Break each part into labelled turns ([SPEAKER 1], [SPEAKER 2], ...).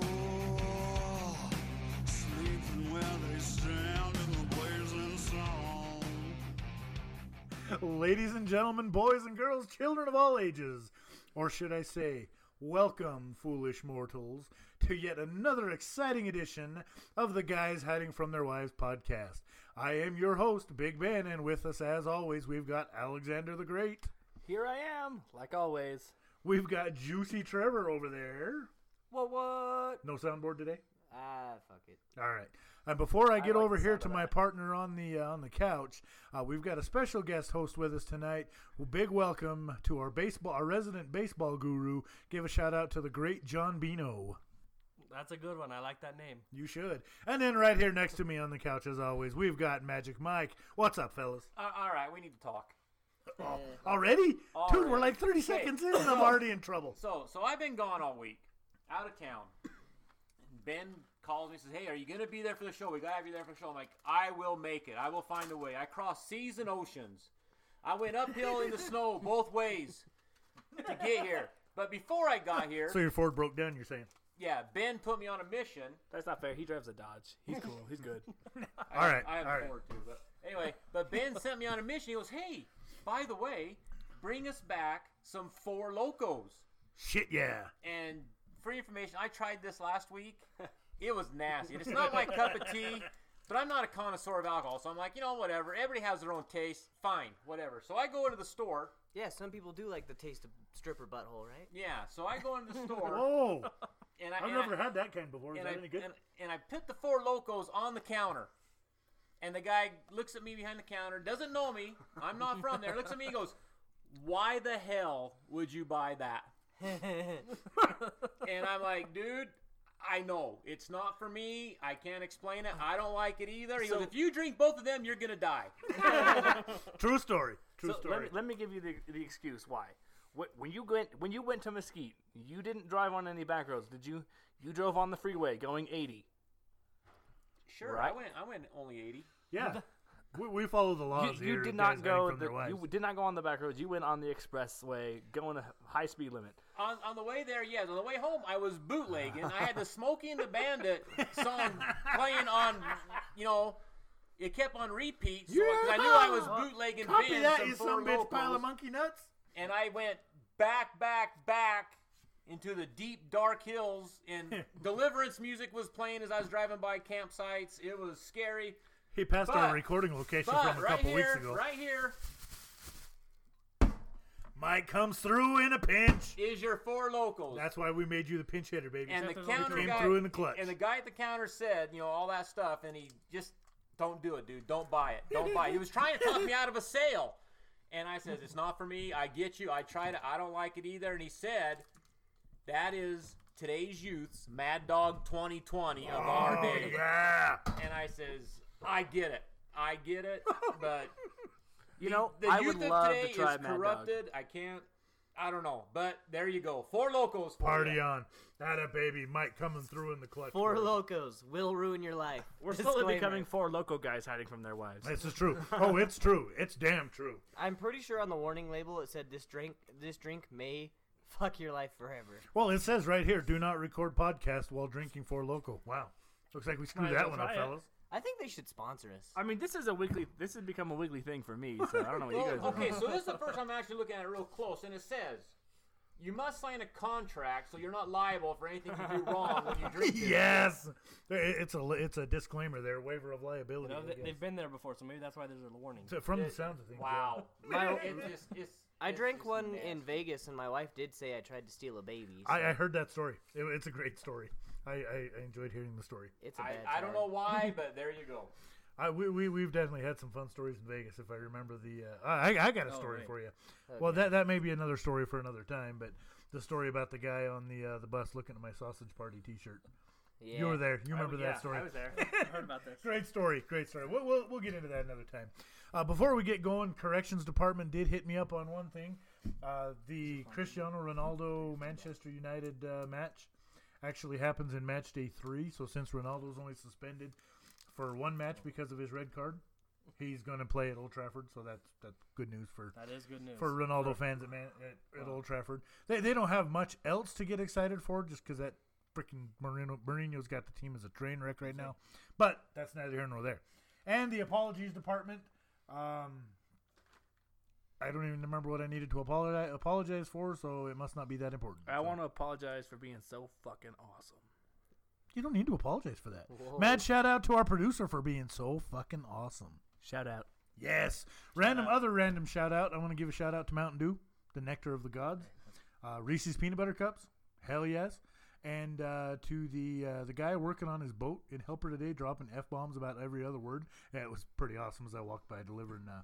[SPEAKER 1] people sleeping where they stand in the blazing sun.
[SPEAKER 2] Ladies and gentlemen, boys and girls, children of all ages, or should I say, welcome, foolish mortals, to yet another exciting edition of the Guys Hiding from Their Wives podcast. I am your host, Big Ben, and with us, as always, we've got Alexander the Great.
[SPEAKER 3] Here I am, like always.
[SPEAKER 2] We've got Juicy Trevor over there.
[SPEAKER 3] What what?
[SPEAKER 2] No soundboard today?
[SPEAKER 3] Ah, fuck it.
[SPEAKER 2] All right. And before I get
[SPEAKER 3] like
[SPEAKER 2] over
[SPEAKER 3] the
[SPEAKER 2] here
[SPEAKER 3] sound
[SPEAKER 2] to
[SPEAKER 3] of
[SPEAKER 2] my
[SPEAKER 3] that.
[SPEAKER 2] partner on the uh, on the couch, uh, we've got a special guest host with us tonight. Well, big welcome to our baseball, our resident baseball guru. Give a shout out to the great John Bino.
[SPEAKER 4] That's a good one. I like that name.
[SPEAKER 2] You should. And then right here next to me on the couch, as always, we've got Magic Mike. What's up, fellas?
[SPEAKER 3] Uh, all right, we need to talk.
[SPEAKER 2] Already, dude, we're
[SPEAKER 3] Already.
[SPEAKER 2] like thirty seconds in, and I'm already in trouble.
[SPEAKER 3] So, so I've been gone all week, out of town. Ben calls me and says, "Hey, are you gonna be there for the show? We gotta have you there for the show." I'm like, "I will make it. I will find a way. I crossed seas and oceans. I went uphill in the snow both ways to get here." But before I got here,
[SPEAKER 2] So your Ford broke down. You're saying?
[SPEAKER 3] yeah, Ben put me on a mission.
[SPEAKER 5] That's not fair. He drives a Dodge. He's cool. He's good.
[SPEAKER 2] All right.
[SPEAKER 3] I have
[SPEAKER 2] all right.
[SPEAKER 3] four too, but anyway, but Ben sent me on a mission. He goes, "Hey, by the way, bring us back some four locos."
[SPEAKER 2] Shit, yeah.
[SPEAKER 3] And for your information, I tried this last week. It was nasty. It's not my cup of tea, but I'm not a connoisseur of alcohol, so I'm like, you know, whatever. Everybody has their own taste. Fine, whatever. So I go into the store.
[SPEAKER 6] Yeah, some people do like the taste of stripper butthole, right?
[SPEAKER 3] Yeah, so I go into the store,
[SPEAKER 2] Oh,
[SPEAKER 3] and I
[SPEAKER 2] I've
[SPEAKER 3] and
[SPEAKER 2] never
[SPEAKER 3] I-
[SPEAKER 2] had that kind before. Is
[SPEAKER 3] and I,
[SPEAKER 2] that any good?
[SPEAKER 3] and, and I put the four locos on the counter. And the guy looks at me behind the counter, doesn't know me. I'm not from there. Looks at me and goes, Why the hell would you buy that? and I'm like, Dude, I know. It's not for me. I can't explain it. I don't like it either. He
[SPEAKER 5] So-
[SPEAKER 3] goes, If you drink both of them, you're going to die.
[SPEAKER 2] True story. True
[SPEAKER 5] So let,
[SPEAKER 2] story.
[SPEAKER 5] me, let me give you the, the excuse why. Wh- When you went when you went to Mesquite, you didn't drive on any back roads, did you? You drove on the freeway going 80.
[SPEAKER 3] Sure, I
[SPEAKER 5] Right.
[SPEAKER 3] went I went only 80.
[SPEAKER 2] yeah. We, we follow the
[SPEAKER 5] You,
[SPEAKER 2] laws here.
[SPEAKER 5] you did
[SPEAKER 2] guys,
[SPEAKER 5] not go.
[SPEAKER 2] from their
[SPEAKER 5] The,
[SPEAKER 2] wives.
[SPEAKER 5] you did not go on the back roads. You went on the expressway going a high speed limit.
[SPEAKER 3] On, on the way there, yes. On the way home, I was bootlegging. I had the Smokey and the Bandit song playing on, you know, it kept on repeat. So 'cause I knew I was bootlegging
[SPEAKER 2] Copy
[SPEAKER 3] Ben
[SPEAKER 2] that,
[SPEAKER 3] some
[SPEAKER 2] you
[SPEAKER 3] four
[SPEAKER 2] some bitch pile of
[SPEAKER 3] locals.
[SPEAKER 2] monkey nuts.
[SPEAKER 3] And I went back, back, back into the deep, dark hills. And deliverance music was playing as I was driving by campsites. It was scary.
[SPEAKER 2] He passed
[SPEAKER 3] But-
[SPEAKER 2] our recording location
[SPEAKER 3] But
[SPEAKER 2] from a
[SPEAKER 3] right
[SPEAKER 2] couple
[SPEAKER 3] here,
[SPEAKER 2] weeks ago.
[SPEAKER 3] right here,
[SPEAKER 2] Mike comes through in a pinch.
[SPEAKER 3] is your four locals.
[SPEAKER 2] That's why we made you the pinch hitter, baby.
[SPEAKER 3] and the
[SPEAKER 4] Except there's only
[SPEAKER 3] counter
[SPEAKER 2] three. Came
[SPEAKER 3] guy,
[SPEAKER 2] through in the clutch.
[SPEAKER 3] and the guy at the counter said, you know, all that stuff, and he just don't do it, dude. Don't buy it. Don't buy it. He was trying to talk me out of a sale, and I says, it's not for me. I get you. I tried it. I don't like it either. And he said, that is today's youth's Mad Dog 2020 of our day.
[SPEAKER 2] Oh, yeah.
[SPEAKER 3] And I says, I get it. I get it, but
[SPEAKER 5] You know,
[SPEAKER 3] the
[SPEAKER 5] I
[SPEAKER 3] youth
[SPEAKER 5] would
[SPEAKER 3] of
[SPEAKER 5] love
[SPEAKER 3] today
[SPEAKER 5] to try
[SPEAKER 3] is
[SPEAKER 5] Mad Dog.
[SPEAKER 3] corrupted. I can't. I don't know, but there you go. Four locos. For
[SPEAKER 2] Party
[SPEAKER 3] ya.
[SPEAKER 2] on. That a baby. Mike coming through in the clutch.
[SPEAKER 6] Four
[SPEAKER 2] baby.
[SPEAKER 6] locos will ruin your life.
[SPEAKER 5] We're slowly
[SPEAKER 6] Disclaimer.
[SPEAKER 5] becoming four loco guys hiding from their wives.
[SPEAKER 2] This is true. Oh, it's true. It's damn true.
[SPEAKER 6] I'm pretty sure on the warning label it said this drink, this drink may fuck your life forever.
[SPEAKER 2] Well, it says right here, do not record podcast while drinking for local. Wow. Looks like we screwed
[SPEAKER 5] Might as
[SPEAKER 2] that
[SPEAKER 5] well
[SPEAKER 2] one up,
[SPEAKER 5] try it.
[SPEAKER 2] fellas.
[SPEAKER 6] I think they should sponsor us.
[SPEAKER 5] I mean, this is a weekly. This has become a weekly thing for me. So I don't know what you guys.
[SPEAKER 3] Well,
[SPEAKER 5] are
[SPEAKER 3] Oh, okay, so this is the first time I'm actually looking at it real close, and it says you must sign a contract so you're not liable for anything you do wrong when you drink. This.
[SPEAKER 2] Yes. It- It's a it's a disclaimer there, waiver of liability.
[SPEAKER 4] No,
[SPEAKER 2] I
[SPEAKER 4] they,
[SPEAKER 2] guess.
[SPEAKER 4] they've been there before, so maybe that's why there's a warning.
[SPEAKER 2] So From the sound of things.
[SPEAKER 3] Wow.
[SPEAKER 6] My-
[SPEAKER 3] It's just- it's-
[SPEAKER 6] I
[SPEAKER 3] it's
[SPEAKER 6] drank
[SPEAKER 3] just
[SPEAKER 6] one
[SPEAKER 3] nasty.
[SPEAKER 6] in Vegas, and my wife did say I tried to steal a baby. so
[SPEAKER 2] I, I heard that story. It- it's a great story. I, I, I enjoyed hearing the story.
[SPEAKER 6] it's a bad
[SPEAKER 3] I, I don't
[SPEAKER 6] time.
[SPEAKER 3] know why, but there you go.
[SPEAKER 2] I, we, we, we've definitely had some fun stories in Vegas, if I remember the. Uh, I, I got a story
[SPEAKER 4] wait.
[SPEAKER 2] for you.
[SPEAKER 4] Oh,
[SPEAKER 2] Well, that, that may be another story for another time, but the story about the guy on the uh, the bus looking at my sausage party t shirt.
[SPEAKER 6] Yeah.
[SPEAKER 2] You were there. You
[SPEAKER 5] I-
[SPEAKER 2] remember
[SPEAKER 5] yeah,
[SPEAKER 2] that story.
[SPEAKER 5] I was there.
[SPEAKER 4] I heard about this.
[SPEAKER 2] Great story, great story. We'll, we'll, we'll get into that another time. Uh, before we get going, corrections department did hit me up on one thing: uh, the Cristiano Ronaldo Manchester United uh, match actually happens in match day three. So since Ronaldo's only suspended for one match because of his red card, he's going to play at Old Trafford. So that's that's good news for
[SPEAKER 4] That is good news.
[SPEAKER 2] for Ronaldo fans at, Man, at, at Old Trafford. They, they don't have much else to get excited for just because that freaking Marino, Mourinho's got the team as a train wreck right now. But that's neither here nor there. And the apologies department. Um, I don't even remember what I needed to apologize, apologize for, so it must not be that important.
[SPEAKER 5] I
[SPEAKER 2] So-
[SPEAKER 5] want to apologize for being so fucking awesome.
[SPEAKER 2] You don't need to apologize for that.
[SPEAKER 5] Whoa.
[SPEAKER 2] Mad shout out to our producer for being so fucking awesome.
[SPEAKER 5] Shout out.
[SPEAKER 2] Yes. Random other random shout out. I want to give a shout out to Mountain Dew, the nectar of the gods. Uh, Reese's peanut butter cups. Hell yes. And uh, to the uh, the guy working on his boat in Helper today, dropping f bombs about every other word. Yeah, it was pretty awesome as I walked by delivering uh,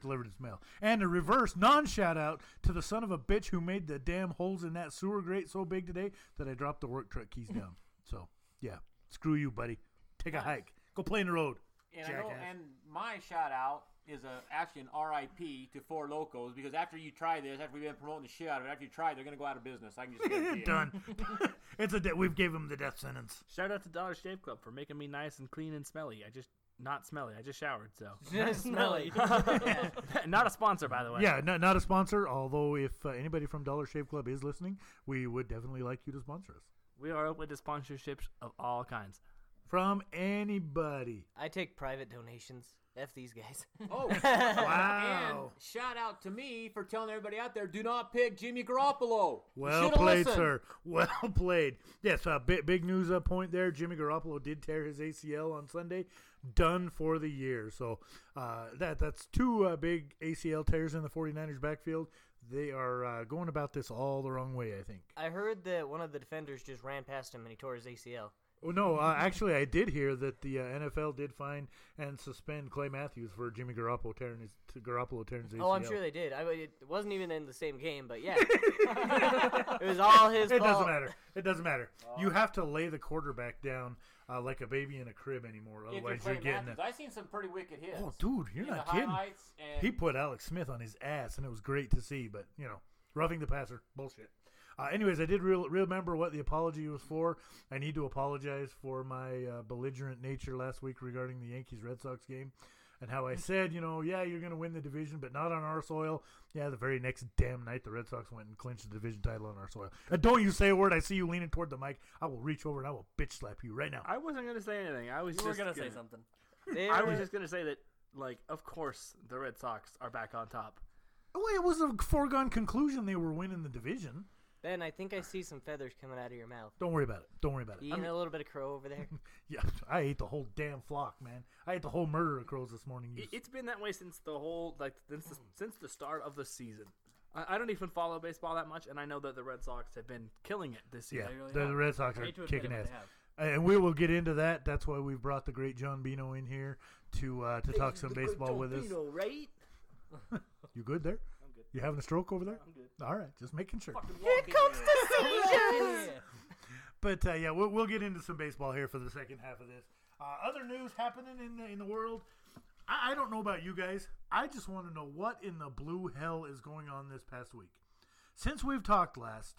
[SPEAKER 2] delivered his mail. And a reverse non shout out to the son of a bitch who made the damn holes in that sewer grate so big today that I dropped the work truck keys down. So yeah, screw you, buddy. Take a hike. Go play in the road.
[SPEAKER 3] And, I know,
[SPEAKER 2] Jackass.
[SPEAKER 3] and my shout out is a, actually an RIP to Four Locos because after you try this, after we've been promoting the shit out of it, after you try it, they're going to go out of business. I can just guarantee it.
[SPEAKER 2] Done. it's a de- we've gave him the death sentence.
[SPEAKER 5] Shout out to Dollar Shave Club for making me nice and clean and smelly. I just not smelly. I just showered, so
[SPEAKER 6] Smelly.
[SPEAKER 5] not a sponsor, by the way.
[SPEAKER 2] Yeah, no, not a sponsor. Although, if uh, anybody from Dollar Shave Club is listening, we would definitely like you to sponsor us
[SPEAKER 5] we are open to sponsorships of all kinds.
[SPEAKER 2] from anybody.
[SPEAKER 6] I take private donations. F these guys.
[SPEAKER 3] Oh,
[SPEAKER 2] Wow.
[SPEAKER 3] and shout out to me for telling everybody out there do not pick Jimmy Garoppolo. You
[SPEAKER 2] Well
[SPEAKER 3] should've
[SPEAKER 2] played,
[SPEAKER 3] listened.
[SPEAKER 2] sir. Well played. Yes, uh, big, big news uh, point there. Jimmy Garoppolo did tear his ACL on Sunday. Done for the year. So uh, that that's two uh, big ACL tears in the 49ers backfield. They are uh, going about this all the wrong way, I think.
[SPEAKER 6] I heard that one of the defenders just ran past him and he tore his ACL.
[SPEAKER 2] Oh, no, uh, actually, I did hear that the uh, NFL did fine and suspend Clay Matthews for Jimmy Garoppolo tearing his to Garoppolo tearing his ACL.
[SPEAKER 6] Oh, I'm sure they did. I, it wasn't even in the same game, but yeah, it was all his
[SPEAKER 2] It
[SPEAKER 6] fault. Oh.
[SPEAKER 2] doesn't matter. It doesn't matter. You have to lay the quarterback down uh, like a baby in a crib anymore.
[SPEAKER 3] If you're
[SPEAKER 2] Otherwise, you're,
[SPEAKER 3] playing
[SPEAKER 2] getting
[SPEAKER 3] Matthews,
[SPEAKER 2] that.
[SPEAKER 3] I've seen some pretty wicked hits.
[SPEAKER 2] Oh, dude, you're
[SPEAKER 3] in the
[SPEAKER 2] not kidding.
[SPEAKER 3] highlights and-
[SPEAKER 2] He put Alex Smith on his ass, and it was great to see. But you know, roughing the passer, bullshit. Uh, anyways, I did real remember what the apology was for. I need to apologize for my uh, belligerent nature last week regarding the Yankees Red Sox game, and how I said, you know, yeah, you're going to win the division, but not on our soil. Yeah, the very next damn night, the Red Sox went and clinched the division title on our soil. And don't you say a word. I see you leaning toward the mic. I will reach over and I will bitch slap you right now.
[SPEAKER 5] I wasn't gonna say anything. I was
[SPEAKER 4] You were
[SPEAKER 5] just
[SPEAKER 4] gonna say something.
[SPEAKER 6] They
[SPEAKER 5] I
[SPEAKER 6] were-
[SPEAKER 5] was just gonna say that, like, of course the Red Sox are back on top.
[SPEAKER 2] Well, it was a foregone conclusion they were winning the division.
[SPEAKER 6] ben, I think I see some feathers coming out of your mouth.
[SPEAKER 2] Don't worry about it. Don't worry about it.
[SPEAKER 6] You eating a little bit of crow over there.
[SPEAKER 2] Yeah, I ate the whole damn flock, man. I ate the whole murder of crows this morning. You
[SPEAKER 5] It, it's been that way since the whole like since the, since the start of the season. I, I don't even follow baseball that much, and I know that the Red Sox have been killing it this
[SPEAKER 2] Yeah,
[SPEAKER 5] season.
[SPEAKER 4] really
[SPEAKER 2] the, the
[SPEAKER 4] have.
[SPEAKER 2] Red Sox
[SPEAKER 4] I
[SPEAKER 2] are
[SPEAKER 4] hate to admit
[SPEAKER 2] kicking
[SPEAKER 4] it,
[SPEAKER 2] ass,
[SPEAKER 4] but
[SPEAKER 2] and we will get into that. That's why we've brought the great John Bino in here to uh, to talk some baseball with us.
[SPEAKER 5] right?
[SPEAKER 2] You good there? I'm good. You having a stroke over there? I'm good. All right, just making sure. But uh, yeah, we'll, we'll get into some baseball here for the second half of this. Uh, other news happening in the in the world. I, I don't know about you guys. I just want to know what in the blue hell is going on this past week. Since we've talked last,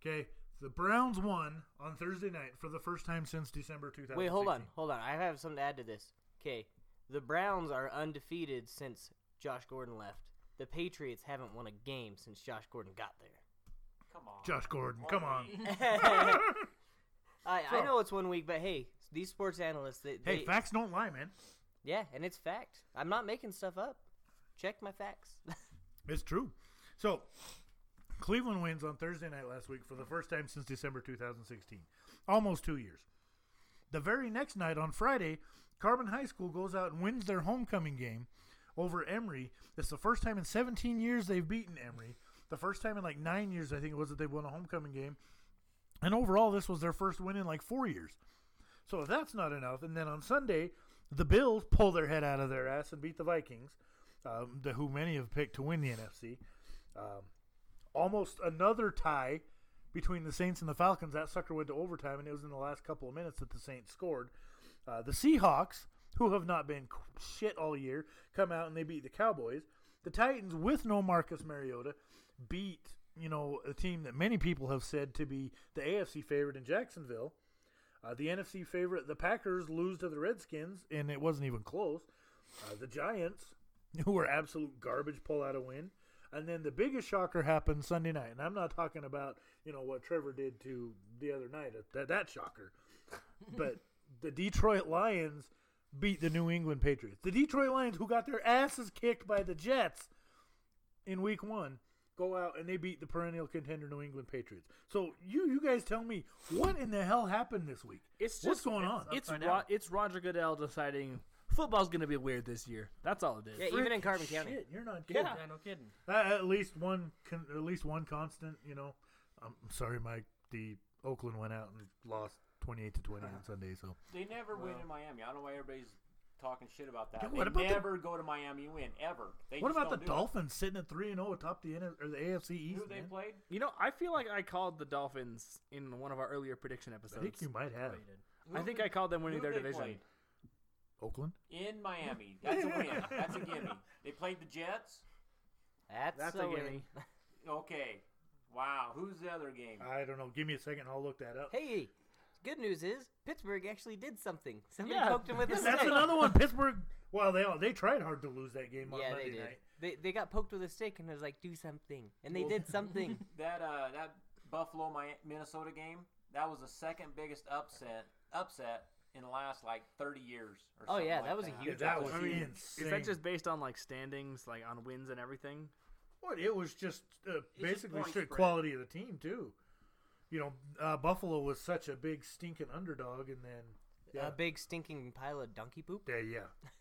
[SPEAKER 2] okay, the Browns won on Thursday night for the first time since December 2000.
[SPEAKER 6] Wait, hold on, hold on. I have something to add to this. Okay, the Browns are undefeated since Josh Gordon left. The Patriots haven't won a game since Josh Gordon got there.
[SPEAKER 3] Come on.
[SPEAKER 2] Josh Gordon, come on.
[SPEAKER 6] I, I know it's one week, but hey, these sports analysts, they,
[SPEAKER 2] Hey,
[SPEAKER 6] they-
[SPEAKER 2] facts don't lie, man.
[SPEAKER 6] yeah, and it's fact. I'm not making stuff up. Check my facts.
[SPEAKER 2] It's true. So, Cleveland wins on Thursday night last week for the first time since December 2016. Almost two years. The very next night on Friday, Carbon High School goes out and wins their homecoming game over Emory. It's the first time in 17 years they've beaten Emory. The first time in like nine years, I think it was, that they've won a homecoming game. And overall, this was their first win in like four years. So if that's not enough, and then on Sunday, the Bills pull their head out of their ass and beat the Vikings, um, the, who many have picked to win the NFC. Um, almost another tie between the Saints and the Falcons. That sucker went to overtime, and it was in the last couple of minutes that the Saints scored. Uh, the Seahawks, who have not been qu- shit all year, come out and they beat the Cowboys. The Titans, with no Marcus Mariota, beat you know a team that many people have said to be the AFC favorite in Jacksonville. Uh, the NFC favorite, the Packers, lose to the Redskins, and it wasn't even close. Uh, the Giants, who were absolute garbage, pull out a win. And then the biggest shocker happened Sunday night, and I'm not talking about you know what Trevor did to the other night that that shocker, but the Detroit Lions beat the New England Patriots. The Detroit Lions, who got their asses kicked by the Jets in Week One, go out and they beat the perennial contender New England Patriots. So you you guys tell me what in the hell happened this week?
[SPEAKER 5] It's just,
[SPEAKER 2] What's going on?
[SPEAKER 5] It's
[SPEAKER 4] Upside
[SPEAKER 5] Ro-
[SPEAKER 4] down.
[SPEAKER 5] it's Roger Goodell deciding football's gonna be weird this year. That's all it is.
[SPEAKER 6] Yeah, even in Carbon County.
[SPEAKER 2] Shit, you're not kidding.
[SPEAKER 4] Yeah, no kidding.
[SPEAKER 2] Uh, at least one, con- at least one constant. You know, I'm sorry, Mike. The Oakland went out and lost twenty-eight to twenty on Sunday. So
[SPEAKER 3] They never win in Miami. I don't know why everybody's talking shit about that.
[SPEAKER 2] Yeah,
[SPEAKER 3] they
[SPEAKER 2] what about the-
[SPEAKER 3] never go to Miami and win ever. They
[SPEAKER 2] what
[SPEAKER 3] just
[SPEAKER 2] about the
[SPEAKER 3] don't do it.
[SPEAKER 2] Dolphins sitting at three and zero atop the N- or the AFC East?
[SPEAKER 3] Who they
[SPEAKER 2] man?
[SPEAKER 3] played?
[SPEAKER 5] You know, I feel like I called the Dolphins in one of our earlier prediction
[SPEAKER 2] I
[SPEAKER 5] episodes.
[SPEAKER 2] think you might have
[SPEAKER 5] I think I called them winning
[SPEAKER 3] Who
[SPEAKER 5] their
[SPEAKER 3] they
[SPEAKER 5] division.
[SPEAKER 3] played?
[SPEAKER 2] Oakland.
[SPEAKER 3] In Miami. That's a win. That's a gimme. They played the Jets.
[SPEAKER 6] That's,
[SPEAKER 5] That's
[SPEAKER 6] a
[SPEAKER 5] a
[SPEAKER 6] win.
[SPEAKER 5] gimme.
[SPEAKER 3] Okay. Wow. Who's the other game?
[SPEAKER 2] I don't know. Give me a second. I'll look that up.
[SPEAKER 6] Hey, good news is Pittsburgh actually did something. Somebody
[SPEAKER 5] Yeah.
[SPEAKER 6] poked him with a stick.
[SPEAKER 2] That's another one. Pittsburgh. Well, they all, they tried hard to lose that game on
[SPEAKER 6] Yeah,
[SPEAKER 2] Monday
[SPEAKER 6] they did.
[SPEAKER 2] night.
[SPEAKER 6] They, they got poked with a stick and it was like, do something. And they
[SPEAKER 3] Well-
[SPEAKER 6] did something.
[SPEAKER 3] That uh that Buffalo Mi- Minnesota game, that was the second biggest upset upset in the last like 30 years or
[SPEAKER 6] Oh,
[SPEAKER 3] something
[SPEAKER 6] yeah,
[SPEAKER 3] like
[SPEAKER 6] that was a
[SPEAKER 2] Yeah,
[SPEAKER 6] huge
[SPEAKER 2] that was
[SPEAKER 5] I mean,
[SPEAKER 2] insane.
[SPEAKER 5] Is that just based on like standings, like on wins and everything?
[SPEAKER 2] What it was just uh, basically
[SPEAKER 3] point
[SPEAKER 2] straight
[SPEAKER 3] spread.
[SPEAKER 2] quality of the team too. You know, uh, Buffalo was such a big stinking underdog, and then yeah,
[SPEAKER 6] A big stinking pile of donkey poop.
[SPEAKER 2] yeah, yeah,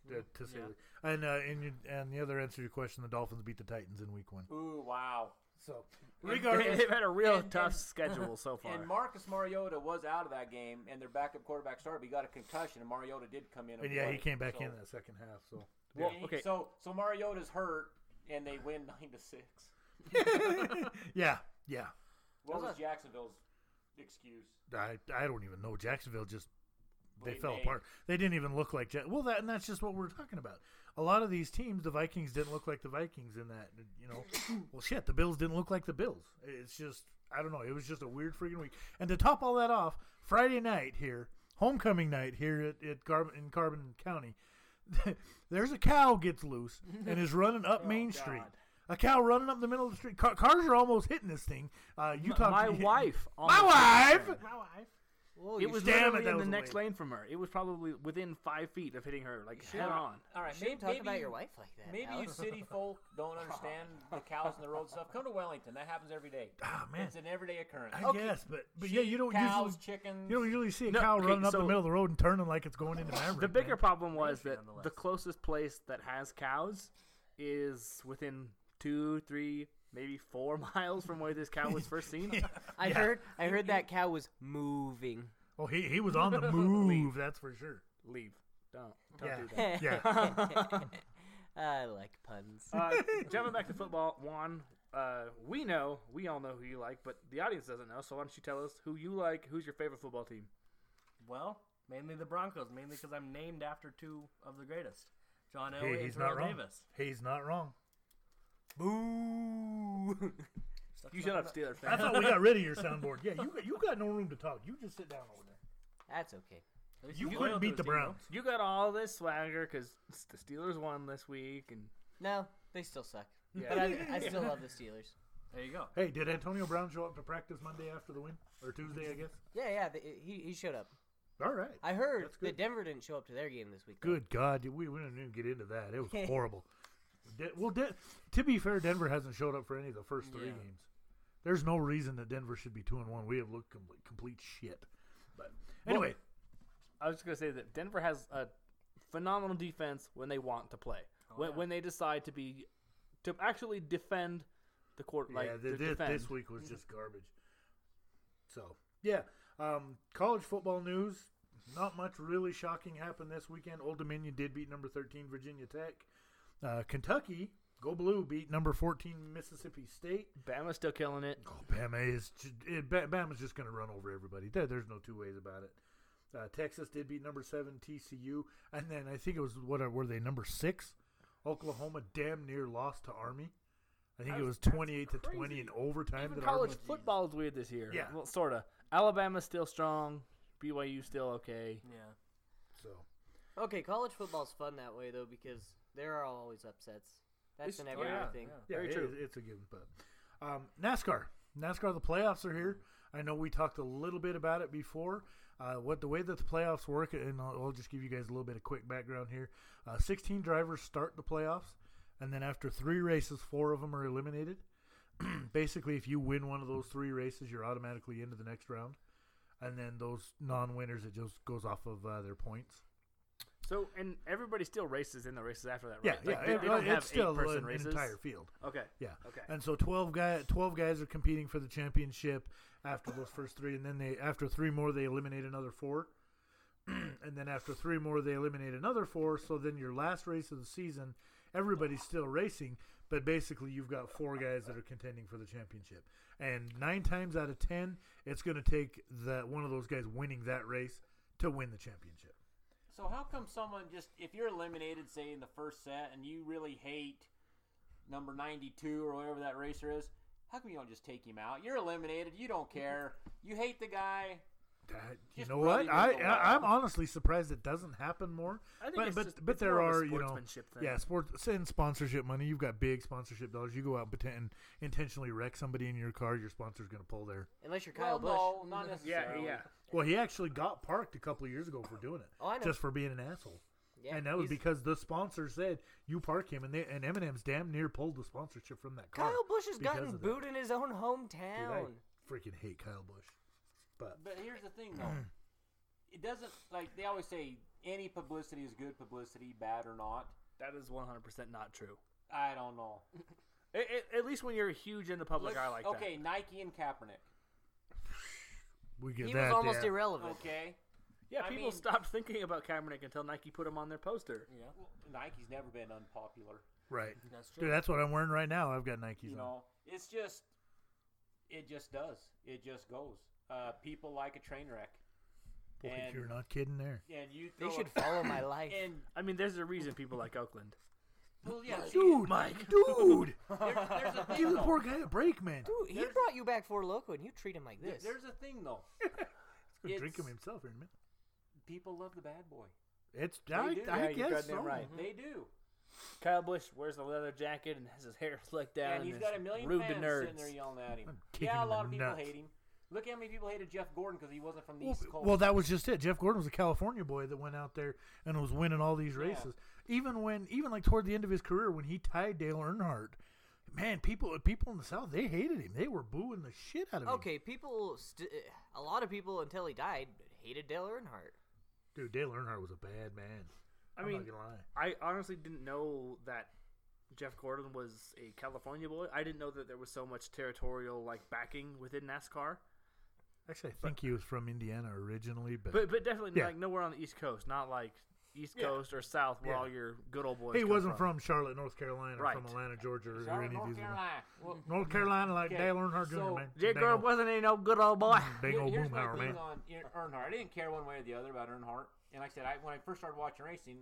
[SPEAKER 2] to- to say the- and uh, and you, and the other answer to your question, the Dolphins beat the Titans in Week One.
[SPEAKER 3] Ooh, wow.
[SPEAKER 2] So
[SPEAKER 5] They-
[SPEAKER 2] regardless,
[SPEAKER 5] They've had a real
[SPEAKER 3] And-
[SPEAKER 5] tough
[SPEAKER 3] and-
[SPEAKER 5] schedule so far.
[SPEAKER 3] And Marcus Mariota was out of that game, and their backup quarterback started. But he got a concussion, and Mariota did come in. And
[SPEAKER 2] and yeah, he
[SPEAKER 3] played,
[SPEAKER 2] came back
[SPEAKER 3] so-
[SPEAKER 2] in that second half. So
[SPEAKER 5] Well,
[SPEAKER 3] Yeah,
[SPEAKER 5] okay.
[SPEAKER 3] So so Mariota's hurt, and they win nine to six.
[SPEAKER 2] yeah, yeah.
[SPEAKER 3] What was Jacksonville's excuse?
[SPEAKER 2] I, I don't even know. Jacksonville just they
[SPEAKER 3] Blame
[SPEAKER 2] fell
[SPEAKER 3] Dave.
[SPEAKER 2] apart. They didn't even look like Jack. Well, that and that's just what we're talking about. A lot of these teams, the Vikings didn't look like the Vikings in that. You know, well, shit, the Bills didn't look like the Bills. It's just I don't know. It was just a weird freaking week. And to top all that off, Friday night here, homecoming night here at, at Carbon in Carbon County, there's a cow gets loose and is running up
[SPEAKER 5] Oh,
[SPEAKER 2] Main Street. A cow running up the middle of the street. Car, cars are almost hitting this thing. Uh, Utah.
[SPEAKER 5] my wife,
[SPEAKER 2] My wife.
[SPEAKER 6] Oh,
[SPEAKER 5] It was
[SPEAKER 2] Damn it,
[SPEAKER 5] literally
[SPEAKER 2] that
[SPEAKER 5] in
[SPEAKER 2] was a
[SPEAKER 5] the next
[SPEAKER 2] wave.
[SPEAKER 5] lane from her. It was probably within five feet of hitting her, like head on.
[SPEAKER 3] All right, maybe,
[SPEAKER 6] shouldn't talk
[SPEAKER 3] maybe
[SPEAKER 6] about your wife like that.
[SPEAKER 3] Maybe you
[SPEAKER 6] Alex.
[SPEAKER 3] city folk don't understand the cows in the road stuff. Come to Wellington; that happens every day.
[SPEAKER 2] Ah man.
[SPEAKER 3] It's an everyday occurrence.
[SPEAKER 2] I guess, but but yeah, you don't usually
[SPEAKER 3] cows, chickens.
[SPEAKER 2] you don't usually see a
[SPEAKER 5] No,
[SPEAKER 2] cow
[SPEAKER 5] okay,
[SPEAKER 2] running up the
[SPEAKER 5] so-
[SPEAKER 2] middle of the road and turning like it's going into Maverick.
[SPEAKER 5] The bigger
[SPEAKER 2] man.
[SPEAKER 5] problem was that the closest place that has cows is within two, three, maybe four miles from where this cow was first seen.
[SPEAKER 6] I heard I heard that cow was moving.
[SPEAKER 2] Oh, he he was on the move. that's for sure.
[SPEAKER 5] Leave. Don't. Don't
[SPEAKER 2] Yeah,
[SPEAKER 5] do that.
[SPEAKER 2] yeah.
[SPEAKER 6] I like puns.
[SPEAKER 5] Uh, jumping back to football, Juan, uh, we know, we all know who you like, but the audience doesn't know. So why don't you tell us who you like? Who's your favorite football team?
[SPEAKER 4] Well, mainly the Broncos, mainly because I'm named after two of the greatest, John Elway
[SPEAKER 2] Hey,
[SPEAKER 4] and
[SPEAKER 2] he's not
[SPEAKER 4] Terrell
[SPEAKER 2] wrong.
[SPEAKER 4] Davis.
[SPEAKER 2] He's not wrong.
[SPEAKER 6] Boo!
[SPEAKER 5] You shut up, Steelers
[SPEAKER 2] I
[SPEAKER 5] fan.
[SPEAKER 2] thought we got rid of your soundboard. Yeah, you got, you got no room to talk. You just sit down over there.
[SPEAKER 6] That's okay.
[SPEAKER 2] You couldn't beat the Browns.
[SPEAKER 5] You got all this swagger because the Steelers won this week, and
[SPEAKER 6] No, they still suck.
[SPEAKER 5] Yeah.
[SPEAKER 6] But I, I still love the Steelers.
[SPEAKER 4] There you go.
[SPEAKER 2] Hey, did Antonio Brown show up to practice Monday after the win or Tuesday? I guess.
[SPEAKER 6] Yeah, yeah, they, he, he showed up.
[SPEAKER 2] All right.
[SPEAKER 6] I heard
[SPEAKER 2] That's good.
[SPEAKER 6] that Denver didn't show up to their game this week. though.
[SPEAKER 2] Good God, we, we didn't even get into that. It was horrible. De- well, De- to be fair, Denver hasn't showed up for any of the first three
[SPEAKER 4] Yeah.
[SPEAKER 2] games. There's no reason that Denver should be two and one. We have looked complete, complete shit. But anyway,
[SPEAKER 5] I was just gonna say that Denver has a phenomenal defense when they want to play.
[SPEAKER 2] Oh,
[SPEAKER 5] when, when they decide to be to actually defend the court, like
[SPEAKER 2] yeah, th-
[SPEAKER 5] to
[SPEAKER 2] thi-
[SPEAKER 5] defend.
[SPEAKER 2] this week was just garbage. So yeah, um, college football news. Not much really shocking happened this weekend. Old Dominion did beat number thirteen Virginia Tech. Uh, Kentucky, go blue, beat number fourteen Mississippi State.
[SPEAKER 5] Bama's still killing it.
[SPEAKER 2] Oh, Bama is ju- it, Ba- Bama's just going to run over everybody. There, there's no two ways about it. Uh, Texas did beat number seven TCU, and then I think it was what are- were they number six? Oklahoma damn near lost to Army. I think it was twenty eight to twenty in overtime.
[SPEAKER 5] Even
[SPEAKER 2] that
[SPEAKER 5] college
[SPEAKER 2] Army,
[SPEAKER 5] football is weird this year.
[SPEAKER 2] Yeah.
[SPEAKER 5] well, sorta. Alabama's still strong. BYU's still okay.
[SPEAKER 4] Yeah.
[SPEAKER 2] so
[SPEAKER 6] Okay, college football's fun that way though because there are always upsets. That's
[SPEAKER 5] It's-
[SPEAKER 6] in
[SPEAKER 5] oh,
[SPEAKER 6] every
[SPEAKER 5] yeah,
[SPEAKER 6] other thing.
[SPEAKER 4] yeah.
[SPEAKER 2] Yeah,
[SPEAKER 5] Very
[SPEAKER 2] it
[SPEAKER 5] true.
[SPEAKER 2] is- it's a given. But um, NASCAR, NASCAR, the playoffs are here. I know we talked a little bit about it before. Uh, what the way that the playoffs work, and I'll, I'll just give you guys a little bit of quick background here. Uh, 16 drivers start the playoffs, and then after three races, four of them are eliminated. Basically, if you win one of those three races, you're automatically into the next round. And then those non-winners, it just goes off of uh, their points.
[SPEAKER 5] So and everybody still races in the races after that,
[SPEAKER 2] Yeah,
[SPEAKER 5] right?
[SPEAKER 2] yeah,
[SPEAKER 5] like, they,
[SPEAKER 2] it- oh,
[SPEAKER 5] they don't
[SPEAKER 2] it's
[SPEAKER 5] have
[SPEAKER 2] still
[SPEAKER 5] eight person
[SPEAKER 2] an,
[SPEAKER 5] races.
[SPEAKER 2] an entire field.
[SPEAKER 5] Okay.
[SPEAKER 2] Yeah.
[SPEAKER 5] Okay.
[SPEAKER 2] And so 12 guy 12 guys are competing for the championship after those first 3 and then they after 3 more they eliminate another 4. and then after 3 more they eliminate another 4, so then your last race of the season everybody's still racing, but basically you've got four guys that are contending for the championship. And 9 times out of 10, it's going to take that one of those guys winning that race to win the championship.
[SPEAKER 3] So how come someone just if you're eliminated, say in the first set, and you really hate number ninety two or whatever that racer is, how come you don't just take him out? You're eliminated. You don't care. You hate the guy.
[SPEAKER 2] That- you
[SPEAKER 3] Just
[SPEAKER 2] know
[SPEAKER 3] really
[SPEAKER 2] what?
[SPEAKER 3] make
[SPEAKER 2] I,
[SPEAKER 3] the
[SPEAKER 2] I I'm
[SPEAKER 3] law.
[SPEAKER 2] honestly surprised it doesn't happen more.
[SPEAKER 5] I think
[SPEAKER 2] but
[SPEAKER 5] it's
[SPEAKER 2] but,
[SPEAKER 5] just-
[SPEAKER 2] but
[SPEAKER 5] it's
[SPEAKER 2] there
[SPEAKER 5] more of a
[SPEAKER 2] are you know
[SPEAKER 5] sportsmanship thing.
[SPEAKER 2] yeah sports and sponsorship money. You've got big sponsorship dollars. You go out but- and intentionally wreck somebody in your car. Your sponsor's going to pull there.
[SPEAKER 6] Unless you're Kyle
[SPEAKER 3] well,
[SPEAKER 6] Busch.
[SPEAKER 3] no, not
[SPEAKER 5] Yeah.
[SPEAKER 3] necessarily.
[SPEAKER 5] Yeah.
[SPEAKER 2] Well, he actually got parked a couple of years ago for doing it,
[SPEAKER 6] Oh, I know.
[SPEAKER 2] just for being an asshole.
[SPEAKER 6] Yeah,
[SPEAKER 2] and that was
[SPEAKER 6] he's-
[SPEAKER 2] because the sponsor said you park him, and they and Eminem's damn near pulled the sponsorship from that car.
[SPEAKER 6] Kyle Bush has
[SPEAKER 2] because
[SPEAKER 6] gotten
[SPEAKER 2] of that.
[SPEAKER 6] booed in his own
[SPEAKER 2] Dude, I
[SPEAKER 6] hometown.
[SPEAKER 2] freaking hate Kyle Bush. But
[SPEAKER 3] But here's the thing, though. it doesn't like they always say any publicity is good publicity, bad or not.
[SPEAKER 5] That is 100 percent not true.
[SPEAKER 3] I don't know.
[SPEAKER 5] It, it, at least when you're huge in the public
[SPEAKER 3] Let's-
[SPEAKER 5] eye like
[SPEAKER 3] okay, Nike and Kaepernick.
[SPEAKER 2] we get
[SPEAKER 6] He
[SPEAKER 2] that
[SPEAKER 6] was almost
[SPEAKER 2] yeah.
[SPEAKER 6] irrelevant.
[SPEAKER 3] Okay,
[SPEAKER 5] that. Yeah.
[SPEAKER 3] I
[SPEAKER 5] people
[SPEAKER 3] mean-
[SPEAKER 5] stopped thinking about Kaepernick until Nike put him on their poster.
[SPEAKER 4] Yeah,
[SPEAKER 3] well, Nike's never been unpopular.
[SPEAKER 2] right.
[SPEAKER 4] that's true.
[SPEAKER 2] Dude, that's what I'm wearing right now. I've got Nikes
[SPEAKER 3] you
[SPEAKER 2] on.
[SPEAKER 3] know it's just it just does it just goes uh, people like a train wreck
[SPEAKER 2] Boy,
[SPEAKER 3] and,
[SPEAKER 2] you're not kidding there.
[SPEAKER 3] and you
[SPEAKER 6] They
[SPEAKER 3] throw
[SPEAKER 6] should
[SPEAKER 3] a,
[SPEAKER 6] follow my life.
[SPEAKER 3] and
[SPEAKER 5] I mean, there's a reason people like Oakland.
[SPEAKER 3] well, yeah see,
[SPEAKER 2] Dude,
[SPEAKER 5] Mike.
[SPEAKER 2] dude,
[SPEAKER 3] there- there's a
[SPEAKER 2] give
[SPEAKER 3] thing
[SPEAKER 2] the poor
[SPEAKER 3] though
[SPEAKER 2] guy a break, man.
[SPEAKER 6] Dude, he
[SPEAKER 3] there's-
[SPEAKER 6] brought you back for Loco, and you treat him like
[SPEAKER 3] There-
[SPEAKER 6] this.
[SPEAKER 3] there's a thing though
[SPEAKER 2] He's gonna drink him
[SPEAKER 3] it's-
[SPEAKER 2] himself in a minute.
[SPEAKER 3] people love the bad boy
[SPEAKER 2] It's
[SPEAKER 3] they
[SPEAKER 2] I,
[SPEAKER 3] do.
[SPEAKER 2] I
[SPEAKER 3] Yeah,
[SPEAKER 5] you're
[SPEAKER 2] guess
[SPEAKER 5] goddamn
[SPEAKER 2] so.
[SPEAKER 5] right. Mm-hmm.
[SPEAKER 3] they do
[SPEAKER 5] Kyle Bush wears the leather jacket and has his hair slicked down.
[SPEAKER 3] and he's
[SPEAKER 5] is
[SPEAKER 3] got a million
[SPEAKER 5] rude
[SPEAKER 3] fans
[SPEAKER 5] to nerds.
[SPEAKER 3] sitting there yelling at him
[SPEAKER 2] I'm kicking
[SPEAKER 3] yeah a
[SPEAKER 2] him
[SPEAKER 3] lot
[SPEAKER 2] in
[SPEAKER 3] of
[SPEAKER 2] the
[SPEAKER 3] people
[SPEAKER 2] nuts.
[SPEAKER 3] hate him look how many people hated Jeff Gordon because he wasn't from the
[SPEAKER 2] Well,
[SPEAKER 3] East Coast
[SPEAKER 2] well, that was just it. Jeff Gordon was a California boy that went out there and was winning all these races. Even when, even like toward the end of his career, when he tied Dale Earnhardt, man, people people in the South they hated him. They were booing the shit out of him.
[SPEAKER 6] okay, people, st- a lot of people until he died hated Dale Earnhardt.
[SPEAKER 2] dude, Dale Earnhardt was a bad man.
[SPEAKER 5] I
[SPEAKER 2] I'm
[SPEAKER 5] mean,
[SPEAKER 2] not gonna lie.
[SPEAKER 5] I honestly didn't know that Jeff Gordon was a California boy. I didn't know that there was so much territorial like backing within NASCAR.
[SPEAKER 2] Actually, I think he was from Indiana originally, but,
[SPEAKER 5] But but definitely
[SPEAKER 2] Yeah.
[SPEAKER 5] like nowhere on the East Coast, not like East
[SPEAKER 2] Yeah.
[SPEAKER 5] Coast or South where
[SPEAKER 2] Yeah.
[SPEAKER 5] all your good old boys.
[SPEAKER 2] he
[SPEAKER 5] come
[SPEAKER 2] wasn't from. Charlotte, North Carolina, or
[SPEAKER 5] Right.
[SPEAKER 2] from Atlanta, Georgia, or,
[SPEAKER 3] Sorry,
[SPEAKER 2] any of
[SPEAKER 3] North
[SPEAKER 2] these. ones.
[SPEAKER 3] Carolina. Well,
[SPEAKER 2] North Carolina, like
[SPEAKER 3] Okay,
[SPEAKER 2] Dale Earnhardt
[SPEAKER 3] so-
[SPEAKER 2] Jr. Man,
[SPEAKER 5] Jeff
[SPEAKER 2] Dang
[SPEAKER 5] Gordon
[SPEAKER 2] old-
[SPEAKER 5] wasn't any no good old boy.
[SPEAKER 2] Big
[SPEAKER 3] Here-
[SPEAKER 2] old
[SPEAKER 3] here's
[SPEAKER 2] boom
[SPEAKER 3] my
[SPEAKER 2] hour,
[SPEAKER 3] thing
[SPEAKER 2] man.
[SPEAKER 3] on Ear- Earnhardt. I didn't care one way or the other about Earnhardt. And like I said, I, when I first started watching racing,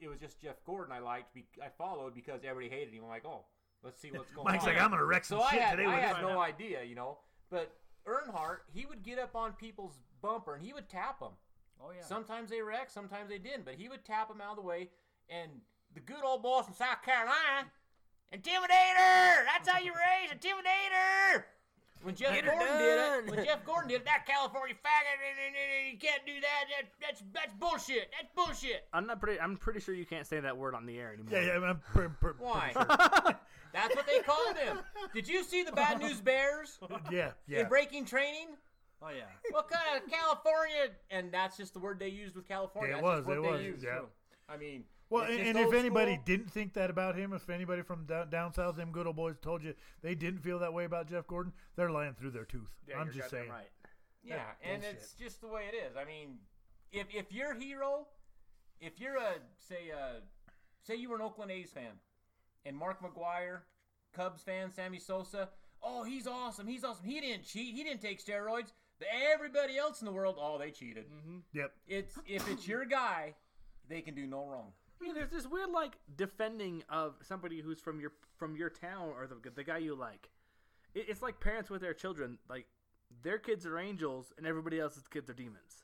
[SPEAKER 3] it was just Jeff Gordon I liked, be, I followed because everybody hated him. I'm like, oh, let's see what's going
[SPEAKER 2] Mike's
[SPEAKER 3] on.
[SPEAKER 2] like, I'm gonna wreck some
[SPEAKER 3] so I
[SPEAKER 2] shit
[SPEAKER 3] had,
[SPEAKER 2] today.
[SPEAKER 3] I
[SPEAKER 2] with
[SPEAKER 3] had
[SPEAKER 2] this
[SPEAKER 3] no
[SPEAKER 2] one."
[SPEAKER 3] idea, you know. But Earnhardt, he would get up on people's bumper and he would tap them.
[SPEAKER 4] Oh yeah.
[SPEAKER 3] Sometimes they wrecked, sometimes they didn't, but he would tap them out of the way. And the good old boys from South Carolina, Intimidator! That's how you raise Intimidator! When Jeff
[SPEAKER 6] Get her
[SPEAKER 3] Gordon did it,
[SPEAKER 6] done.
[SPEAKER 3] when Jeff Gordon did it, that California faggot, you can't do that. that that's that's bullshit. That's bullshit.
[SPEAKER 5] I'm not pretty. I'm pretty sure you can't say that word on the air anymore.
[SPEAKER 2] Yeah, yeah, I'm per, per,
[SPEAKER 3] Why? that's what they called him. Did you see the Bad News Bears
[SPEAKER 2] yeah,
[SPEAKER 3] in
[SPEAKER 2] yeah.
[SPEAKER 3] breaking training?
[SPEAKER 4] Oh yeah.
[SPEAKER 3] What kind of California? And that's just the word they used with California.
[SPEAKER 2] Yeah, it was,
[SPEAKER 3] That's just what
[SPEAKER 2] it
[SPEAKER 3] they
[SPEAKER 2] was,
[SPEAKER 3] used.
[SPEAKER 2] yeah.
[SPEAKER 3] I mean,
[SPEAKER 2] Well,
[SPEAKER 3] it's
[SPEAKER 2] and,
[SPEAKER 3] just
[SPEAKER 2] and if
[SPEAKER 3] old
[SPEAKER 2] anybody
[SPEAKER 3] school.
[SPEAKER 2] didn't think that about him, if anybody from down, down south, them good old boys told you they didn't feel that way about Jeff Gordon, they're lying through their tooth.
[SPEAKER 5] Yeah,
[SPEAKER 2] I'm
[SPEAKER 5] you're
[SPEAKER 2] just
[SPEAKER 5] goddamn
[SPEAKER 2] saying.
[SPEAKER 5] Right.
[SPEAKER 3] Yeah, and
[SPEAKER 2] bullshit.
[SPEAKER 3] it's just the way it is. I mean, if if your hero, if you're a say a, say you were an Oakland A's fan, and Mark McGuire, Cubs fan, Sammy Sosa, oh he's awesome, he's awesome. He didn't cheat, he didn't take steroids. But everybody else in the world, oh they cheated.
[SPEAKER 4] Mm-hmm.
[SPEAKER 2] Yep.
[SPEAKER 3] It's if it's your guy, they can do no wrong.
[SPEAKER 5] I mean, there's this weird like defending of somebody who's from your from your town or the the guy you like. It, it's like parents with their children. Like their kids are angels and everybody else's kids are demons.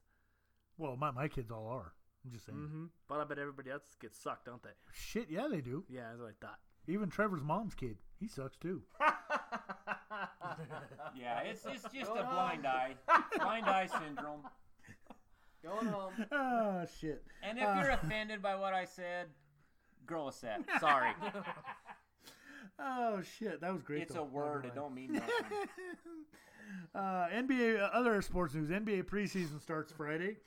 [SPEAKER 2] Well, my, my kids all are. I'm just saying.
[SPEAKER 3] Mm-hmm.
[SPEAKER 5] But I bet everybody else gets sucked, don't they?
[SPEAKER 2] Shit, yeah, they do.
[SPEAKER 5] Yeah, that's what I thought.
[SPEAKER 2] Even Trevor's mom's kid, he sucks too.
[SPEAKER 3] Yeah, it's, it's just a blind eye, blind eye syndrome.
[SPEAKER 4] Going home.
[SPEAKER 2] Ah, shit.
[SPEAKER 3] And if you're offended by what I said, grow a set. Sorry,
[SPEAKER 2] Oh shit, that was great.
[SPEAKER 3] it's
[SPEAKER 2] though.
[SPEAKER 3] a word. It
[SPEAKER 2] Never mind.
[SPEAKER 3] don't mean nothing.
[SPEAKER 2] Uh, NBA uh, other sports news. NBA preseason starts Friday,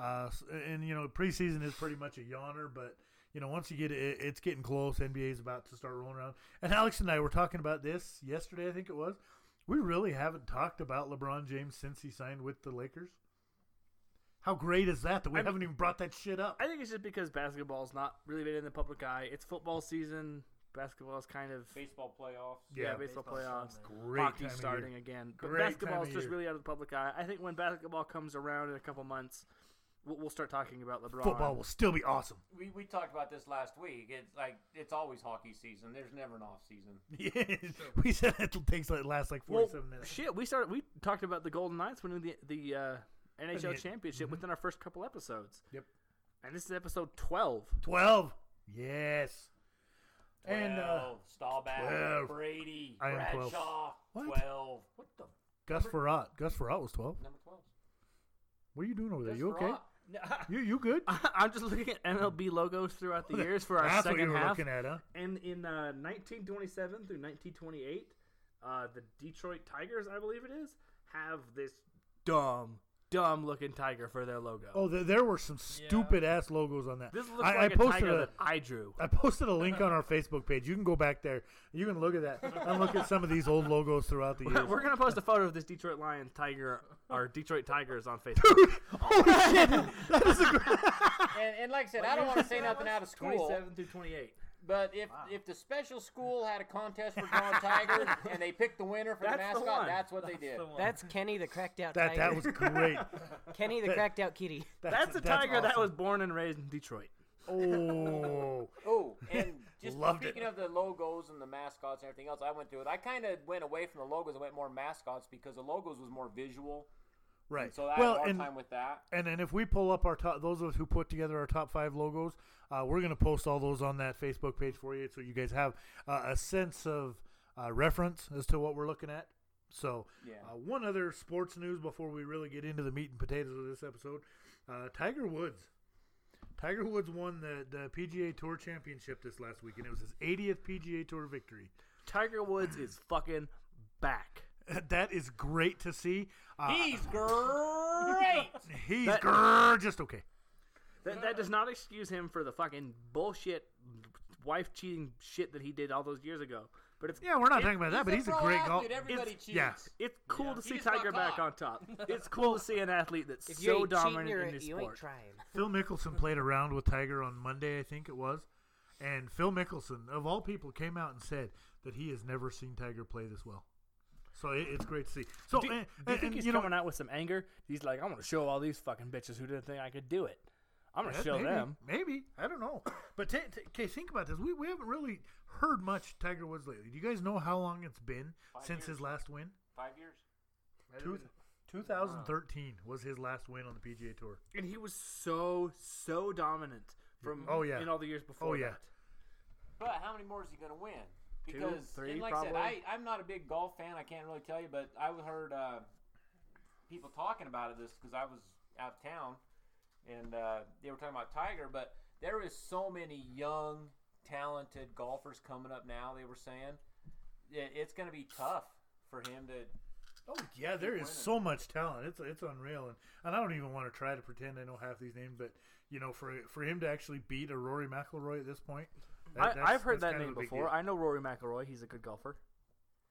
[SPEAKER 2] uh, s- and you know preseason is pretty much a yawner, but you know once you get it, it's getting close. NBA is about to start rolling around, and Alex and I were talking about this yesterday. I think it was. We really haven't talked about LeBron James since he signed with the Lakers. How great is that that we haven't even brought that shit up?
[SPEAKER 5] I think it's just because basketball's not really been in the public eye. It's football season. Basketball's kind of
[SPEAKER 3] Baseball playoffs.
[SPEAKER 5] yeah, baseball playoffs.
[SPEAKER 2] great
[SPEAKER 5] hockey
[SPEAKER 2] time of
[SPEAKER 5] starting
[SPEAKER 2] year.
[SPEAKER 5] again. But
[SPEAKER 2] Great time
[SPEAKER 5] basketball's
[SPEAKER 2] of
[SPEAKER 5] just
[SPEAKER 2] year.
[SPEAKER 5] really out of the public eye. I think when basketball comes around in a couple months, we'll, we'll start talking about LeBron.
[SPEAKER 2] Football will still be awesome.
[SPEAKER 3] We, we talked about this last week. It's like it's always hockey season. There's never an off season.
[SPEAKER 2] Yeah, we said it takes like last like
[SPEAKER 5] Well,
[SPEAKER 2] forty-seven minutes.
[SPEAKER 5] shit, we started. We talked about the Golden Knights winning the the uh, NHL
[SPEAKER 2] the-
[SPEAKER 5] championship within our first couple episodes.
[SPEAKER 2] Mm-hmm. Yep.
[SPEAKER 5] And this is episode twelve.
[SPEAKER 2] 12. Yes. And uh,
[SPEAKER 3] Twelve, Staubach,
[SPEAKER 2] 12.
[SPEAKER 3] Brady,
[SPEAKER 2] I am 12.
[SPEAKER 3] Bradshaw,
[SPEAKER 2] What?
[SPEAKER 3] twelve. What the
[SPEAKER 2] Gus Ferrat. Gus Ferrat was 12.
[SPEAKER 3] number twelve?
[SPEAKER 2] What are you doing over there?
[SPEAKER 3] That's
[SPEAKER 2] You okay?
[SPEAKER 3] Rock.
[SPEAKER 2] You you good?
[SPEAKER 5] I'm just looking at MLB logos throughout the years for our
[SPEAKER 2] That's what you
[SPEAKER 5] second
[SPEAKER 2] were
[SPEAKER 5] half.
[SPEAKER 2] looking at, huh?
[SPEAKER 5] And in uh, 1927 through 1928, uh, the Detroit Tigers, I believe it is, have this dumb, dumb looking tiger for their logo.
[SPEAKER 2] Oh, there, there were some stupid ass logos on that.
[SPEAKER 5] This looks
[SPEAKER 2] I,
[SPEAKER 5] like
[SPEAKER 2] I
[SPEAKER 5] a
[SPEAKER 2] posted
[SPEAKER 5] tiger
[SPEAKER 2] a
[SPEAKER 5] that I drew.
[SPEAKER 2] I posted a link on our Facebook page. You can go back there. You can look at that and look at some of these old logos throughout the years.
[SPEAKER 5] We're gonna post a photo of this Detroit Lion tiger or Detroit Tigers on Facebook.
[SPEAKER 2] Holy shit! That is a great...
[SPEAKER 3] And, and like I said, I don't want to say nothing out of school,
[SPEAKER 5] 27 through 28.
[SPEAKER 3] but if if the special school had a contest for drawing tigers and they picked the winner for
[SPEAKER 5] That's the
[SPEAKER 3] the mascot,
[SPEAKER 5] one.
[SPEAKER 3] that's what they did.
[SPEAKER 6] That's Kenny the cracked out
[SPEAKER 2] That
[SPEAKER 6] tiger.
[SPEAKER 2] that was great.
[SPEAKER 6] Kenny the cracked out kitty.
[SPEAKER 5] That's a tiger that
[SPEAKER 2] awesome.
[SPEAKER 5] was born and raised in Detroit.
[SPEAKER 2] Oh,
[SPEAKER 3] Oh, and just
[SPEAKER 2] Loved it.
[SPEAKER 3] speaking of the logos and the mascots and everything else, I went through it. I kind of went away from the logos and went more mascots because the logos was more visual.
[SPEAKER 2] right.
[SPEAKER 3] So I had a
[SPEAKER 2] well,
[SPEAKER 3] hard
[SPEAKER 2] and
[SPEAKER 3] time with that.
[SPEAKER 2] And then if we pull up our top, those of us who put together our top five logos, uh, we're going to post all those on that Facebook page for you, so you guys have uh, a sense of uh, reference as to what we're looking at. So,
[SPEAKER 3] Yeah.
[SPEAKER 2] uh, one other sports news before we really get into the meat and potatoes of this episode: uh, Tiger Woods. Tiger Woods won the, the PGA Tour Championship this last week, and it was his 80th PGA Tour victory.
[SPEAKER 5] Tiger Woods is fucking back.
[SPEAKER 2] That is great to see. Uh,
[SPEAKER 3] He's great.
[SPEAKER 2] he's
[SPEAKER 5] that-
[SPEAKER 2] grrr, just okay.
[SPEAKER 5] That, that does not excuse him for the fucking bullshit wife cheating shit that he did all those years ago. But it's
[SPEAKER 2] Yeah, we're not talking about that, but he's a
[SPEAKER 3] pro
[SPEAKER 2] great golf.
[SPEAKER 3] athlete. Everybody
[SPEAKER 5] it's-
[SPEAKER 3] cheats.
[SPEAKER 2] yeah.
[SPEAKER 5] It's cool to see
[SPEAKER 3] just got
[SPEAKER 5] Tiger back
[SPEAKER 3] caught.
[SPEAKER 5] on top. It's cool to see an athlete that's
[SPEAKER 6] If you
[SPEAKER 5] so
[SPEAKER 6] ain't cheating,
[SPEAKER 5] dominant
[SPEAKER 6] you're,
[SPEAKER 5] in this
[SPEAKER 6] you ain't
[SPEAKER 5] sport.
[SPEAKER 6] trying.
[SPEAKER 2] Phil Mickelson played around with Tiger on Monday, I think it was. And Phil Mickelson, of all people, came out and said that he has never seen Tiger play this well. So it, it's great to see. So
[SPEAKER 5] Do,
[SPEAKER 2] and,
[SPEAKER 5] do you think
[SPEAKER 2] and,
[SPEAKER 5] he's
[SPEAKER 2] you know,
[SPEAKER 5] coming out with some anger? He's like, I'm gonna show all these fucking bitches who didn't think I could do it. I'm gonna
[SPEAKER 2] yeah,
[SPEAKER 5] show
[SPEAKER 2] maybe,
[SPEAKER 5] them.
[SPEAKER 2] Maybe I don't know. But ta ta- okay, think about this. We we haven't really heard much Tiger Woods lately. Do you guys know how long it's been since his last win?
[SPEAKER 3] Five years.
[SPEAKER 2] Two, 2013 was his last win on the PGA Tour.
[SPEAKER 5] And he was so so dominant from
[SPEAKER 2] Oh, yeah.
[SPEAKER 5] in all the years before.
[SPEAKER 2] yeah.
[SPEAKER 5] that.
[SPEAKER 3] But how many more is he going to win?
[SPEAKER 5] Two,
[SPEAKER 3] Because
[SPEAKER 5] three,
[SPEAKER 3] and like I
[SPEAKER 5] probably.
[SPEAKER 3] said, I, I'm not a big golf fan. I can't really tell you, but I heard uh, people talking about it this because I was out of town, and uh, they were talking about Tiger. But there is so many young, talented golfers coming up now. They were saying it, it's going to be tough for him to.
[SPEAKER 2] Oh yeah, there is so much talent. It's it's unreal, and, and I don't even want to try to pretend I know half these names. But you know, for for him to actually beat a Rory McIlroy at this point, that-
[SPEAKER 5] I,
[SPEAKER 2] that's-
[SPEAKER 5] I've heard
[SPEAKER 2] that's
[SPEAKER 5] that
[SPEAKER 2] kind of
[SPEAKER 5] name
[SPEAKER 2] a big
[SPEAKER 5] before.
[SPEAKER 2] deal.
[SPEAKER 5] I know Rory McIlroy. He's a good golfer.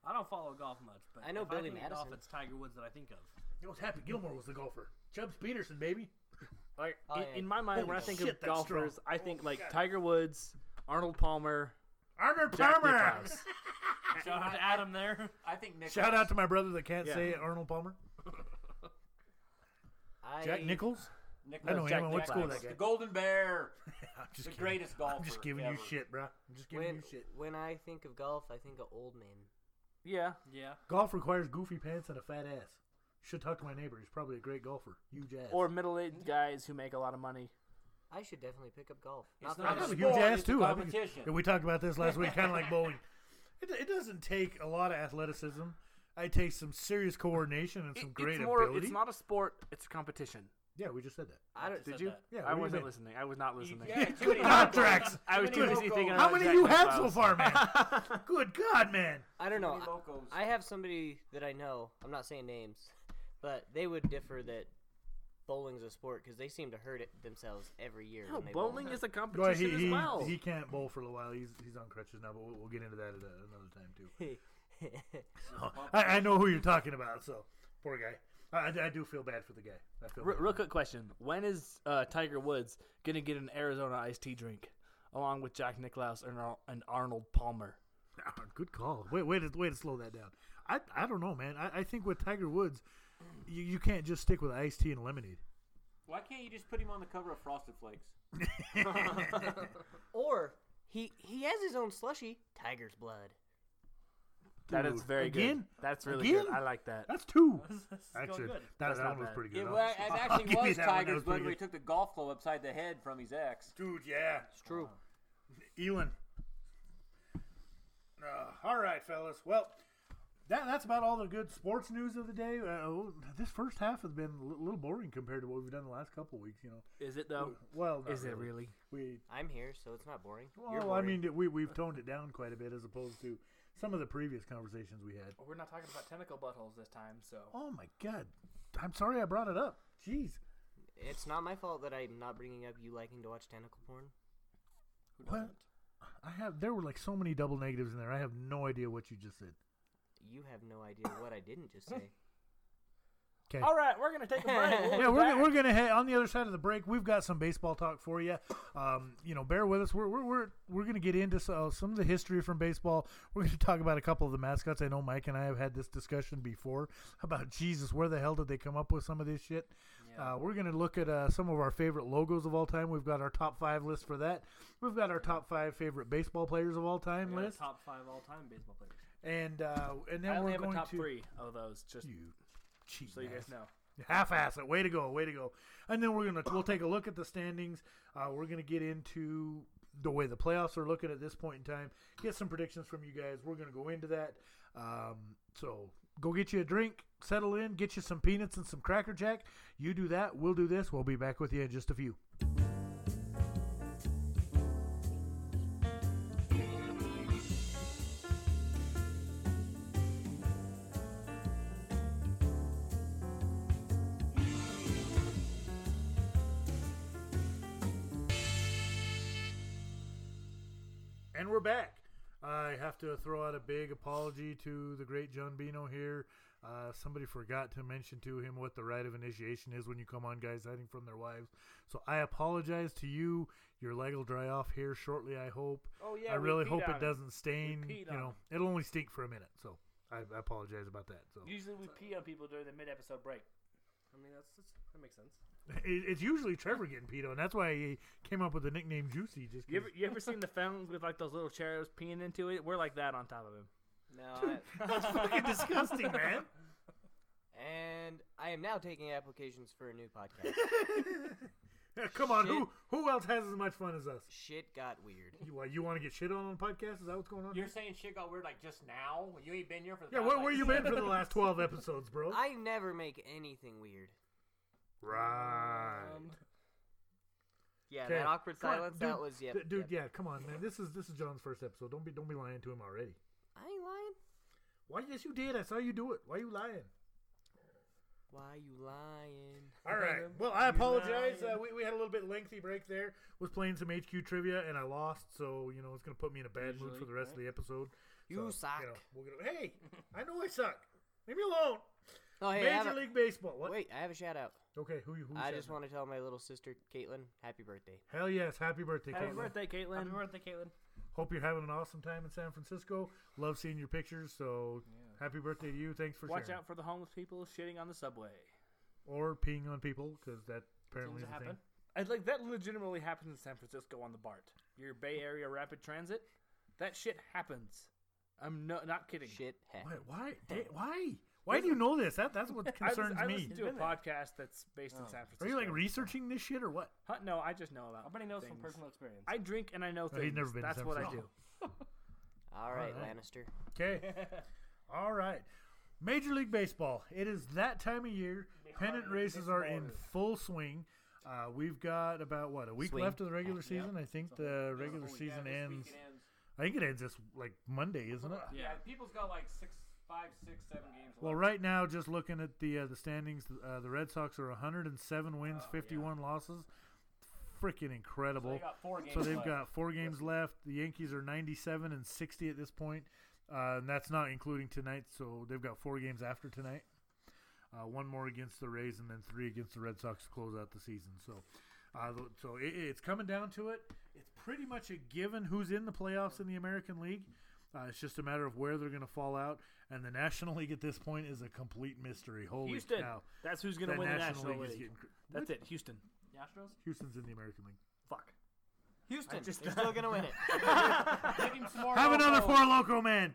[SPEAKER 4] I don't follow golf much, but
[SPEAKER 6] I know
[SPEAKER 4] if
[SPEAKER 6] Billy
[SPEAKER 4] I think of
[SPEAKER 6] Madison.
[SPEAKER 4] Golf, it's Tiger Woods that I think of.
[SPEAKER 2] It was Happy Gilmore was the golfer. Chubbs Peterson, baby.
[SPEAKER 5] Like
[SPEAKER 6] Oh,
[SPEAKER 5] in,
[SPEAKER 6] yeah.
[SPEAKER 5] in my mind, when I think
[SPEAKER 2] shit,
[SPEAKER 5] of
[SPEAKER 2] that's strong.
[SPEAKER 5] golfers, I think like Tiger Woods, Arnold Palmer,
[SPEAKER 2] Arnold
[SPEAKER 5] Jack
[SPEAKER 2] Palmer.
[SPEAKER 5] Nicklaus.
[SPEAKER 4] Shout out to Adam there.
[SPEAKER 3] I think Nick.
[SPEAKER 2] Shout out to my brother that can't
[SPEAKER 5] Yeah.
[SPEAKER 2] say Arnold Palmer.
[SPEAKER 6] I,
[SPEAKER 2] Jack Nichols.
[SPEAKER 3] Nick
[SPEAKER 2] I know him.
[SPEAKER 5] Jack
[SPEAKER 2] I went to school with
[SPEAKER 5] Nicklaus.
[SPEAKER 2] that guy.
[SPEAKER 3] the Golden Bear.
[SPEAKER 2] I'm just
[SPEAKER 3] the
[SPEAKER 2] kidding.
[SPEAKER 3] greatest
[SPEAKER 2] I'm just
[SPEAKER 3] golfer
[SPEAKER 2] giving you
[SPEAKER 3] ever.
[SPEAKER 2] shit, bro. I'm just giving
[SPEAKER 6] When,
[SPEAKER 2] you shit.
[SPEAKER 6] when I think of golf, I think of old men.
[SPEAKER 5] Yeah,
[SPEAKER 4] Yeah.
[SPEAKER 2] Golf requires goofy pants and a fat ass. Should talk to my neighbor. He's probably a great golfer. Huge ass.
[SPEAKER 5] or middle-aged guys who make a lot of money.
[SPEAKER 6] I should definitely pick up golf.
[SPEAKER 3] It's not
[SPEAKER 6] Not
[SPEAKER 2] I
[SPEAKER 6] that I-
[SPEAKER 2] have a
[SPEAKER 3] It's
[SPEAKER 2] huge
[SPEAKER 3] sport,
[SPEAKER 2] ass
[SPEAKER 3] it's a
[SPEAKER 2] too. I think-
[SPEAKER 3] competition.
[SPEAKER 2] and we talked about this last week, kind of like bowling. It, it doesn't take a lot of athleticism. It takes some serious coordination and some
[SPEAKER 5] It-
[SPEAKER 2] great
[SPEAKER 5] it's more.
[SPEAKER 2] ability.
[SPEAKER 5] It's not a sport. It's a competition. uh,
[SPEAKER 2] yeah, we just said that.
[SPEAKER 4] I don't,
[SPEAKER 5] Did you?
[SPEAKER 2] Yeah,
[SPEAKER 5] I
[SPEAKER 2] what do you
[SPEAKER 5] wasn't
[SPEAKER 2] mean?
[SPEAKER 5] listening. I was not listening.
[SPEAKER 3] yeah, too many
[SPEAKER 2] Contracts.
[SPEAKER 5] I was
[SPEAKER 3] Too
[SPEAKER 5] too
[SPEAKER 3] many
[SPEAKER 5] busy
[SPEAKER 3] locals.
[SPEAKER 5] thinking.
[SPEAKER 2] How
[SPEAKER 5] about
[SPEAKER 2] many
[SPEAKER 5] Jack
[SPEAKER 2] you had so
[SPEAKER 5] Nicklaus.
[SPEAKER 2] far, man? Good God, man!
[SPEAKER 6] I don't know.
[SPEAKER 3] many locals.
[SPEAKER 6] I, I have somebody that I know. I'm not saying names, but they would differ that bowling's a sport because they seem to hurt it themselves every year.
[SPEAKER 5] No,
[SPEAKER 6] when they bowl.
[SPEAKER 5] bowling is a
[SPEAKER 2] Go ahead,
[SPEAKER 5] competition
[SPEAKER 2] he, he,
[SPEAKER 5] as well.
[SPEAKER 2] he can't bowl for a while. He's he's on crutches now, but we'll, we'll get into that at a, another time too. I, I know who you're talking about. So poor guy. I, I- I do feel bad for the guy. I feel
[SPEAKER 5] Re-
[SPEAKER 2] bad.
[SPEAKER 5] real quick question: When is uh, Tiger Woods gonna get an Arizona iced tea drink, along with Jack Nicklaus and, Ar- and Arnold Palmer?
[SPEAKER 2] Ah, Good call. Wait, wait, to, way to slow that down. I, I don't know, man. I, I think with Tiger Woods, you, you can't just stick with iced tea and lemonade.
[SPEAKER 3] Why can't you just put him on the cover of Frosted Flakes?
[SPEAKER 6] or he he has his own slushy, Tiger's Blood.
[SPEAKER 5] That is
[SPEAKER 2] Dude,
[SPEAKER 5] very
[SPEAKER 2] again?
[SPEAKER 5] good. That's really
[SPEAKER 2] Again?
[SPEAKER 5] good. I like that.
[SPEAKER 2] That's two.
[SPEAKER 4] this is going
[SPEAKER 2] Actually,
[SPEAKER 4] good.
[SPEAKER 2] that,
[SPEAKER 5] That's
[SPEAKER 2] that
[SPEAKER 5] not
[SPEAKER 2] one was
[SPEAKER 5] bad.
[SPEAKER 2] pretty good.
[SPEAKER 3] It,
[SPEAKER 2] I'll-
[SPEAKER 3] wa- it
[SPEAKER 2] I'll
[SPEAKER 3] actually
[SPEAKER 2] give you
[SPEAKER 3] was
[SPEAKER 2] that one. That
[SPEAKER 3] Tiger's
[SPEAKER 2] was
[SPEAKER 3] blood
[SPEAKER 2] pretty
[SPEAKER 3] where he
[SPEAKER 2] good.
[SPEAKER 3] took the golf club upside the head from his ex.
[SPEAKER 2] Dude, yeah.
[SPEAKER 6] It's true.
[SPEAKER 2] Elon. Uh, all right, fellas. Well, that, that's about all the good sports news of the day. Uh, this first half has been a li- little boring compared to what we've done the last couple weeks. You know,
[SPEAKER 5] Is it
[SPEAKER 3] Oh,
[SPEAKER 5] though?
[SPEAKER 2] well, not
[SPEAKER 5] Is it really?
[SPEAKER 2] We
[SPEAKER 6] I'm here, so it's not boring. You're
[SPEAKER 2] Well, I
[SPEAKER 6] boring.
[SPEAKER 2] mean, that we we've toned it down quite a bit as opposed to some of the previous conversations we had.
[SPEAKER 4] We're not talking about tentacle buttholes this time, so
[SPEAKER 2] Oh my god, I'm sorry I brought it up. Jeez,
[SPEAKER 6] it's not my fault that I'm not bringing up you liking to watch tentacle porn.
[SPEAKER 4] who
[SPEAKER 2] What?
[SPEAKER 4] doesn't?
[SPEAKER 2] I have there were like so many double negatives in there. I have no idea what you just said.
[SPEAKER 6] You have no idea what I didn't just say.
[SPEAKER 2] Okay.
[SPEAKER 5] All right, we're gonna take a break. We'll
[SPEAKER 2] Yeah,
[SPEAKER 5] be
[SPEAKER 2] we're,
[SPEAKER 5] back.
[SPEAKER 2] gonna- we're gonna head on the other side of the break. We've got some baseball talk for you. Um, you know, bear with us. We're we're we're, we're gonna get into so, some of the history from baseball. We're gonna talk about a couple of the mascots. I know Mike and I have had this discussion before about Jesus. Where the hell did they come up with some of this shit? Uh, we're gonna look at uh, some of our favorite logos of all time. We've got our top five list for that. We've got our top five favorite baseball players of all time
[SPEAKER 4] We're the
[SPEAKER 2] list,
[SPEAKER 4] top five all-time baseball players.
[SPEAKER 2] and uh, and then
[SPEAKER 5] I only
[SPEAKER 2] we're
[SPEAKER 5] have a
[SPEAKER 2] going
[SPEAKER 5] top
[SPEAKER 2] to
[SPEAKER 5] three of those. Just
[SPEAKER 2] you cheat.
[SPEAKER 5] so you guys
[SPEAKER 2] ass.
[SPEAKER 5] know.
[SPEAKER 2] Half ass it. Way to go. Way to go. And then we're gonna we'll take a look at the standings. Uh, we're gonna get into the way the playoffs are looking at this point in time. Get some predictions from you guys. We're gonna go into that. Um, so go get you a drink, settle in, get you some peanuts and some cracker jack. You do that. We'll do this. We'll be back with you in just a few. And we're back. I have to throw out a big apology to the great John Bino here. Uh, somebody forgot to mention to him what the rite of initiation is when you come on guys hiding from their wives. So I apologize to you. Your leg will dry off here shortly, I hope.
[SPEAKER 5] Oh, yeah,
[SPEAKER 2] I
[SPEAKER 5] we
[SPEAKER 2] really
[SPEAKER 5] peed
[SPEAKER 2] hope
[SPEAKER 5] on
[SPEAKER 2] it
[SPEAKER 5] it.
[SPEAKER 2] doesn't stain.
[SPEAKER 5] We
[SPEAKER 2] You
[SPEAKER 5] peed on
[SPEAKER 2] know, it'll only stink for a minute. So I, I apologize about that. So
[SPEAKER 5] Usually we pee on people during the mid-episode break.
[SPEAKER 4] I mean, that's, that's that makes sense.
[SPEAKER 2] it, it's usually Trevor getting peed on. That's why he came up with the nickname Juicy. Just 'cause-
[SPEAKER 5] You ever you ever seen the fountains with like those little cherubs peeing into it? We're like that on top of him.
[SPEAKER 4] No,
[SPEAKER 2] that's fucking disgusting, man.
[SPEAKER 6] And I am now taking applications for a new podcast.
[SPEAKER 2] Come on,
[SPEAKER 6] Shit.
[SPEAKER 2] who who else has as much fun as us?
[SPEAKER 6] Shit got weird.
[SPEAKER 2] You, why, you want to get shit on on podcast? Is that what's going on?
[SPEAKER 3] You're saying shit got weird like just now? You ain't been here for the
[SPEAKER 2] yeah,
[SPEAKER 3] past,
[SPEAKER 2] where,
[SPEAKER 3] like,
[SPEAKER 2] where you been for the last 12 episodes, bro?
[SPEAKER 6] I never make anything weird.
[SPEAKER 2] right.
[SPEAKER 6] Yeah,
[SPEAKER 2] Okay.
[SPEAKER 6] that awkward
[SPEAKER 2] Come on,
[SPEAKER 6] silence.
[SPEAKER 2] dude,
[SPEAKER 6] that was yep.
[SPEAKER 2] d- dude,
[SPEAKER 6] yep.
[SPEAKER 2] yeah, come on, man. This is this is John's first episode. Don't be don't be lying to him already.
[SPEAKER 6] I ain't lying.
[SPEAKER 2] Why yes you did. I saw you do it. Why you lying?
[SPEAKER 6] Why you lying?
[SPEAKER 2] All right. Well, I apologize. Uh, we, we had a little bit lengthy break there. Was playing some HQ trivia and I lost, so you know it's gonna put me in a bad mood for the rest of the episode.
[SPEAKER 6] You
[SPEAKER 2] So,
[SPEAKER 6] suck.
[SPEAKER 2] know, we'll get- hey, I know I suck. Leave me alone.
[SPEAKER 6] Oh hey, I have
[SPEAKER 2] Major
[SPEAKER 6] a-
[SPEAKER 2] League Baseball. What?
[SPEAKER 6] wait, I have a shout out.
[SPEAKER 2] Okay, who you? Who
[SPEAKER 6] I
[SPEAKER 2] said
[SPEAKER 6] just
[SPEAKER 2] that?
[SPEAKER 6] want to tell my little sister Caitlin, happy birthday.
[SPEAKER 2] Hell yes! Happy birthday,
[SPEAKER 5] Happy
[SPEAKER 2] Caitlin.
[SPEAKER 5] birthday, Caitlin.
[SPEAKER 4] Happy birthday, Caitlin.
[SPEAKER 2] Hope you're having an awesome time in San Francisco. Love seeing your pictures. So happy birthday to you. Thanks for
[SPEAKER 5] Watch
[SPEAKER 2] sharing.
[SPEAKER 5] out for the homeless people shitting on the subway.
[SPEAKER 2] Or peeing on people because that apparently is
[SPEAKER 4] Seems
[SPEAKER 2] a
[SPEAKER 4] to
[SPEAKER 2] thing.
[SPEAKER 4] happen.
[SPEAKER 5] And like that legitimately happens in San Francisco on the BART. Your Bay Area rapid transit, that shit happens. I'm no, not kidding.
[SPEAKER 6] Shit, heck.
[SPEAKER 2] Why? Why? da- Why? Why do you know this? That that's what concerns
[SPEAKER 7] I, was- I
[SPEAKER 2] me.
[SPEAKER 7] listened to a podcast that's based in San Francisco.
[SPEAKER 2] Are you like researching this shit or what?
[SPEAKER 7] Huh? No, I just know about.
[SPEAKER 4] Everybody knows
[SPEAKER 7] things.
[SPEAKER 4] from personal experience.
[SPEAKER 7] I drink and I know
[SPEAKER 2] Oh, he's
[SPEAKER 7] things.
[SPEAKER 2] never been to
[SPEAKER 7] That's
[SPEAKER 2] San
[SPEAKER 7] what I do.
[SPEAKER 2] Francisco.
[SPEAKER 6] All right,
[SPEAKER 2] Alright.
[SPEAKER 6] Lannister.
[SPEAKER 2] Okay. All right. Major League Baseball. It is that time of year. Pennant races are in full swing. Uh, we've got about what a week
[SPEAKER 6] Swing.
[SPEAKER 2] left of the regular season. I think the
[SPEAKER 3] Oh,
[SPEAKER 2] regular season ends. I think it ends this like Monday, isn't it?
[SPEAKER 3] Yeah. people's got like six, five, six, seven games
[SPEAKER 2] Well, right now, just looking at the uh, the standings, uh, the Red Sox are 107 wins, 51 losses. Freaking incredible.
[SPEAKER 4] Oh, They got four games.
[SPEAKER 2] So they've
[SPEAKER 4] left.
[SPEAKER 2] got four games left. The Yankees are 97 and 60 at this point, uh, and that's not including tonight. So they've got four games after tonight. Uh, one more against the Rays, and then three against the Red Sox to close out the season. So, uh, th- so it, it's coming down to it. It's pretty much a given who's in the playoffs in the American League. Uh, it's just a matter of where they're going to fall out, and the National League at this point is a complete mystery. Holy
[SPEAKER 7] Houston.
[SPEAKER 2] cow!
[SPEAKER 7] That's who's going
[SPEAKER 2] That
[SPEAKER 7] to win the
[SPEAKER 2] National
[SPEAKER 7] National
[SPEAKER 2] League is
[SPEAKER 7] League.
[SPEAKER 2] getting cr-
[SPEAKER 7] That's it. Houston.
[SPEAKER 4] The Astros.
[SPEAKER 2] Houston's in the American League.
[SPEAKER 7] Fuck.
[SPEAKER 6] Houston, they're still gonna win it.
[SPEAKER 2] Have another four loco man.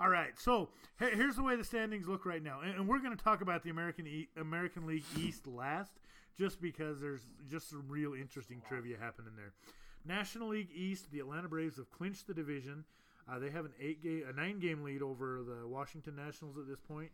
[SPEAKER 2] All right, so he- here's the way the standings look right now, and, and we're going to talk about the American e- American League East last, just because there's just some real interesting trivia happening there. National League East, the Atlanta Braves have clinched the division. Uh, they have an eight game, a nine game lead over the Washington Nationals at this point.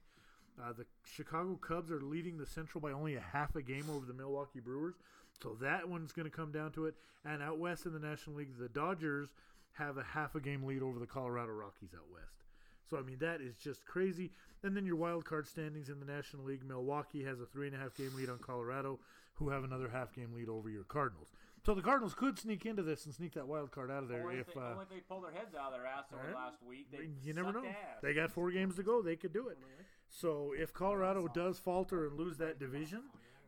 [SPEAKER 2] Uh, the Chicago Cubs are leading the Central by only a half a game over the Milwaukee Brewers. So that one's going to come down to it. And out west in the National League, the Dodgers have a half a game lead over the Colorado Rockies out west. So, I mean, that is just crazy. And then your wild card standings in the National League Milwaukee has a three and a half game lead on Colorado, who have another half game lead over your Cardinals. So the Cardinals could sneak into this and sneak that wild card out of there
[SPEAKER 3] Only
[SPEAKER 2] if.
[SPEAKER 3] if, they,
[SPEAKER 2] uh,
[SPEAKER 3] only if they pull their heads out of their ass over
[SPEAKER 2] Alright.
[SPEAKER 3] last week. They
[SPEAKER 2] you never
[SPEAKER 3] sucked
[SPEAKER 2] know.
[SPEAKER 3] Ass.
[SPEAKER 2] They got four games to go. They could do it. So if Colorado does falter and lose that division,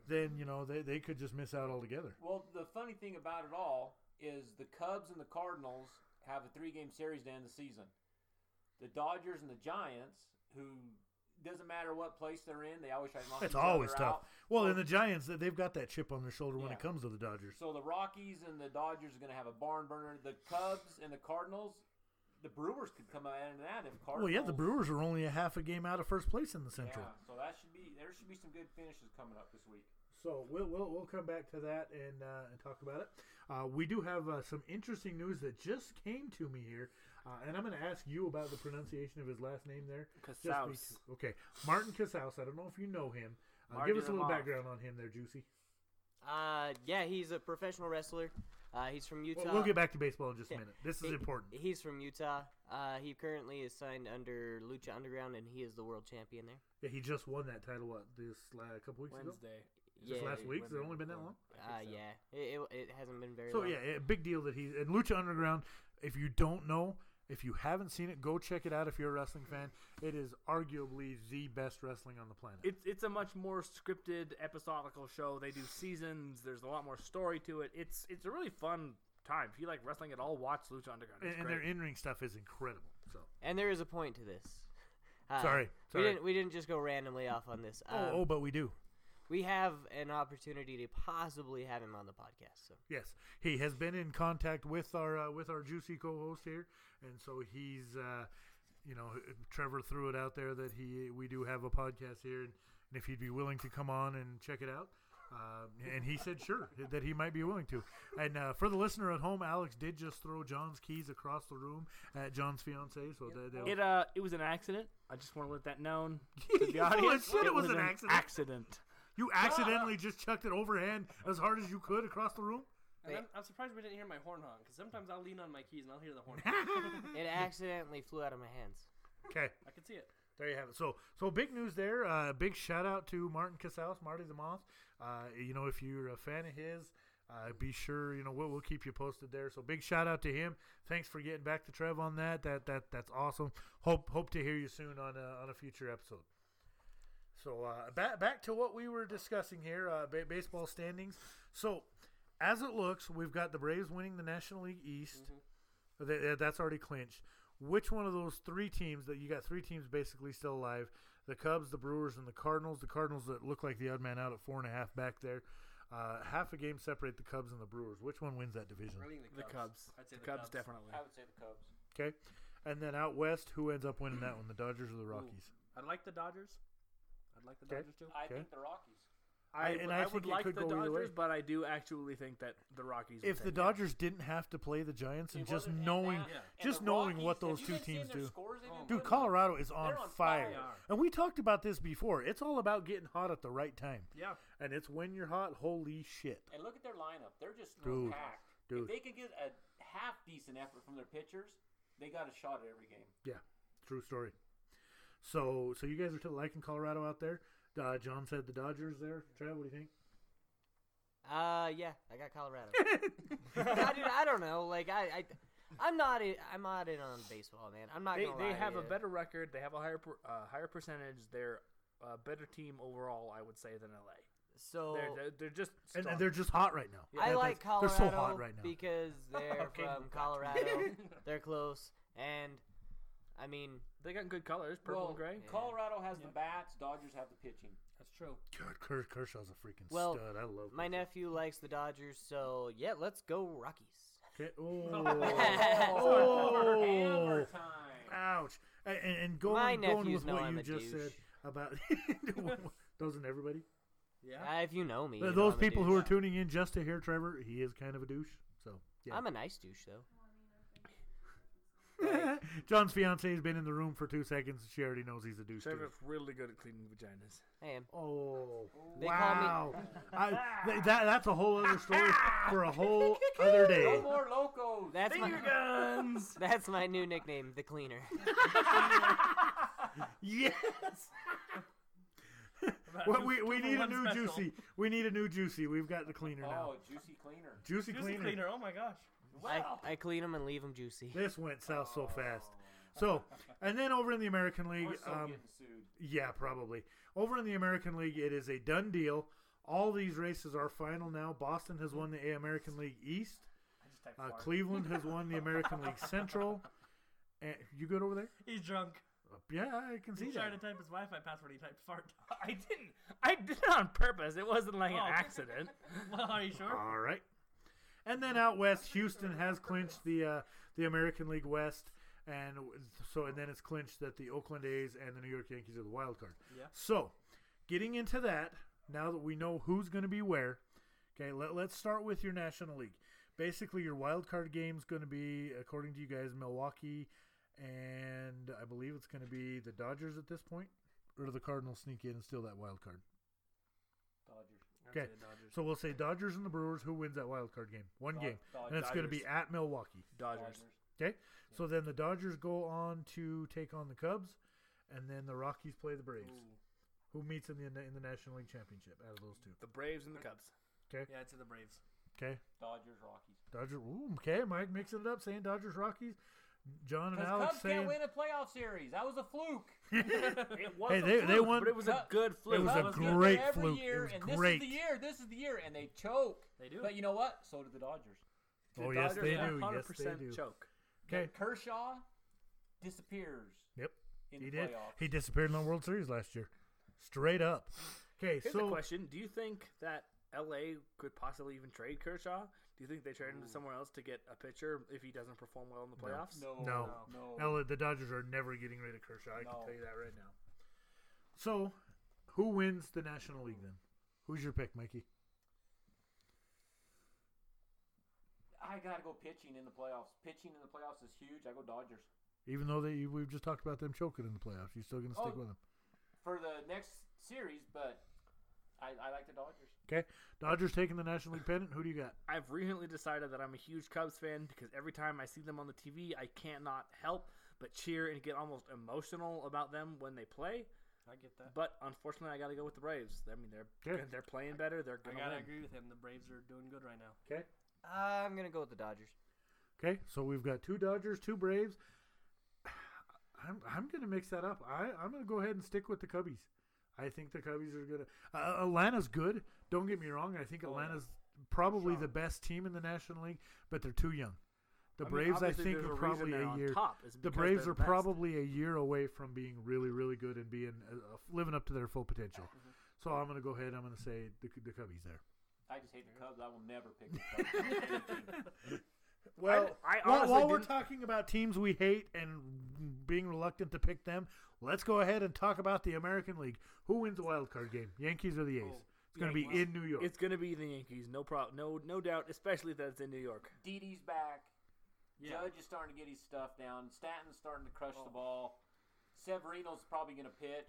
[SPEAKER 2] then you know they, they could just miss out altogether.
[SPEAKER 3] Well, the funny thing about it all is the Cubs and the Cardinals have a three-game series to end the season. The Dodgers and the Giants, who doesn't matter what place they're in, they always try to knock
[SPEAKER 2] It's
[SPEAKER 3] each other
[SPEAKER 2] always tough.
[SPEAKER 3] out.
[SPEAKER 2] Well, and the Giants they- they've got that chip on their shoulder when
[SPEAKER 3] Yeah.
[SPEAKER 2] it comes to the Dodgers.
[SPEAKER 3] So the Rockies and the Dodgers are going to have a barn burner. The Cubs and the Cardinals, the Brewers could come out in that if
[SPEAKER 2] Well,
[SPEAKER 3] Cardinals.
[SPEAKER 2] yeah, the Brewers are only a half a game out of first place in the
[SPEAKER 3] Yeah,
[SPEAKER 2] Central.
[SPEAKER 3] so that should be there should be some good finishes coming up this week.
[SPEAKER 2] So we'll, we'll we'll come back to that and uh, and talk about it. Uh, we do have uh, some interesting news that just came to me here, uh, and I'm going to ask you about the pronunciation of his last name there. just
[SPEAKER 7] Casaus.
[SPEAKER 2] because- Okay, Martin Casaus. I don't know if you know him. Uh, give
[SPEAKER 7] Marty
[SPEAKER 2] us a little
[SPEAKER 7] Lamont.
[SPEAKER 2] background on him there, Juicy.
[SPEAKER 6] Uh, yeah, he's a professional wrestler. Uh, he's from Utah.
[SPEAKER 2] Well, we'll get back to baseball in just a
[SPEAKER 6] Yeah.
[SPEAKER 2] minute. This is
[SPEAKER 6] He-
[SPEAKER 2] important.
[SPEAKER 6] He's from Utah. Uh, he currently is signed under Lucha Underground, and he is the world champion there.
[SPEAKER 2] Yeah, he just won that title what this la- a couple weeks ago.
[SPEAKER 7] Wednesday. Ah,
[SPEAKER 2] Just
[SPEAKER 6] yeah,
[SPEAKER 2] last week. Has it only been that long?
[SPEAKER 6] uh, yeah. It, it, it hasn't been very
[SPEAKER 2] So
[SPEAKER 6] long.
[SPEAKER 2] yeah, yeah, big deal that he's and Lucha Underground. If you don't know, if you haven't seen it, go check it out. If you're a wrestling fan, it is arguably the best wrestling on the planet.
[SPEAKER 7] It's it's a much more scripted episodical show. They do seasons. There's a lot more story to it. It's it's a really fun time. If you like wrestling at all, watch Lucha Underground.
[SPEAKER 2] and,
[SPEAKER 7] It's
[SPEAKER 2] and
[SPEAKER 7] great.
[SPEAKER 2] their in-ring stuff is incredible. So
[SPEAKER 6] And there is a point to this. Uh,
[SPEAKER 2] Sorry, sorry.
[SPEAKER 6] We didn't, we didn't just go randomly off on this. Um,
[SPEAKER 2] oh, oh, but we do.
[SPEAKER 6] We have an opportunity to possibly have him on the podcast. So
[SPEAKER 2] Yes, he has been in contact with our uh, with our juicy co-host here, and so he's, uh, you know, Trevor threw it out there that he we do have a podcast here, and, and if he'd be willing to come on and check it out, um, and he said sure that he might be willing to. And uh, for the listener at home, Alex did just throw John's keys across the room at John's fiance, so that, that
[SPEAKER 7] It uh, it was an accident. I just want to let that known to the
[SPEAKER 2] You
[SPEAKER 7] audience.
[SPEAKER 2] said it was an accident.
[SPEAKER 7] accident.
[SPEAKER 2] you accidentally just chucked it overhand as hard as you could across the room.
[SPEAKER 4] And I'm, I'm surprised we didn't hear my honk because sometimes I'll lean on my keys and I'll hear the horn.
[SPEAKER 6] it accidentally flew out of my hands.
[SPEAKER 2] Okay.
[SPEAKER 4] I can see it.
[SPEAKER 2] There you have it. So, so big news there. Uh, big shout out to Martin Casals, Marty the Moth. Uh, you know, if you're a fan of his, uh, be sure you know we'll, we'll keep you posted there. So, big shout out to him. Thanks for getting back to Trev on that. That that that's awesome. Hope hope to hear you soon on a, on a future episode. So uh, back back to what we were discussing here, uh, ba- baseball standings. So as it looks, we've got the Braves winning the National League East.
[SPEAKER 4] Mm-hmm.
[SPEAKER 2] Th- th- that's already clinched. Which one of those three teams that you got three teams basically still alive? The Cubs, the Brewers, and the Cardinals. The Cardinals that look like the odd man out at four and a half back there. Uh, half a game separate the Cubs and the Brewers. Which one wins that division?
[SPEAKER 4] I think
[SPEAKER 7] The Cubs.
[SPEAKER 4] I'd say
[SPEAKER 7] the
[SPEAKER 4] the
[SPEAKER 7] Cubs,
[SPEAKER 4] Cubs.
[SPEAKER 7] definitely.
[SPEAKER 3] I would say the Cubs.
[SPEAKER 2] Okay, and then out west, who ends up winning that one? The Dodgers or the Rockies?
[SPEAKER 4] I like the Dodgers. I'd like the
[SPEAKER 2] Okay.
[SPEAKER 4] Dodgers too.
[SPEAKER 3] I
[SPEAKER 2] Okay.
[SPEAKER 3] think the Rockies.
[SPEAKER 7] I,
[SPEAKER 2] I-
[SPEAKER 7] would-
[SPEAKER 2] and
[SPEAKER 7] I,
[SPEAKER 2] I
[SPEAKER 7] would
[SPEAKER 2] think it
[SPEAKER 7] like
[SPEAKER 2] could
[SPEAKER 7] the
[SPEAKER 2] go either way.
[SPEAKER 7] Dodgers, but I do actually think that the Rockies. would
[SPEAKER 2] If the
[SPEAKER 7] take it.
[SPEAKER 2] Dodgers didn't have to play the Giants and
[SPEAKER 3] It
[SPEAKER 2] just
[SPEAKER 3] wasn't- and
[SPEAKER 2] knowing,
[SPEAKER 3] that-
[SPEAKER 4] Yeah.
[SPEAKER 3] and
[SPEAKER 2] just
[SPEAKER 3] the
[SPEAKER 2] knowing
[SPEAKER 3] Rockies,
[SPEAKER 2] what those
[SPEAKER 3] have you
[SPEAKER 2] two
[SPEAKER 3] been seeing
[SPEAKER 2] teams
[SPEAKER 3] their
[SPEAKER 2] do.
[SPEAKER 3] scores they've been
[SPEAKER 2] Dude,
[SPEAKER 3] putting
[SPEAKER 2] Colorado is on,
[SPEAKER 3] on
[SPEAKER 2] fire.
[SPEAKER 3] fire.
[SPEAKER 2] And we talked about this before. It's all about getting hot at the right time.
[SPEAKER 4] Yeah.
[SPEAKER 2] And it's when you're hot, holy shit.
[SPEAKER 3] And look at their lineup. They're just
[SPEAKER 2] Dude,
[SPEAKER 3] packed.
[SPEAKER 2] dude.
[SPEAKER 3] If they can get a half decent effort from their pitchers, they got a shot at every game.
[SPEAKER 2] Yeah, true story. So, so you guys are still liking Colorado out there. Uh, John said the Dodgers there. Trav, what do you think?
[SPEAKER 6] Uh, yeah, I got Colorado. I, dude, I don't know. Like, I, I I'm not, in, I'm not in on baseball, man. I'm not.
[SPEAKER 7] they,
[SPEAKER 6] gonna
[SPEAKER 7] they
[SPEAKER 6] lie
[SPEAKER 7] have
[SPEAKER 6] to
[SPEAKER 7] a
[SPEAKER 6] you.
[SPEAKER 7] better record. They have a higher per, uh, higher percentage. They're a better team overall, I would say, than LA.
[SPEAKER 6] So
[SPEAKER 7] They're, they're, they're just
[SPEAKER 2] And, and
[SPEAKER 7] strong.
[SPEAKER 2] they're just hot right now.
[SPEAKER 6] I
[SPEAKER 2] That-
[SPEAKER 6] like
[SPEAKER 2] that's-
[SPEAKER 6] Colorado
[SPEAKER 2] They're so hot right now.
[SPEAKER 6] because they're
[SPEAKER 7] Okay,
[SPEAKER 6] from
[SPEAKER 7] move on.
[SPEAKER 6] Colorado. they're close, and I mean,
[SPEAKER 7] they got good colors, purple and gray.
[SPEAKER 3] Colorado has the bats. Dodgers have the pitching.
[SPEAKER 4] That's true.
[SPEAKER 2] God, Kers- Kershaw's a freaking
[SPEAKER 6] Well,
[SPEAKER 2] stud. I love
[SPEAKER 6] my
[SPEAKER 2] Kershaw.
[SPEAKER 6] nephew likes the Dodgers, so yeah, let's go Rockies.
[SPEAKER 2] Okay.
[SPEAKER 3] Oh,
[SPEAKER 2] Oh.
[SPEAKER 3] hammer time.
[SPEAKER 2] Ouch. A- And, and going,
[SPEAKER 6] My
[SPEAKER 2] going
[SPEAKER 6] nephews
[SPEAKER 2] with
[SPEAKER 6] know
[SPEAKER 2] what
[SPEAKER 6] I'm
[SPEAKER 2] you
[SPEAKER 6] a
[SPEAKER 2] just
[SPEAKER 6] douche.
[SPEAKER 2] said about doesn't everybody?
[SPEAKER 4] Yeah.
[SPEAKER 6] Uh, if you know me, you
[SPEAKER 2] Uh,
[SPEAKER 6] know
[SPEAKER 2] Those
[SPEAKER 6] I'm a
[SPEAKER 2] people who are
[SPEAKER 6] douche.
[SPEAKER 2] tuning in just to hear Trevor, he is kind of a douche. So yeah.
[SPEAKER 6] I'm a nice douche though.
[SPEAKER 2] John's fiance has been in the room for two seconds. She already knows he's a douche. too.
[SPEAKER 7] Trevor's really good at cleaning vaginas.
[SPEAKER 6] I am.
[SPEAKER 2] Oh
[SPEAKER 6] They call
[SPEAKER 2] wow! I, th- that that's a whole other story for a whole other day.
[SPEAKER 3] No more locos.
[SPEAKER 6] That's my,
[SPEAKER 7] guns.
[SPEAKER 6] that's my new nickname, the cleaner.
[SPEAKER 2] Yes. well, we we need a new juicy. We need a new juicy. We've got the cleaner now.
[SPEAKER 3] oh, juicy cleaner.
[SPEAKER 2] Juicy,
[SPEAKER 4] Cleaner.
[SPEAKER 2] cleaner.
[SPEAKER 4] cleaner. Oh my gosh.
[SPEAKER 6] I,
[SPEAKER 3] Wow.
[SPEAKER 6] I clean them and leave them juicy.
[SPEAKER 2] This went south so fast. So, and then over in the American League,
[SPEAKER 3] We're so
[SPEAKER 2] um,
[SPEAKER 3] getting sued.
[SPEAKER 2] yeah, probably over in the American League, it is a done deal. All these races are final now. Boston has won the American League East.
[SPEAKER 4] I just typed
[SPEAKER 2] Uh,
[SPEAKER 4] fart.
[SPEAKER 2] Cleveland has won the American League Central. And you good over there?
[SPEAKER 4] He's drunk.
[SPEAKER 2] Uh, yeah, I can see
[SPEAKER 4] He tried to
[SPEAKER 2] that.
[SPEAKER 4] type his Wi-Fi password. He typed fart.
[SPEAKER 7] I didn't. I did it on purpose. It wasn't like an
[SPEAKER 4] Oh.
[SPEAKER 7] accident.
[SPEAKER 4] well, are you sure?
[SPEAKER 2] All right. And then out west, Houston has clinched the uh, the American League West, and w- so and then it's clinched that the Oakland A's and the New York Yankees are the wild card.
[SPEAKER 4] Yeah.
[SPEAKER 2] So, getting into that, now that we know who's going to be where, okay, let, let's start with your National League. Basically, your wild card game's going to be, according to you guys, Milwaukee, and I believe it's going to be the Dodgers at this point, or do the Cardinals sneak in and steal that wild card?
[SPEAKER 3] Dodgers.
[SPEAKER 2] Okay, so we'll say Dodgers and the Brewers. Who wins that wild card game? One
[SPEAKER 3] Dod-
[SPEAKER 2] game,
[SPEAKER 3] Dod-
[SPEAKER 2] and it's going to be
[SPEAKER 7] Dodgers.
[SPEAKER 2] at Milwaukee.
[SPEAKER 7] Dodgers.
[SPEAKER 2] Okay, so then the Dodgers go on to take on the Cubs, and then the Rockies play the Braves. Who meets in the in the National League Championship out of those two?
[SPEAKER 7] The Braves and the Cubs.
[SPEAKER 2] Okay,
[SPEAKER 4] Yeah, it's in the Braves.
[SPEAKER 2] okay,
[SPEAKER 3] Dodgers, Rockies.
[SPEAKER 2] Dodger. Ooh, okay, Mike mixing it up, saying Dodgers Rockies. John and
[SPEAKER 3] Because
[SPEAKER 2] Alex
[SPEAKER 3] Cubs
[SPEAKER 2] saying
[SPEAKER 3] can't win a playoff series. That was a fluke.
[SPEAKER 7] It was
[SPEAKER 2] Hey,
[SPEAKER 7] a
[SPEAKER 2] they- they
[SPEAKER 7] fluke,
[SPEAKER 2] won-
[SPEAKER 7] but it was a
[SPEAKER 3] Cubs-
[SPEAKER 7] good fluke.
[SPEAKER 2] It was a
[SPEAKER 3] Cubs get
[SPEAKER 2] great
[SPEAKER 3] there every
[SPEAKER 2] fluke. It
[SPEAKER 3] Year,
[SPEAKER 2] was
[SPEAKER 3] and
[SPEAKER 2] great.
[SPEAKER 3] This is the year. This is the year, and they choke.
[SPEAKER 4] They do.
[SPEAKER 3] But you know what? So did the Dodgers.
[SPEAKER 7] The
[SPEAKER 2] Oh, yes,
[SPEAKER 7] Dodgers
[SPEAKER 2] they do. Yes,
[SPEAKER 7] 100%
[SPEAKER 2] they do.
[SPEAKER 7] Choke.
[SPEAKER 2] okay.
[SPEAKER 3] Kershaw disappears
[SPEAKER 2] Yep,
[SPEAKER 3] in
[SPEAKER 2] he
[SPEAKER 3] the
[SPEAKER 2] did.
[SPEAKER 3] playoffs.
[SPEAKER 2] He disappeared in the World Series last year, straight up. Okay,
[SPEAKER 7] Here's
[SPEAKER 2] so
[SPEAKER 7] a question: Do you think that LA could possibly even trade Kershaw? Do you think they trade him to somewhere else to get a pitcher if he doesn't perform well in the playoffs?
[SPEAKER 3] No,
[SPEAKER 2] No.
[SPEAKER 3] no.
[SPEAKER 2] Now, the Dodgers are never getting rid of Kershaw. I
[SPEAKER 3] No.
[SPEAKER 2] can tell you that right now. So, who wins the National League then? Who's your pick, Mikey?
[SPEAKER 3] I gotta go pitching in the playoffs. Pitching in the playoffs is huge. I go Dodgers
[SPEAKER 2] Even though they, we've just talked about them choking in the playoffs, you still going to stick
[SPEAKER 3] Oh.
[SPEAKER 2] with them.
[SPEAKER 3] for the next series, but I, I like the Dodgers.
[SPEAKER 2] Okay. Dodgers taking the National League pennant. Who do you got?
[SPEAKER 7] I've recently decided that I'm a huge Cubs fan because every time I see them on the TV, I can't not help but cheer and get almost emotional about them when they play.
[SPEAKER 4] I get that.
[SPEAKER 7] But unfortunately, I got to go with the Braves. I mean, they're
[SPEAKER 2] Sure.
[SPEAKER 7] they're playing better. They're
[SPEAKER 4] I
[SPEAKER 7] gonna
[SPEAKER 4] gotta
[SPEAKER 7] win.
[SPEAKER 4] agree with him. The Braves are doing good right now.
[SPEAKER 2] Okay.
[SPEAKER 6] I'm gonna go with the Dodgers.
[SPEAKER 2] Okay. So we've got two Dodgers, two Braves. I'm I'm going to mix that up. I I'm going to go ahead and stick with the Cubbies. I think the Cubbies are going to. Uh, Atlanta's good. Don't get me wrong. I think
[SPEAKER 7] Oh,
[SPEAKER 2] Atlanta's probably the best team in the National League, but they're too young. The
[SPEAKER 7] mean,
[SPEAKER 2] Braves, I
[SPEAKER 7] obviously
[SPEAKER 2] think,
[SPEAKER 7] there's
[SPEAKER 2] are
[SPEAKER 7] a reason
[SPEAKER 2] probably
[SPEAKER 7] they're
[SPEAKER 2] a
[SPEAKER 7] on
[SPEAKER 2] year.
[SPEAKER 7] top, is
[SPEAKER 2] the
[SPEAKER 7] because
[SPEAKER 2] Braves
[SPEAKER 7] they're
[SPEAKER 2] are
[SPEAKER 7] the best.
[SPEAKER 2] probably a year away from being really, really good and being uh, uh, living up to their full potential.
[SPEAKER 7] Mm-hmm.
[SPEAKER 2] So I'm going to go ahead. I'm going to say the, the Cubbies there.
[SPEAKER 3] I just hate the Cubs. I will never pick the Cubs.
[SPEAKER 2] Well,
[SPEAKER 7] I
[SPEAKER 2] while,
[SPEAKER 7] honestly
[SPEAKER 2] while we're
[SPEAKER 7] didn't-
[SPEAKER 2] talking about teams we hate and being reluctant to pick them, let's go ahead and talk about the American League. Who wins the wild card game? Yankees or the A's? it's going to be in New York.
[SPEAKER 5] It's gonna be the Yankees, no pro, no no doubt, especially if that's in New York.
[SPEAKER 3] Didi's back. Judge is starting to get his stuff down. Stanton's starting to crush
[SPEAKER 5] Oh.
[SPEAKER 3] the ball. Severino's probably going to pitch.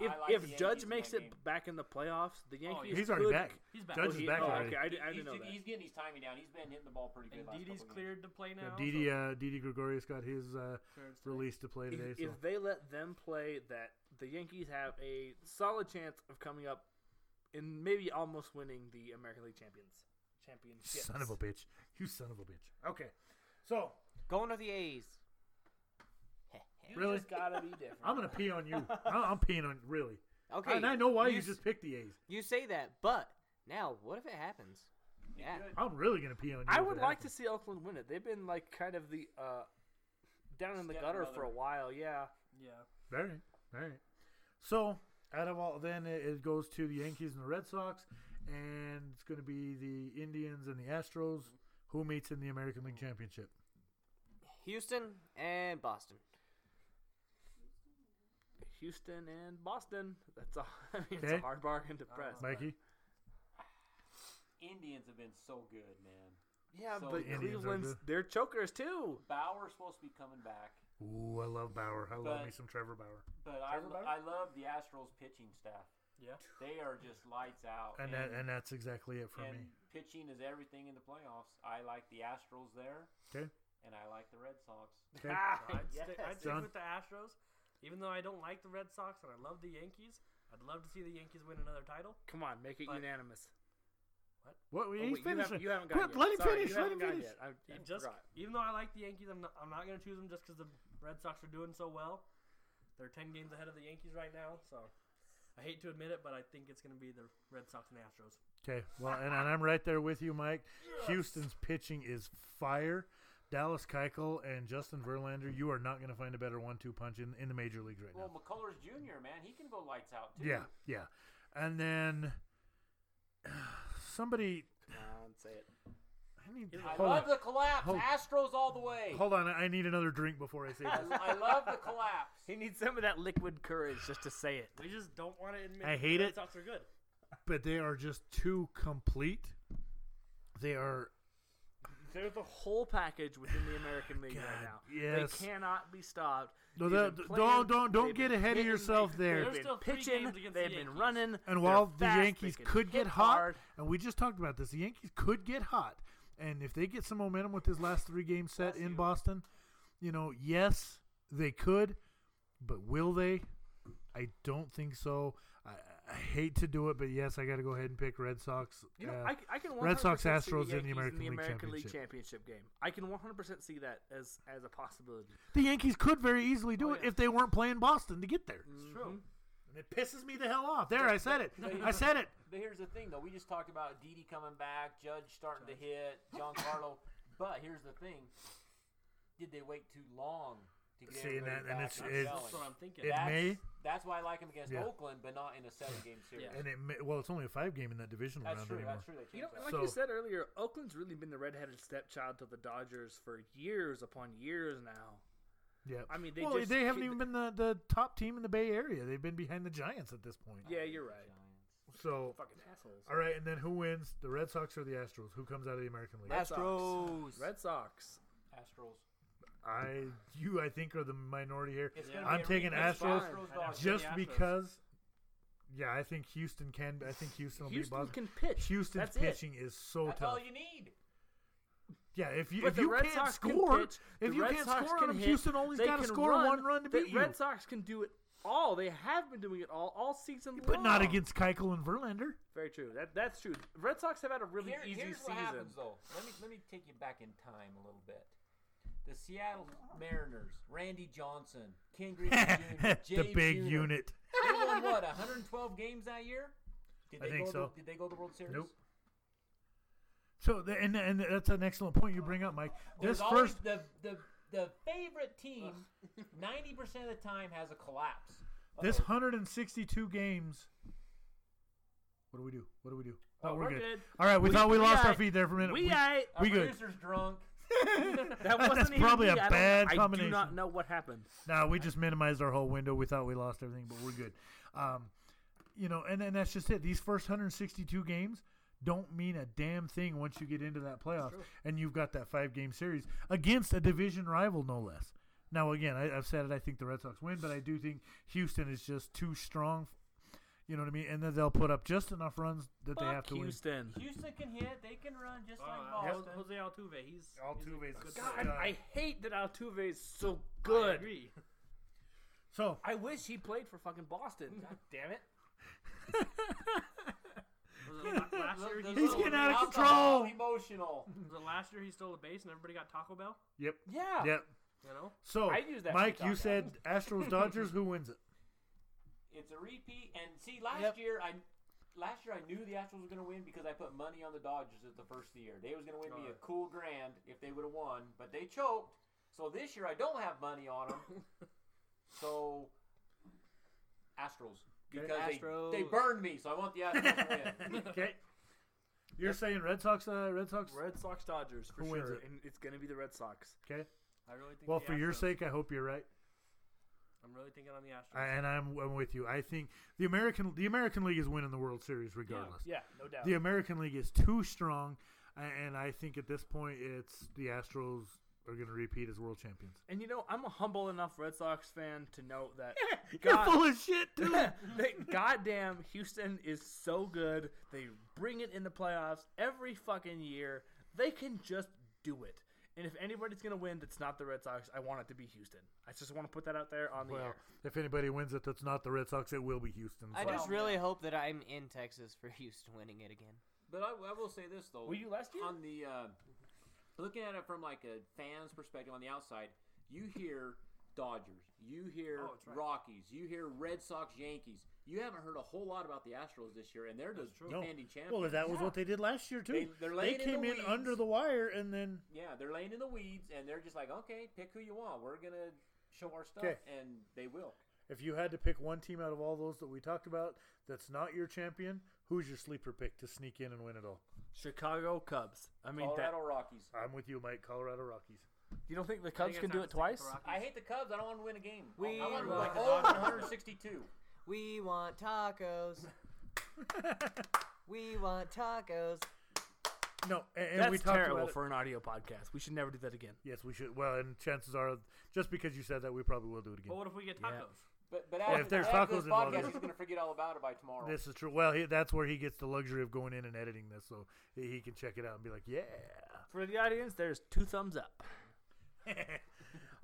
[SPEAKER 3] I
[SPEAKER 5] If,
[SPEAKER 3] like the
[SPEAKER 5] if Judge
[SPEAKER 3] Yankees in
[SPEAKER 5] makes
[SPEAKER 3] that
[SPEAKER 5] it
[SPEAKER 3] game.
[SPEAKER 5] back in the playoffs,
[SPEAKER 7] Oh,
[SPEAKER 5] the Yankees
[SPEAKER 2] he's already
[SPEAKER 5] could-
[SPEAKER 2] back.
[SPEAKER 4] He's back.
[SPEAKER 2] Judge
[SPEAKER 5] Oh,
[SPEAKER 2] is
[SPEAKER 5] he-
[SPEAKER 2] back
[SPEAKER 5] oh,
[SPEAKER 2] already.
[SPEAKER 5] okay, I, di- I
[SPEAKER 3] he's,
[SPEAKER 5] didn't know
[SPEAKER 3] ju-
[SPEAKER 5] that.
[SPEAKER 3] he's getting his timing down. He's been hitting the ball pretty good.
[SPEAKER 4] And
[SPEAKER 3] last
[SPEAKER 4] Didi's
[SPEAKER 3] couple of games.
[SPEAKER 4] cleared to play
[SPEAKER 2] Yeah,
[SPEAKER 4] now.
[SPEAKER 2] Didi, uh, Didi Gregorius got his uh,
[SPEAKER 4] Clearance today.
[SPEAKER 2] release to play today.
[SPEAKER 5] If,
[SPEAKER 2] so.
[SPEAKER 5] if they let them play, that the Yankees have a solid chance of coming up and maybe almost winning the American League champions championship.
[SPEAKER 2] Son of a bitch. You son of a bitch. Okay. So,
[SPEAKER 6] Going with the A's.
[SPEAKER 2] really?
[SPEAKER 5] It's gotta be different.
[SPEAKER 2] I'm going to pee on you. I- I'm peeing on Really.
[SPEAKER 6] Okay.
[SPEAKER 2] and I know why you,
[SPEAKER 6] s-
[SPEAKER 2] just picked the A's.
[SPEAKER 6] You say that, but now what if it happens? Yeah.
[SPEAKER 2] I'm really going to pee on you.
[SPEAKER 5] I would like to see Oakland win it. They've been like kind of the uh, down in the
[SPEAKER 3] Step
[SPEAKER 5] gutter for
[SPEAKER 3] brother.
[SPEAKER 5] a while. Yeah,
[SPEAKER 4] Yeah.
[SPEAKER 2] All right. All right. So, out of all, then it, it goes to the Yankees and the Red Sox, and it's going to be the Indians and the Astros. Who meets in the American League Championship?
[SPEAKER 6] Houston and Boston.
[SPEAKER 5] Houston and Boston. That's a, I mean, it's
[SPEAKER 2] Okay.
[SPEAKER 5] a hard bargain to press.
[SPEAKER 2] Mikey?
[SPEAKER 3] Indians have been so good, man.
[SPEAKER 5] yeah,
[SPEAKER 3] So
[SPEAKER 5] but
[SPEAKER 2] are
[SPEAKER 3] Indians
[SPEAKER 5] Cleveland's
[SPEAKER 2] good.
[SPEAKER 5] they're chokers too.
[SPEAKER 3] Bauer's supposed to be coming back,
[SPEAKER 2] Ooh, I love Bauer. I love
[SPEAKER 3] But-
[SPEAKER 2] me some Trevor Bauer.
[SPEAKER 3] but I, I love the Astros pitching staff.
[SPEAKER 4] Yeah.
[SPEAKER 3] They are just lights out.
[SPEAKER 2] And, that, and that's exactly it for
[SPEAKER 3] and
[SPEAKER 2] me.
[SPEAKER 3] pitching is everything in the playoffs. I like the Astros there,
[SPEAKER 2] Okay.
[SPEAKER 3] and I like the Red Sox.
[SPEAKER 2] Okay.
[SPEAKER 5] Ah,
[SPEAKER 4] I'd, stick, I'd stick
[SPEAKER 2] Done.
[SPEAKER 4] with the Astros. Even though I don't like the Red Sox and I love the Yankees, I'd love to see the Yankees win another title.
[SPEAKER 5] Come on, make it
[SPEAKER 4] But-
[SPEAKER 5] unanimous.
[SPEAKER 2] What?
[SPEAKER 5] Oh,
[SPEAKER 2] he's
[SPEAKER 5] wait, you, haven't,
[SPEAKER 2] finishing.
[SPEAKER 5] you haven't
[SPEAKER 2] Quit,
[SPEAKER 5] got
[SPEAKER 2] let him
[SPEAKER 5] Sorry,
[SPEAKER 2] finish,
[SPEAKER 5] you
[SPEAKER 2] let him
[SPEAKER 5] haven't gotten
[SPEAKER 2] finish.
[SPEAKER 5] yet. I, I
[SPEAKER 4] You just
[SPEAKER 5] forgot.
[SPEAKER 4] even though I like the Yankees, I'm not, I'm not going to choose them just because the Red Sox are doing so well. They're 10 games ahead of the Yankees right now, so I hate to admit it, but I think it's going to be the Red Sox and Astros.
[SPEAKER 2] Okay, well, and, and I'm right there with you, Mike. Houston's pitching is fire. Dallas Keuchel and Justin Verlander, you are not going to find a better one-two punch in, in the major leagues right
[SPEAKER 3] Well,
[SPEAKER 2] now.
[SPEAKER 3] McCullers Jr., man, he can go lights out too.
[SPEAKER 2] Yeah, yeah. And then somebody,
[SPEAKER 5] Come on, say it.
[SPEAKER 2] I need.
[SPEAKER 3] I
[SPEAKER 2] Hold
[SPEAKER 3] love
[SPEAKER 2] on,
[SPEAKER 3] the collapse.
[SPEAKER 2] Hold-
[SPEAKER 3] Astros all the way.
[SPEAKER 2] hold on. I need another drink before I say
[SPEAKER 3] I,
[SPEAKER 2] this.
[SPEAKER 3] I love the collapse.
[SPEAKER 8] He needs some of that liquid courage just to say it.
[SPEAKER 4] We just don't want to admit
[SPEAKER 2] I hate
[SPEAKER 4] the Red
[SPEAKER 2] it.
[SPEAKER 4] Sox are good.
[SPEAKER 2] But they are just too complete. They are.
[SPEAKER 5] They're the whole package within the American League right
[SPEAKER 2] God,
[SPEAKER 5] now.
[SPEAKER 2] yes.
[SPEAKER 5] They cannot be stopped.
[SPEAKER 2] No,
[SPEAKER 5] They've
[SPEAKER 2] that-
[SPEAKER 5] been
[SPEAKER 2] don't- don't- don't
[SPEAKER 5] they've
[SPEAKER 2] get
[SPEAKER 5] been
[SPEAKER 2] ahead of
[SPEAKER 5] hitting,
[SPEAKER 2] yourself there.
[SPEAKER 5] They've
[SPEAKER 4] There's
[SPEAKER 5] been
[SPEAKER 4] still three
[SPEAKER 5] pitching.
[SPEAKER 4] games against the
[SPEAKER 5] They've been
[SPEAKER 4] Yankees.
[SPEAKER 5] running.
[SPEAKER 2] And while
[SPEAKER 5] they're
[SPEAKER 2] the
[SPEAKER 5] fast, they
[SPEAKER 2] Yankees
[SPEAKER 5] can
[SPEAKER 2] could
[SPEAKER 5] hit
[SPEAKER 2] get hot,
[SPEAKER 5] hard.
[SPEAKER 2] and we just talked about this, the Yankees could get hot, and if they get some momentum with this last three game set in Boston, you know, yes, they could, but will they? I don't think so. I, I hate to do it, but yes, I got to go ahead and pick Red Sox.
[SPEAKER 5] You know,
[SPEAKER 2] uh,
[SPEAKER 5] I, I can 100%
[SPEAKER 2] Red Sox
[SPEAKER 5] see
[SPEAKER 2] Astros
[SPEAKER 5] the
[SPEAKER 2] in the
[SPEAKER 5] Yankees
[SPEAKER 2] American, League,
[SPEAKER 5] American League
[SPEAKER 2] Championship.
[SPEAKER 5] Championship game. I can 100% see that as as a possibility.
[SPEAKER 2] the Yankees could very easily do
[SPEAKER 5] Oh,
[SPEAKER 2] it
[SPEAKER 5] yeah.
[SPEAKER 2] if they weren't playing Boston to get there.
[SPEAKER 4] It's true.
[SPEAKER 2] Mm. And it pisses me the hell off. There, I said it. I said it.
[SPEAKER 3] But here's the thing, though. We just talked about Didi coming back, Judge starting to hit, John Carlo. But here's the thing: did they wait too long to get
[SPEAKER 2] See, and
[SPEAKER 3] everybody
[SPEAKER 2] that- and
[SPEAKER 3] back
[SPEAKER 2] it's-
[SPEAKER 3] and
[SPEAKER 2] it's-
[SPEAKER 4] That's what I'm thinking.
[SPEAKER 2] It
[SPEAKER 3] that's,
[SPEAKER 2] may-
[SPEAKER 3] That's why I like him against
[SPEAKER 2] Yeah.
[SPEAKER 3] Oakland, but not in a seven-game series.
[SPEAKER 4] Yeah.
[SPEAKER 2] And it may, well, it's only a five game in that divisional
[SPEAKER 3] That's
[SPEAKER 2] round
[SPEAKER 3] true.
[SPEAKER 2] anymore.
[SPEAKER 3] That's true. They
[SPEAKER 5] You know,
[SPEAKER 3] changed
[SPEAKER 5] and
[SPEAKER 3] that.
[SPEAKER 5] like you
[SPEAKER 2] So-
[SPEAKER 5] said earlier, Oakland's really been the redheaded stepchild to the Dodgers for years upon years now.
[SPEAKER 2] Yeah,
[SPEAKER 5] I mean, they
[SPEAKER 2] well,
[SPEAKER 5] just-
[SPEAKER 2] they haven't
[SPEAKER 5] they-
[SPEAKER 2] even been the, the top team in the Bay Area. They've been behind the Giants at this point.
[SPEAKER 5] Yeah, you're right.
[SPEAKER 2] So,
[SPEAKER 5] Fucking assholes.
[SPEAKER 2] all right, and then who wins? The Red Sox or the Astros? Who comes out of the American League?
[SPEAKER 5] Red Sox.
[SPEAKER 6] Astros.
[SPEAKER 5] Red Sox.
[SPEAKER 3] Astros.
[SPEAKER 2] I, you, I think are the minority here.
[SPEAKER 3] It's
[SPEAKER 4] Yeah.
[SPEAKER 3] gonna
[SPEAKER 2] I'm
[SPEAKER 3] be a
[SPEAKER 2] taking
[SPEAKER 3] rematch.
[SPEAKER 2] Astros
[SPEAKER 4] Astros,
[SPEAKER 3] Dodgers.
[SPEAKER 2] just
[SPEAKER 4] Astros.
[SPEAKER 2] because. Yeah, I think Houston can. I think Houston will beat
[SPEAKER 5] Houston
[SPEAKER 2] Boston.
[SPEAKER 5] can pitch.
[SPEAKER 2] Houston's
[SPEAKER 5] That's it.
[SPEAKER 2] pitching is so
[SPEAKER 3] That's
[SPEAKER 2] tough.
[SPEAKER 3] all you need.
[SPEAKER 2] yeah, if you
[SPEAKER 5] But
[SPEAKER 2] if
[SPEAKER 5] the
[SPEAKER 2] you
[SPEAKER 5] Red
[SPEAKER 2] can't
[SPEAKER 5] Sox can
[SPEAKER 2] score,
[SPEAKER 5] pitch,
[SPEAKER 2] if
[SPEAKER 5] the
[SPEAKER 2] you
[SPEAKER 5] Red
[SPEAKER 2] can't
[SPEAKER 5] Sox
[SPEAKER 2] score on
[SPEAKER 5] can
[SPEAKER 2] them,
[SPEAKER 5] hit,
[SPEAKER 2] Houston's only's
[SPEAKER 5] they
[SPEAKER 2] got to
[SPEAKER 5] can
[SPEAKER 2] score one run to
[SPEAKER 5] the
[SPEAKER 2] beat you.
[SPEAKER 5] Red Sox can do it all. They have been doing it all all season
[SPEAKER 2] but
[SPEAKER 5] long.
[SPEAKER 2] not against Keuchel and Verlander.
[SPEAKER 5] Very true. That that's true. Red Sox have had a really
[SPEAKER 3] Here-
[SPEAKER 5] easy
[SPEAKER 3] here's
[SPEAKER 5] season.
[SPEAKER 3] what happens though. Let me let me take you back in time a little bit. The Seattle Mariners, Randy Johnson, Ken Griffey Jr.,
[SPEAKER 2] the
[SPEAKER 3] Jay
[SPEAKER 2] big
[SPEAKER 3] Buhner.
[SPEAKER 2] unit.
[SPEAKER 3] They won what 112 games that year. Did
[SPEAKER 2] I
[SPEAKER 3] they
[SPEAKER 2] think
[SPEAKER 3] go
[SPEAKER 2] so.
[SPEAKER 3] To, did they go to the World Series?
[SPEAKER 2] Nope. So, the, and and that's an excellent point you bring up, Mike. This
[SPEAKER 3] There's always
[SPEAKER 2] first
[SPEAKER 3] the the the favorite team 90% of the time has a collapse.
[SPEAKER 2] This
[SPEAKER 5] Oh.
[SPEAKER 2] 162 games. What do we do? What do we do? Oh,
[SPEAKER 5] we're good.
[SPEAKER 2] All right, we,
[SPEAKER 5] We-
[SPEAKER 2] thought we,
[SPEAKER 5] we
[SPEAKER 2] lost our
[SPEAKER 5] aight.
[SPEAKER 2] feet there for a minute.
[SPEAKER 5] We Uh, aight.
[SPEAKER 3] Our
[SPEAKER 2] We good.
[SPEAKER 3] producer's drunk.
[SPEAKER 7] That wasn't
[SPEAKER 2] That's
[SPEAKER 7] even
[SPEAKER 2] probably
[SPEAKER 7] me.
[SPEAKER 2] a
[SPEAKER 7] I don't-
[SPEAKER 2] bad
[SPEAKER 7] I do
[SPEAKER 2] combination.
[SPEAKER 7] not know what happened.
[SPEAKER 2] No, we just minimized our whole window. We thought we lost everything, but we're good. Um, you know, and, and that's just it. These first 162 games don't mean a damn thing once you get into that playoffs, and you've got that five game series against a division rival, no less. Now, again, I, I've said it. I think the Red Sox win, but I do think Houston is just too strong. You know what I mean? And then they'll put up just enough runs that they have
[SPEAKER 7] Fuck
[SPEAKER 2] to win.
[SPEAKER 7] Houston.
[SPEAKER 3] Houston can hit. They can run just like
[SPEAKER 4] Uh,
[SPEAKER 3] Boston.
[SPEAKER 4] Jose Altuve, he's
[SPEAKER 2] Altuve's
[SPEAKER 4] he's a good
[SPEAKER 2] God,
[SPEAKER 4] player.
[SPEAKER 7] God, I hate that Altuve is so good.
[SPEAKER 4] I
[SPEAKER 7] I,
[SPEAKER 4] agree.
[SPEAKER 2] So
[SPEAKER 7] wish he played for fucking Boston. God damn it.
[SPEAKER 4] Was it la- last year he
[SPEAKER 2] He's
[SPEAKER 4] stole,
[SPEAKER 2] getting out of
[SPEAKER 3] Alcohol,
[SPEAKER 2] control.
[SPEAKER 3] Emotional.
[SPEAKER 4] was it last year he stole the base and everybody got Taco Bell?
[SPEAKER 2] Yep.
[SPEAKER 7] Yeah.
[SPEAKER 2] Yep.
[SPEAKER 4] You know,
[SPEAKER 2] So
[SPEAKER 7] I use that
[SPEAKER 2] Mike,
[SPEAKER 7] shit
[SPEAKER 2] you
[SPEAKER 7] on
[SPEAKER 2] said Astros Dodgers, who wins it?
[SPEAKER 3] It's a repeat. And see, last
[SPEAKER 2] Yep.
[SPEAKER 3] year I, last year I knew the Astros were going to win because I put money on the Dodgers at the first of the year. They was going to win me a
[SPEAKER 4] Right.
[SPEAKER 3] cool grand if they would have won, but they choked. So this year I don't have money on them. so Astros because They, they
[SPEAKER 6] Astros.
[SPEAKER 3] burned me. So I want the Astros to win.
[SPEAKER 2] Okay. You're saying Red Sox, uh, Red Sox.
[SPEAKER 7] Red Sox Dodgers for
[SPEAKER 2] Who wins
[SPEAKER 7] sure.
[SPEAKER 2] it?
[SPEAKER 7] And it's gonna be the Red Sox.
[SPEAKER 2] Okay.
[SPEAKER 4] I really think.
[SPEAKER 2] Well,
[SPEAKER 4] the
[SPEAKER 2] for your
[SPEAKER 4] Astros.
[SPEAKER 2] sake, I hope you're right,
[SPEAKER 4] I'm really thinking on the
[SPEAKER 2] I,
[SPEAKER 4] Astros.
[SPEAKER 2] and I'm, I'm with you. I think the American the American League is winning the World Series regardless.
[SPEAKER 7] Yeah, no doubt.
[SPEAKER 2] The American League is too strong, a- and I think at this point, it's the Astros are going to repeat as world champions.
[SPEAKER 7] And you know, I'm a humble enough Red Sox fan to know that
[SPEAKER 2] You're
[SPEAKER 7] God,
[SPEAKER 2] full of shit, dude.
[SPEAKER 7] that goddamn Houston is so good. They bring it in the playoffs every fucking year. They can just do it. And if anybody's gonna win, that's not the Red Sox. I want it to be Houston. I just want to put that out there on the
[SPEAKER 2] well,
[SPEAKER 7] air.
[SPEAKER 2] if anybody wins it, that's not the Red Sox. It will be Houston.
[SPEAKER 6] I
[SPEAKER 2] so-
[SPEAKER 6] just really hope that I'm in Texas for Houston winning it again.
[SPEAKER 3] But I, I will say this though.
[SPEAKER 7] Were you last year?
[SPEAKER 3] on the uh, looking at it from like a fan's perspective on the outside? You hear Dodgers, you hear
[SPEAKER 4] Oh, that's right.
[SPEAKER 3] Rockies, you hear Red Sox, Yankees. You haven't heard a whole lot about the Astros this year, and they're the
[SPEAKER 4] true.
[SPEAKER 2] No.
[SPEAKER 3] defending champions.
[SPEAKER 2] Well, that was what they did last year
[SPEAKER 3] They-
[SPEAKER 2] too.
[SPEAKER 3] they're laying in the
[SPEAKER 2] came in
[SPEAKER 3] weeds.
[SPEAKER 2] under the wire, and then
[SPEAKER 3] yeah, they're laying in the weeds, and they're just like, okay, pick who you want. We're gonna show our stuff,
[SPEAKER 2] 'Kay.
[SPEAKER 3] and they will.
[SPEAKER 2] If you had to pick one team out of all those that we talked about that's not your champion, who's your sleeper pick to sneak in and win it all?
[SPEAKER 7] Chicago Cubs. I mean, that,
[SPEAKER 3] Colorado Rockies.
[SPEAKER 2] I'm with you, Mike. Colorado Rockies.
[SPEAKER 7] you don't think the Cubs
[SPEAKER 4] think
[SPEAKER 7] can
[SPEAKER 4] it's
[SPEAKER 7] do
[SPEAKER 4] time
[SPEAKER 7] it
[SPEAKER 4] to
[SPEAKER 7] twice?
[SPEAKER 4] stick with the Rockies.
[SPEAKER 3] I hate the Cubs. I don't want to win a game.
[SPEAKER 6] We
[SPEAKER 3] I want to
[SPEAKER 6] love
[SPEAKER 3] like
[SPEAKER 6] the
[SPEAKER 3] over
[SPEAKER 6] Dodgers.
[SPEAKER 3] 162.
[SPEAKER 6] We want tacos. we want tacos.
[SPEAKER 2] No, and, and
[SPEAKER 7] That's
[SPEAKER 2] we talked
[SPEAKER 7] terrible
[SPEAKER 2] about it.
[SPEAKER 7] for an audio podcast. We should never do that again.
[SPEAKER 2] Yes, we should. Well, and chances are, just because you said that, we probably will do it
[SPEAKER 4] But
[SPEAKER 2] again.
[SPEAKER 4] what if we get tacos?
[SPEAKER 3] But but after,
[SPEAKER 2] if there's tacos
[SPEAKER 3] after this
[SPEAKER 2] involved,
[SPEAKER 3] podcast,
[SPEAKER 2] it's-
[SPEAKER 3] he's gonna forget all about it by tomorrow.
[SPEAKER 2] This is true. Well, he, that's where he gets the luxury of going in and editing this, so he he can check it out and be like, "Yeah."
[SPEAKER 7] For the audience, there's two thumbs up.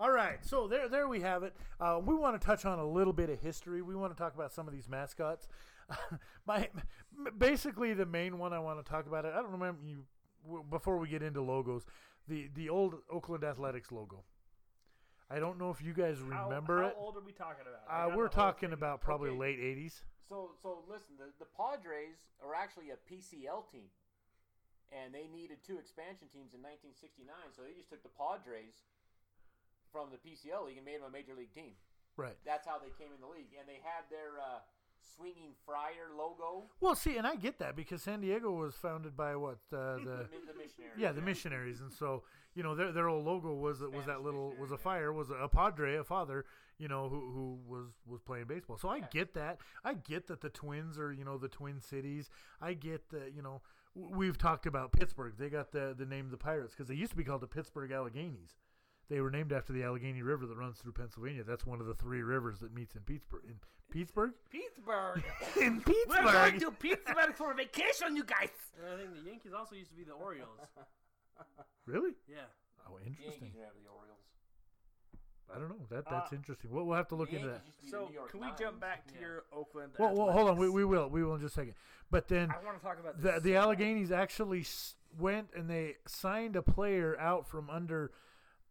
[SPEAKER 2] All right, so there, there we have it. Uh, we want to touch on a little bit of history. We want to talk about some of these mascots. My, m- basically, the main one I want to talk about. I don't remember you w- before we get into logos. The the old Oakland Athletics logo. I don't know if you guys remember
[SPEAKER 4] how
[SPEAKER 2] it.
[SPEAKER 4] old are we talking about? I
[SPEAKER 2] Uh,
[SPEAKER 4] got
[SPEAKER 2] we're
[SPEAKER 4] the whole
[SPEAKER 2] talking
[SPEAKER 4] thing.
[SPEAKER 2] about probably
[SPEAKER 3] Okay.
[SPEAKER 2] late '80s.
[SPEAKER 3] So, so listen, the, the Padres are actually a PCL team, and they needed two expansion teams in 1969, so they just took the Padres from the PCL league and made them a major league team.
[SPEAKER 2] Right.
[SPEAKER 3] That's how they came in the league, and they had their uh, swinging friar logo,
[SPEAKER 2] Well, see, and I get that because San Diego was founded by what uh, the
[SPEAKER 3] the, the missionary.
[SPEAKER 2] yeah the missionaries, and so you know their their old logo was was that
[SPEAKER 3] Spanish
[SPEAKER 2] little
[SPEAKER 3] missionary,
[SPEAKER 2] was a
[SPEAKER 3] yeah.
[SPEAKER 2] fire was a padre a father you know who who was was playing baseball. So I get that. I get that the Twins are you know the Twin Cities. I get that you know w- we've talked about Pittsburgh. They got the the name of the Pirates because they used to be called the Pittsburgh Alleghenies. They were named after the Allegheny River that runs through Pennsylvania. That's one of the three rivers that meets in Pittsburgh. In Pittsburgh.
[SPEAKER 7] Pittsburgh.
[SPEAKER 2] in
[SPEAKER 7] We're going
[SPEAKER 2] Pittsburgh.
[SPEAKER 7] to Pittsburgh for vacation, you guys.
[SPEAKER 4] And I think the Yankees also used to be the Orioles.
[SPEAKER 2] Really?
[SPEAKER 4] Yeah.
[SPEAKER 2] Oh,
[SPEAKER 3] The Yankees
[SPEAKER 2] interesting.
[SPEAKER 3] didn't have the Orioles.
[SPEAKER 2] I don't know.
[SPEAKER 3] Uh,
[SPEAKER 2] That that's interesting. We'll, we'll have to look
[SPEAKER 3] The
[SPEAKER 2] into that.
[SPEAKER 3] Yankees used to be the
[SPEAKER 7] So,
[SPEAKER 3] New York
[SPEAKER 7] can we
[SPEAKER 3] Nines.
[SPEAKER 7] jump back to
[SPEAKER 4] Yeah.
[SPEAKER 7] your Oakland?
[SPEAKER 2] Well, well, hold on. We,
[SPEAKER 7] Athletics?
[SPEAKER 2] we will. We will in just a second. But then
[SPEAKER 7] I want to talk about
[SPEAKER 2] the
[SPEAKER 7] this.
[SPEAKER 2] the Alleghenies actually s- went and they signed a player out from under.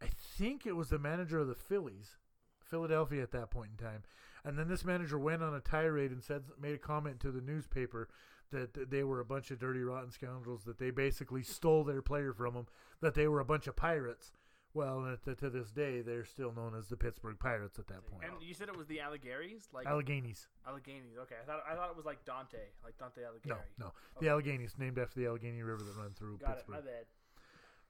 [SPEAKER 2] I think it was the manager of the Phillies, Philadelphia at that point in time. And then this manager went on a tirade and said made a comment to the newspaper that th- they were a bunch of dirty rotten scoundrels that they basically stole their player from them that they were a bunch of pirates. Well, and to, to this day, they're still known as the Pittsburgh Pirates at that point.
[SPEAKER 7] and you said it was the Alleghenies, like
[SPEAKER 2] Alleghenies.
[SPEAKER 7] Alleghenies. Okay, I thought I thought it was like Dante, like Dante Alighieri.
[SPEAKER 2] No, no. The Alleghenies, named after the Allegheny River that runs through
[SPEAKER 7] Got it.
[SPEAKER 2] Pittsburgh.
[SPEAKER 7] My bad.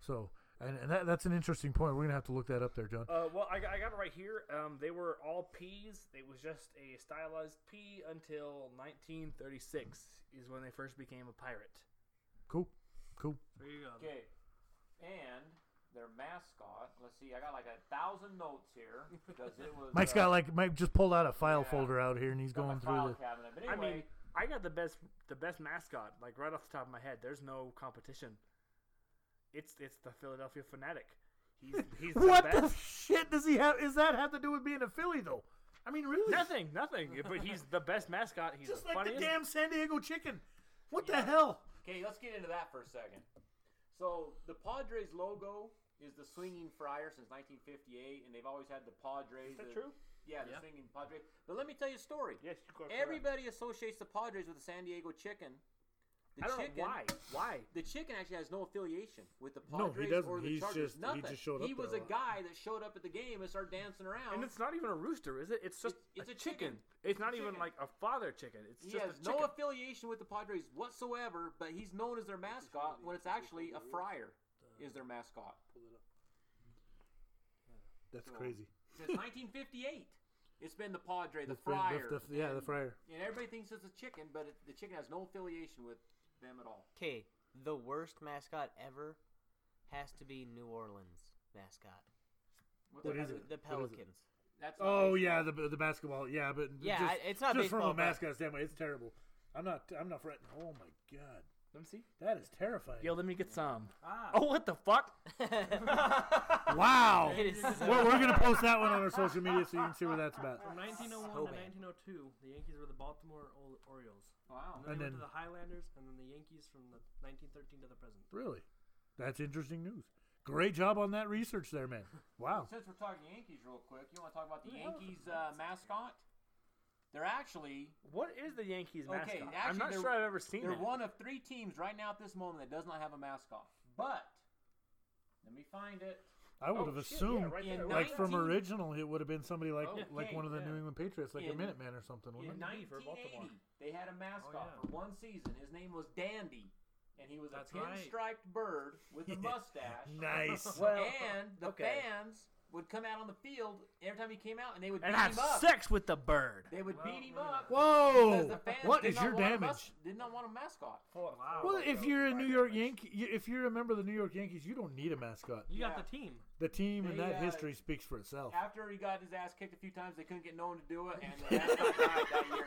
[SPEAKER 2] So, And, and that, that's an interesting point. We're gonna have to look that up there, John.
[SPEAKER 7] Uh, well, I, got- I got it right here. Um, they were all P's. It was just a stylized P until 1936 is when they first became a pirate.
[SPEAKER 2] Cool, cool.
[SPEAKER 4] There you go.
[SPEAKER 3] Okay. And their mascot. Let's see. I got like a thousand notes here because it was.
[SPEAKER 2] Mike's
[SPEAKER 3] uh,
[SPEAKER 2] got like Mike just pulled out a file
[SPEAKER 3] Yeah.
[SPEAKER 2] folder out here, and he's
[SPEAKER 3] got my
[SPEAKER 2] going through
[SPEAKER 3] file
[SPEAKER 2] the.
[SPEAKER 3] cabinet. But
[SPEAKER 7] I
[SPEAKER 3] anyway,
[SPEAKER 7] mean, I got the best the best mascot like right off the top of my head. There's no competition. It's it's the Philadelphia Fanatic. He's he's
[SPEAKER 2] What
[SPEAKER 7] the
[SPEAKER 2] the
[SPEAKER 7] best.
[SPEAKER 2] shit does he have? Is that have to do with being a Philly though? I mean, really?
[SPEAKER 7] nothing, nothing. But he's the best mascot. He's
[SPEAKER 2] just
[SPEAKER 7] the
[SPEAKER 2] like
[SPEAKER 7] funniest.
[SPEAKER 2] the damn San Diego chicken. What the hell?
[SPEAKER 3] okay, let's get into that for a second. So the Padres logo is the swinging friar since 1958, and they've always had the Padres. Is
[SPEAKER 7] that true?
[SPEAKER 3] Yeah, the
[SPEAKER 4] Yeah.
[SPEAKER 3] swinging Padres. But let me tell you a story.
[SPEAKER 7] Yes, you
[SPEAKER 3] Everybody associates the Padres with the San Diego Chicken. The
[SPEAKER 7] I don't
[SPEAKER 3] chicken,
[SPEAKER 7] know why. Why?
[SPEAKER 3] The chicken actually has no affiliation with the
[SPEAKER 2] No, he
[SPEAKER 3] Padres
[SPEAKER 2] doesn't.
[SPEAKER 3] or the
[SPEAKER 2] He's
[SPEAKER 3] Chargers.
[SPEAKER 2] just- he
[SPEAKER 3] Nothing.
[SPEAKER 2] just showed up
[SPEAKER 3] was
[SPEAKER 2] there
[SPEAKER 3] a
[SPEAKER 2] a lot.
[SPEAKER 3] guy that showed up at the game and started dancing around.
[SPEAKER 7] And it's not even a rooster, is it? It's just
[SPEAKER 3] It's- it's a chicken.
[SPEAKER 7] It's not even
[SPEAKER 3] Chicken.
[SPEAKER 7] like a father chicken. It's
[SPEAKER 3] He
[SPEAKER 7] just
[SPEAKER 3] has
[SPEAKER 7] a chicken.
[SPEAKER 3] no affiliation with the Padres whatsoever, but he's known as their mascot when it's actually a friar is their mascot.
[SPEAKER 2] That's crazy.
[SPEAKER 3] Since 1958, it's been the Padre, the,
[SPEAKER 2] The- the-
[SPEAKER 3] friar.
[SPEAKER 2] the- the- yeah, the friar.
[SPEAKER 3] And everybody thinks it's a chicken, but it, the chicken has no affiliation with them at all.
[SPEAKER 6] Okay, the worst mascot ever has to be New Orleans mascot.
[SPEAKER 3] What,
[SPEAKER 2] What
[SPEAKER 3] the-
[SPEAKER 2] is it?
[SPEAKER 6] The
[SPEAKER 2] What is it?
[SPEAKER 6] Pelicans.
[SPEAKER 3] That's not
[SPEAKER 2] Oh
[SPEAKER 3] baseball.
[SPEAKER 2] yeah, the the basketball. Yeah, but
[SPEAKER 6] Yeah,
[SPEAKER 2] just,
[SPEAKER 6] I- it's not
[SPEAKER 2] just from
[SPEAKER 6] baseball,
[SPEAKER 2] a
[SPEAKER 6] but-
[SPEAKER 2] mascot standpoint. It's terrible. I'm not. I'm not fretting. Oh my god,
[SPEAKER 7] Let me see.
[SPEAKER 2] that is terrifying.
[SPEAKER 7] Yo, let me get some.
[SPEAKER 4] Ah.
[SPEAKER 7] Oh, what the fuck?
[SPEAKER 2] Wow.
[SPEAKER 6] It is so-
[SPEAKER 2] well, we're gonna post that one on our social media so you can see what that's about.
[SPEAKER 4] From 1901
[SPEAKER 6] So
[SPEAKER 4] to
[SPEAKER 6] bad.
[SPEAKER 4] 1902, the Yankees were the Baltimore Ol- Orioles.
[SPEAKER 3] Wow.
[SPEAKER 4] And then
[SPEAKER 2] And
[SPEAKER 4] they
[SPEAKER 2] then-
[SPEAKER 4] went to the Highlanders, and then the Yankees from the 1913 to the present.
[SPEAKER 2] Really, that's interesting news. Great job on that research there, man. Wow.
[SPEAKER 3] Since we're talking Yankees real quick, you want to talk about the Yankees uh, mascot? They're actually
[SPEAKER 7] What is the Yankees mascot?
[SPEAKER 3] Okay,
[SPEAKER 7] I'm
[SPEAKER 3] actually,
[SPEAKER 7] not
[SPEAKER 3] they're-
[SPEAKER 7] sure I've ever seen
[SPEAKER 3] They're
[SPEAKER 7] it.
[SPEAKER 3] one of three teams right now at this moment that does not have a mascot. But let me find it.
[SPEAKER 2] I would
[SPEAKER 7] Oh,
[SPEAKER 2] have
[SPEAKER 7] shit, yeah,
[SPEAKER 2] assumed,
[SPEAKER 7] right
[SPEAKER 3] In
[SPEAKER 7] there, right
[SPEAKER 2] like from
[SPEAKER 3] 19
[SPEAKER 2] original, it would have been somebody like
[SPEAKER 3] Oh,
[SPEAKER 2] like
[SPEAKER 3] okay,
[SPEAKER 2] one of the
[SPEAKER 3] yeah.
[SPEAKER 2] New England Patriots, like a
[SPEAKER 3] In-
[SPEAKER 2] Minuteman or something.
[SPEAKER 3] In
[SPEAKER 2] Wouldn't it?
[SPEAKER 3] 1980,
[SPEAKER 7] be for Baltimore.
[SPEAKER 3] they had a mascot
[SPEAKER 4] yeah.
[SPEAKER 3] for one season. His name was Dandy, and he was
[SPEAKER 4] That's
[SPEAKER 3] a
[SPEAKER 4] right.
[SPEAKER 3] pinstriped bird with a mustache.
[SPEAKER 2] Nice.
[SPEAKER 7] Well,
[SPEAKER 3] and the
[SPEAKER 7] okay.
[SPEAKER 3] fans would come out on the field every time he came out, and they would
[SPEAKER 7] and
[SPEAKER 3] beat
[SPEAKER 7] have
[SPEAKER 3] him up.
[SPEAKER 7] sex with the bird.
[SPEAKER 3] They would beat him up. because
[SPEAKER 2] Whoa!
[SPEAKER 3] the fans
[SPEAKER 2] What
[SPEAKER 3] did
[SPEAKER 2] is
[SPEAKER 3] not
[SPEAKER 2] your
[SPEAKER 3] want a Oh,
[SPEAKER 2] damage?
[SPEAKER 3] mas- did not want a mascot.
[SPEAKER 4] Wow.
[SPEAKER 2] Well, if you're a New York Yankee, y- if you're a member of the New York Yankees, you don't need a mascot.
[SPEAKER 4] you
[SPEAKER 3] Yeah.
[SPEAKER 4] got the team.
[SPEAKER 2] The team and
[SPEAKER 3] They,
[SPEAKER 2] that
[SPEAKER 3] uh,
[SPEAKER 2] history speaks for itself.
[SPEAKER 3] After he got his ass kicked a few times, they couldn't get no one to do it, and the mascot died that year.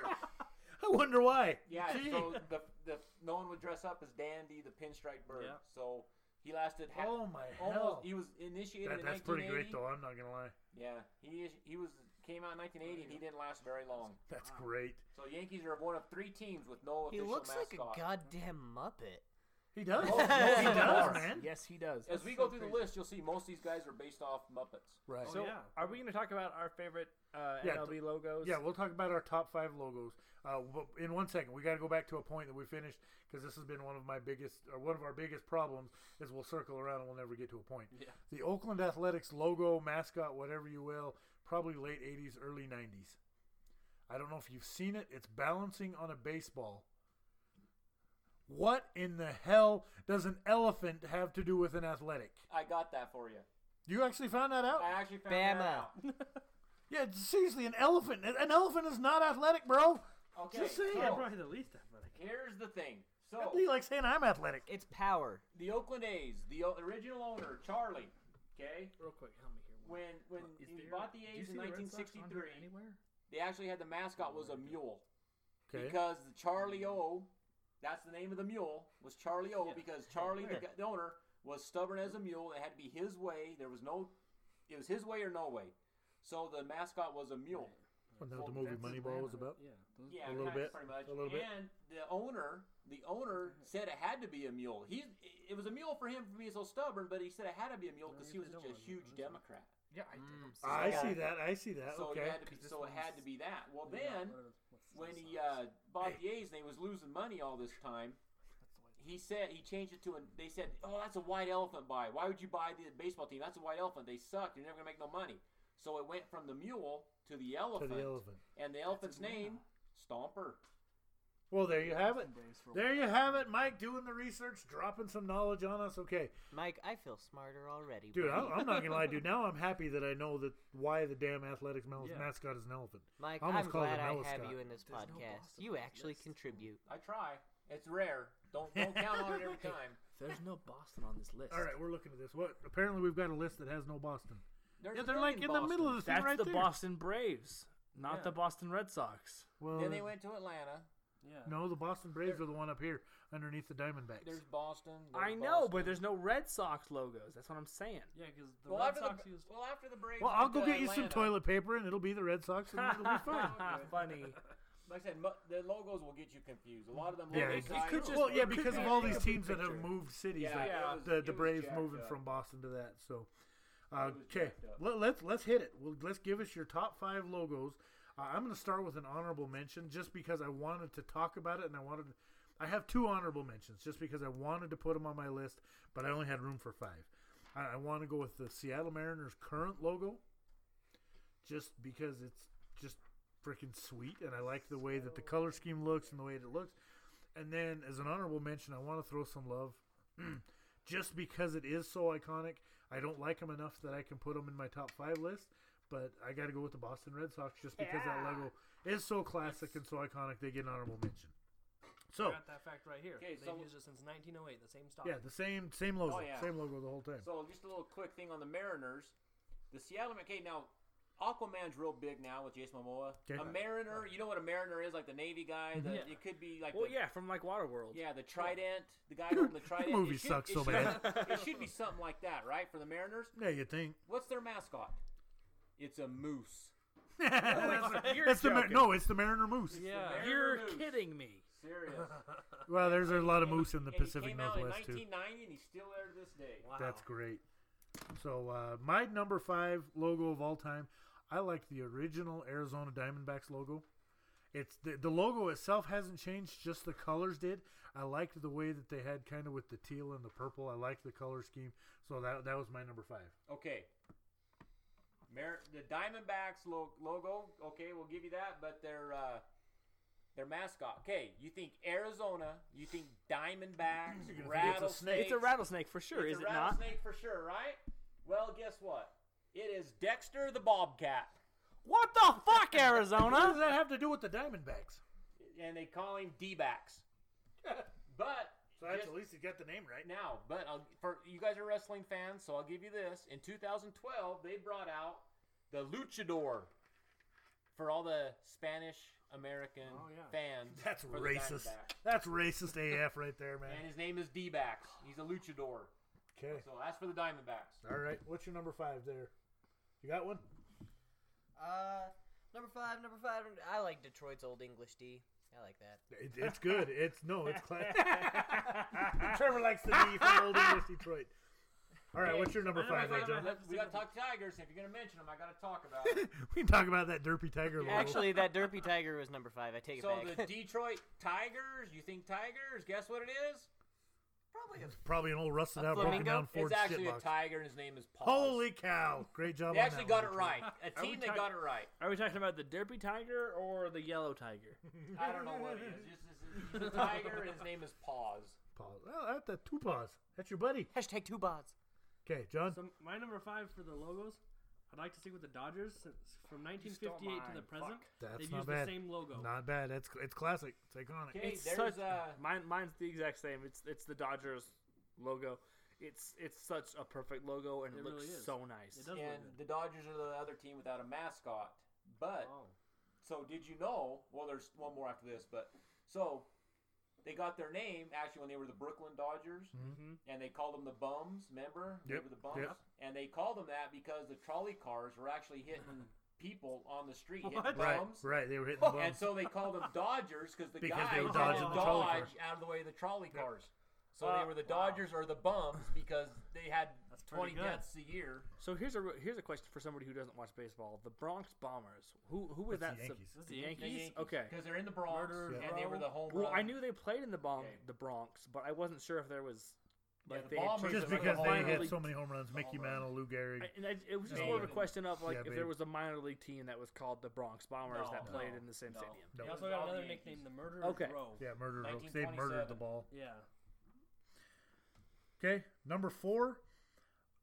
[SPEAKER 2] I wonder why.
[SPEAKER 3] Yeah,
[SPEAKER 2] Gee.
[SPEAKER 3] so the, the no one would dress up as Dandy, the pinstripe bird.
[SPEAKER 4] Yeah.
[SPEAKER 3] So he lasted. Ha-
[SPEAKER 2] oh my
[SPEAKER 3] almost,
[SPEAKER 2] hell!
[SPEAKER 3] He was initiated
[SPEAKER 2] That,
[SPEAKER 3] in
[SPEAKER 2] that's pretty great,
[SPEAKER 3] 1980.
[SPEAKER 2] though. I'm not gonna lie.
[SPEAKER 3] Yeah, he is, he was came out in 1980 and he didn't last very long.
[SPEAKER 2] That's great.
[SPEAKER 3] So Yankees are one of three teams with no
[SPEAKER 6] he
[SPEAKER 3] official
[SPEAKER 6] looks like
[SPEAKER 3] mascot.
[SPEAKER 6] a goddamn Muppet.
[SPEAKER 2] He does.
[SPEAKER 3] Oh, yes,
[SPEAKER 2] he
[SPEAKER 3] he
[SPEAKER 2] does,
[SPEAKER 3] does.
[SPEAKER 2] man.
[SPEAKER 7] Yes, he does.
[SPEAKER 3] As we go through the list, you'll see most of these guys are based off Muppets.
[SPEAKER 2] Right.
[SPEAKER 7] So,
[SPEAKER 4] Oh, yeah.
[SPEAKER 7] are we going to talk about our favorite uh,
[SPEAKER 2] Yeah,
[SPEAKER 7] MLB
[SPEAKER 2] th-
[SPEAKER 7] logos?
[SPEAKER 2] Yeah, we'll talk about our top five logos uh, w- in one second. We got to go back to a point that we finished because this has been one of my biggest, or one of our biggest problems, is we'll circle around and we'll never get to a point.
[SPEAKER 4] Yeah.
[SPEAKER 2] The Oakland Athletics logo, mascot, whatever you will, probably late '80s, early '90s. I don't know if you've seen it. It's balancing on a baseball. What in the hell does an elephant have to do with an athletic?
[SPEAKER 3] I got that for you.
[SPEAKER 2] You actually found that out?
[SPEAKER 3] I actually found
[SPEAKER 6] Bama.
[SPEAKER 3] that out.
[SPEAKER 2] Yeah, seriously, an elephant. An an elephant is not athletic, bro.
[SPEAKER 3] Okay,
[SPEAKER 2] Just saying.
[SPEAKER 3] so
[SPEAKER 2] Yeah,
[SPEAKER 4] Yeah, probably the least athletic.
[SPEAKER 3] here's the thing. So
[SPEAKER 2] That'd be like saying I'm athletic.
[SPEAKER 6] It's power.
[SPEAKER 3] the Oakland A's, the o- original owner Charlie. Okay,
[SPEAKER 7] Real quick, help me here.
[SPEAKER 3] when when
[SPEAKER 7] Is
[SPEAKER 3] he
[SPEAKER 7] there- Oh
[SPEAKER 3] bought the
[SPEAKER 7] do you
[SPEAKER 3] A's
[SPEAKER 7] see
[SPEAKER 3] in
[SPEAKER 7] the Red Sox on here
[SPEAKER 3] 1963,
[SPEAKER 7] Anywhere?
[SPEAKER 3] they actually had the mascot was a mule
[SPEAKER 2] Okay.
[SPEAKER 3] because the Charlie O, that's the name of the mule, was Charlie O because Charlie the, gu- the owner was stubborn as a mule. It had to be his way. There was no, it was his way or no way. So the mascot was a mule.
[SPEAKER 2] Wasn't that what the movie Moneyball was about?
[SPEAKER 7] Yeah.
[SPEAKER 3] Yeah,
[SPEAKER 2] A little
[SPEAKER 3] kinda
[SPEAKER 2] bit.
[SPEAKER 3] pretty much.
[SPEAKER 2] A little bit.
[SPEAKER 3] And Uh-huh. the owner, the owner said it had to be a mule. He, it was a mule for him for being so stubborn, but he said it had to be a mule because he was such a huge Democrat.
[SPEAKER 7] Yeah, I
[SPEAKER 2] I
[SPEAKER 3] Yeah.
[SPEAKER 2] see that. I see that.
[SPEAKER 3] So
[SPEAKER 2] okay.
[SPEAKER 3] it had to be. So it had to be that. Well, then when he
[SPEAKER 4] uh,
[SPEAKER 3] uh, bought the A's and he was losing money all this time, he said he changed it to a. They said, "Oh, that's a white elephant buy. Why would you buy the baseball team? That's a white elephant. They suck. You're never gonna make no money." So it went from the mule to the
[SPEAKER 2] To
[SPEAKER 3] elephant,
[SPEAKER 2] the elephant.
[SPEAKER 3] and the elephant's name, Stomper.
[SPEAKER 2] Well, there you have it.
[SPEAKER 4] Braves for a
[SPEAKER 2] There you have it, Mike, doing the research, dropping some knowledge on us. Okay,
[SPEAKER 6] Mike, I feel smarter already.
[SPEAKER 2] dude,
[SPEAKER 6] buddy.
[SPEAKER 2] I'm, I'm not gonna lie, dude. Now I'm happy that I know that why the damn athletics mal-
[SPEAKER 4] Yeah.
[SPEAKER 2] mascot is an elephant.
[SPEAKER 6] Mike,
[SPEAKER 2] I almost
[SPEAKER 6] I'm
[SPEAKER 2] called
[SPEAKER 6] glad
[SPEAKER 2] it
[SPEAKER 6] I
[SPEAKER 2] Mellis
[SPEAKER 6] have
[SPEAKER 2] Scott.
[SPEAKER 6] you in this
[SPEAKER 4] There's no
[SPEAKER 6] podcast.
[SPEAKER 4] Boston
[SPEAKER 6] you
[SPEAKER 4] on this
[SPEAKER 6] actually
[SPEAKER 4] list.
[SPEAKER 6] contribute.
[SPEAKER 3] I try. It's rare. Don't don't count on it every time.
[SPEAKER 7] There's no Boston on this list.
[SPEAKER 2] All right, we're looking at this. What? Apparently, we've got a list that has no Boston.
[SPEAKER 3] There's
[SPEAKER 2] Yeah,
[SPEAKER 3] a
[SPEAKER 2] they're
[SPEAKER 3] million
[SPEAKER 2] like in the middle of the thing
[SPEAKER 7] That's
[SPEAKER 2] right
[SPEAKER 7] the
[SPEAKER 2] there.
[SPEAKER 7] Boston Braves, not
[SPEAKER 4] Yeah.
[SPEAKER 7] the Boston Red Sox.
[SPEAKER 2] Well,
[SPEAKER 3] Boston. Then they went to Atlanta.
[SPEAKER 4] Yeah.
[SPEAKER 2] no, the Boston Braves are the one up here underneath the Diamondbacks.
[SPEAKER 3] There's Boston.
[SPEAKER 7] I
[SPEAKER 3] there's
[SPEAKER 7] know,
[SPEAKER 3] Boston.
[SPEAKER 7] but there's no Red Sox logos. That's what I'm saying.
[SPEAKER 4] Yeah, because the
[SPEAKER 3] well
[SPEAKER 4] Red
[SPEAKER 3] after
[SPEAKER 4] Sox
[SPEAKER 3] the
[SPEAKER 4] used.
[SPEAKER 3] well after the Braves.
[SPEAKER 2] Well, I'll
[SPEAKER 3] went
[SPEAKER 2] go
[SPEAKER 3] to
[SPEAKER 2] get you some
[SPEAKER 3] Atlanta,
[SPEAKER 2] toilet paper, and it'll be the Red Sox, and it'll be fine.
[SPEAKER 7] Funny.
[SPEAKER 3] Like I said, mo- the logos will get you confused. A lot of them.
[SPEAKER 2] Yeah,
[SPEAKER 3] logos
[SPEAKER 2] it-
[SPEAKER 3] I-
[SPEAKER 7] it could just-
[SPEAKER 2] well, yeah,
[SPEAKER 7] it could
[SPEAKER 2] because of
[SPEAKER 7] be
[SPEAKER 2] all
[SPEAKER 7] a
[SPEAKER 2] these
[SPEAKER 7] complete
[SPEAKER 2] teams that have
[SPEAKER 7] picture.
[SPEAKER 2] moved cities,
[SPEAKER 3] Yeah,
[SPEAKER 2] like,
[SPEAKER 3] it was-
[SPEAKER 2] the
[SPEAKER 3] it
[SPEAKER 2] the
[SPEAKER 3] was
[SPEAKER 2] Braves
[SPEAKER 3] jacked
[SPEAKER 2] moving
[SPEAKER 3] up.
[SPEAKER 2] from Boston to that. So, uh,
[SPEAKER 3] was
[SPEAKER 2] okay,
[SPEAKER 3] jacked up.
[SPEAKER 2] let, let's let's hit it. Well, let's give us your top five logos. Uh, I'm going to start with an honorable mention, just because I wanted to talk about it, and I wanted. I have two honorable mentions, just because I wanted to put them on my list, but I only had room for five. I, I want to go with the Seattle Mariners' current logo, just because it's just freaking sweet, and I like the way that the color scheme looks and the way that it looks. And then, as an honorable mention, I want to throw some love, just because it is so iconic. I don't like them enough that I can put them in my top five list, but I got to go with the Boston Red Sox just because that logo is so classic and so iconic. They get an honorable mention. So
[SPEAKER 4] Got that fact right here.
[SPEAKER 3] Okay,
[SPEAKER 4] They've
[SPEAKER 3] so-
[SPEAKER 4] used it since 1908. The same stock.
[SPEAKER 2] Oh. yeah, the same same logo,
[SPEAKER 3] Oh, yeah.
[SPEAKER 2] same logo the whole time.
[SPEAKER 3] So just a little quick thing on the Mariners. The Seattle okay now Aquaman's real big now with Jason Momoa.
[SPEAKER 2] Okay.
[SPEAKER 3] A mariner, you know what a mariner is, like the Navy guy. The,
[SPEAKER 4] Yeah.
[SPEAKER 3] It could be like
[SPEAKER 7] Well,
[SPEAKER 3] the,
[SPEAKER 7] yeah, from like Waterworld.
[SPEAKER 3] yeah, the Trident, the guy holding the Trident. It
[SPEAKER 2] movie
[SPEAKER 3] should-
[SPEAKER 2] sucks
[SPEAKER 3] it
[SPEAKER 2] so
[SPEAKER 3] should-
[SPEAKER 2] bad.
[SPEAKER 3] It should be something like that, right? For the Mariners,
[SPEAKER 2] yeah, you think
[SPEAKER 3] what's their mascot? It's a moose.
[SPEAKER 2] that's,
[SPEAKER 7] You're
[SPEAKER 2] that's the Mar-
[SPEAKER 7] joking.
[SPEAKER 2] no, it's the Mariner Moose.
[SPEAKER 4] Yeah.
[SPEAKER 3] Mariners.
[SPEAKER 7] You're
[SPEAKER 3] Moose.
[SPEAKER 7] kidding me.
[SPEAKER 3] Serious.
[SPEAKER 2] Well, there's a lot of
[SPEAKER 3] And-
[SPEAKER 2] moose in the
[SPEAKER 3] and he
[SPEAKER 2] Pacific
[SPEAKER 3] came out in
[SPEAKER 2] Northwest too.
[SPEAKER 3] 1990, and he's still there to this day.
[SPEAKER 4] Wow.
[SPEAKER 2] That's great. So uh, my number five logo of all time, I like the original Arizona Diamondbacks logo. It's the, the logo itself hasn't changed, just the colors did. I liked the way that they had kind of with the teal and the purple. I liked the color scheme, so that that was my number five.
[SPEAKER 3] Okay. Mar- the Diamondbacks lo- logo, okay, we'll give you that, but their uh, their mascot. Okay, you think Arizona, you think Diamondbacks, rattlesnake.
[SPEAKER 7] It's a rattlesnake for sure,
[SPEAKER 3] It's
[SPEAKER 7] is
[SPEAKER 3] a
[SPEAKER 7] it not?
[SPEAKER 3] rattlesnake for sure, right? Well, guess what? It is Dexter the Bobcat,
[SPEAKER 7] What the fuck,
[SPEAKER 2] What does
[SPEAKER 7] Arizona?
[SPEAKER 2] that have to do with the Diamondbacks?
[SPEAKER 3] and they call him D-backs. But
[SPEAKER 2] So that's
[SPEAKER 3] just-
[SPEAKER 2] at least he got the name right.
[SPEAKER 3] now, but I'll, for you guys are wrestling fans, so I'll give you this. In 2012, they brought out the Luchador for all the Spanish American
[SPEAKER 4] Oh, yeah.
[SPEAKER 3] fans.
[SPEAKER 2] That's
[SPEAKER 3] for the
[SPEAKER 2] racist.
[SPEAKER 3] Diamondbacks.
[SPEAKER 2] That's racist AF right there,
[SPEAKER 3] And
[SPEAKER 2] man.
[SPEAKER 3] his name is D-backs. He's a Luchador.
[SPEAKER 2] Okay.
[SPEAKER 3] So that's for the Diamondbacks.
[SPEAKER 2] All right. What's your number five there? You got one?
[SPEAKER 6] Uh, number five, number five. I like Detroit's old English D. I like that.
[SPEAKER 2] It, it's good. It's no, it's class. Trevor likes the D from Old English Detroit. All right, what's your number five, there, John?
[SPEAKER 3] Let- We got to talk Tigers. If you're going to mention them, I got to talk about it.
[SPEAKER 2] We can talk about that derpy tiger logo.
[SPEAKER 6] Actually, that Derpy Tiger was number five. I take it
[SPEAKER 3] so
[SPEAKER 6] back.
[SPEAKER 3] the Detroit Tigers, you think Tigers? Guess what it is? Probably a,
[SPEAKER 2] probably an old rusted
[SPEAKER 6] A
[SPEAKER 2] out, broken
[SPEAKER 6] flamingo?
[SPEAKER 2] down Ford
[SPEAKER 3] It's actually a
[SPEAKER 2] shitbox.
[SPEAKER 3] tiger, and his name is Paul.
[SPEAKER 2] Holy cow! Great job.
[SPEAKER 3] They
[SPEAKER 2] on
[SPEAKER 3] actually
[SPEAKER 2] that
[SPEAKER 3] got
[SPEAKER 2] one,
[SPEAKER 3] it right. A team that
[SPEAKER 7] talking-
[SPEAKER 3] got it right.
[SPEAKER 7] Are we talking about the derpy tiger or the yellow tiger?
[SPEAKER 3] I don't know what it is. Just, it's- it's- he's a tiger, and his name is Paws.
[SPEAKER 2] Paul. Well, that's the two paws. That's your buddy.
[SPEAKER 6] Hashtag two bots.
[SPEAKER 2] Okay, John.
[SPEAKER 4] So my number five for the logos, I'd like to stick with the Dodgers since from 1958 to the present.
[SPEAKER 2] That's
[SPEAKER 4] they've
[SPEAKER 2] not
[SPEAKER 4] used
[SPEAKER 2] bad.
[SPEAKER 4] the same logo.
[SPEAKER 2] Not bad. That's it's classic. It's iconic.
[SPEAKER 3] Okay,
[SPEAKER 7] It's such,
[SPEAKER 3] there's uh,
[SPEAKER 7] mine, mine's the exact same. It's it's the Dodgers logo. It's it's such a perfect logo and it,
[SPEAKER 4] It
[SPEAKER 7] looks
[SPEAKER 4] really is.
[SPEAKER 7] so nice.
[SPEAKER 4] It does look
[SPEAKER 3] and
[SPEAKER 4] good.
[SPEAKER 3] the Dodgers are the other team without a mascot. But
[SPEAKER 4] Oh.
[SPEAKER 3] so did you know? Well, there's one more after this, but so they got their name actually when they were the Brooklyn Dodgers,
[SPEAKER 4] Mm-hmm.
[SPEAKER 3] and they called them the Bums. Remember? They
[SPEAKER 2] Yep,
[SPEAKER 3] were the Bums,
[SPEAKER 2] yep.
[SPEAKER 3] and they called them that because the trolley cars were actually hitting people on the street, hitting
[SPEAKER 4] What?
[SPEAKER 2] Right,
[SPEAKER 3] bums.
[SPEAKER 2] right. They were hitting the
[SPEAKER 3] Oh, And
[SPEAKER 2] bums.
[SPEAKER 3] so they called them Dodgers cause the
[SPEAKER 2] Because
[SPEAKER 3] guys
[SPEAKER 2] they were
[SPEAKER 3] had
[SPEAKER 2] dodging
[SPEAKER 3] to
[SPEAKER 2] the trolley
[SPEAKER 3] dodge
[SPEAKER 2] cars.
[SPEAKER 3] out of the way of the trolley cars. So
[SPEAKER 7] Wow.
[SPEAKER 3] they were the Dodgers or the Bums because they had
[SPEAKER 4] That's
[SPEAKER 3] 20
[SPEAKER 4] pretty good.
[SPEAKER 3] deaths a year.
[SPEAKER 7] So here's a re- here's a question for somebody who doesn't watch baseball. The Bronx Bombers. Who who was
[SPEAKER 2] That's
[SPEAKER 7] that?
[SPEAKER 2] the
[SPEAKER 7] sub-
[SPEAKER 2] Yankees.
[SPEAKER 4] That's
[SPEAKER 7] the
[SPEAKER 4] the
[SPEAKER 7] Yankees?
[SPEAKER 4] Yankees.
[SPEAKER 7] Okay.
[SPEAKER 3] Because they're in the Bronx
[SPEAKER 4] Murder,
[SPEAKER 3] and they were the home
[SPEAKER 7] Well,
[SPEAKER 3] run.
[SPEAKER 7] I knew they played in the Bron-
[SPEAKER 3] Okay.
[SPEAKER 7] the Bronx, but I wasn't sure if there was
[SPEAKER 3] Yeah,
[SPEAKER 5] Like
[SPEAKER 3] the
[SPEAKER 5] they had
[SPEAKER 3] Bombers
[SPEAKER 5] traded
[SPEAKER 2] Just
[SPEAKER 3] Like,
[SPEAKER 2] because
[SPEAKER 5] minor
[SPEAKER 2] they hit
[SPEAKER 5] league-
[SPEAKER 2] so many home runs, Mickey Mantle, Lou Gehrig.
[SPEAKER 5] I- And I, it was just more of a
[SPEAKER 3] Babe.
[SPEAKER 5] question of like
[SPEAKER 2] Yeah,
[SPEAKER 5] if
[SPEAKER 2] Babe.
[SPEAKER 5] there was a minor league team that was called the Bronx Bombers
[SPEAKER 3] No,
[SPEAKER 5] that played
[SPEAKER 3] no,
[SPEAKER 5] in the same
[SPEAKER 3] no.
[SPEAKER 5] stadium.
[SPEAKER 2] No.
[SPEAKER 4] He also got another nickname, the Murderer's
[SPEAKER 5] Okay.
[SPEAKER 4] Row.
[SPEAKER 2] Yeah, murder. row, 'cause They murdered the
[SPEAKER 3] 1927.
[SPEAKER 2] ball.
[SPEAKER 4] Yeah.
[SPEAKER 2] Okay, number four.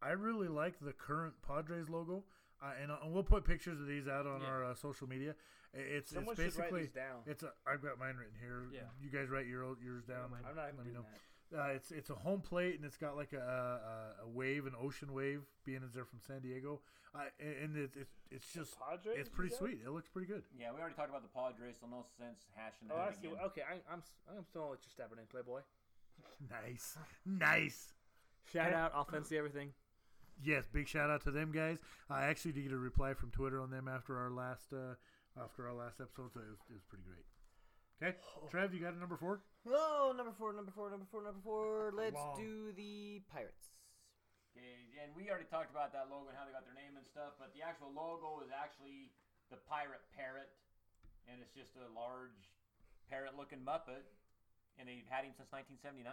[SPEAKER 2] I really like the current Padres logo, uh, and, uh, and we'll put pictures of these out on our uh, social media. I- It's
[SPEAKER 5] Someone
[SPEAKER 2] it's
[SPEAKER 5] should write
[SPEAKER 2] basically
[SPEAKER 5] these down.
[SPEAKER 2] it's a. I've got mine written here.
[SPEAKER 4] Yeah.
[SPEAKER 2] You guys write your yours down.
[SPEAKER 4] mine.
[SPEAKER 5] I'm not
[SPEAKER 2] Let
[SPEAKER 5] even
[SPEAKER 2] me
[SPEAKER 5] doing
[SPEAKER 2] know.
[SPEAKER 5] that.
[SPEAKER 2] Uh, it's it's a home plate and it's got like a, a, a wave, an ocean wave, being as they're from San Diego, uh, and it's it's it's just
[SPEAKER 5] Padres,
[SPEAKER 2] it's pretty
[SPEAKER 5] you
[SPEAKER 2] sweet. It looks pretty good.
[SPEAKER 3] Yeah, we already talked about the Padres, so no sense hashing that
[SPEAKER 5] Oh, I see.
[SPEAKER 3] again.
[SPEAKER 5] Okay, I, I'm s- I'm still gonna let you stab it in, Playboy.
[SPEAKER 2] Nice, nice.
[SPEAKER 5] Shout out, offense, everything.
[SPEAKER 2] Yes, big shout out to them guys. I actually did get a reply from Twitter on them after our last uh, after our last episode, so it was, it was pretty great. Okay, Trev, you got a number four?
[SPEAKER 6] Oh, number four, number four, number four, number four. Let's
[SPEAKER 2] Long.
[SPEAKER 6] do the Pirates.
[SPEAKER 3] Okay, and we already talked about that logo and how they got their name and stuff, but the actual logo is actually the pirate parrot, and it's just a large parrot-looking Muppet, and they've had him since 1979.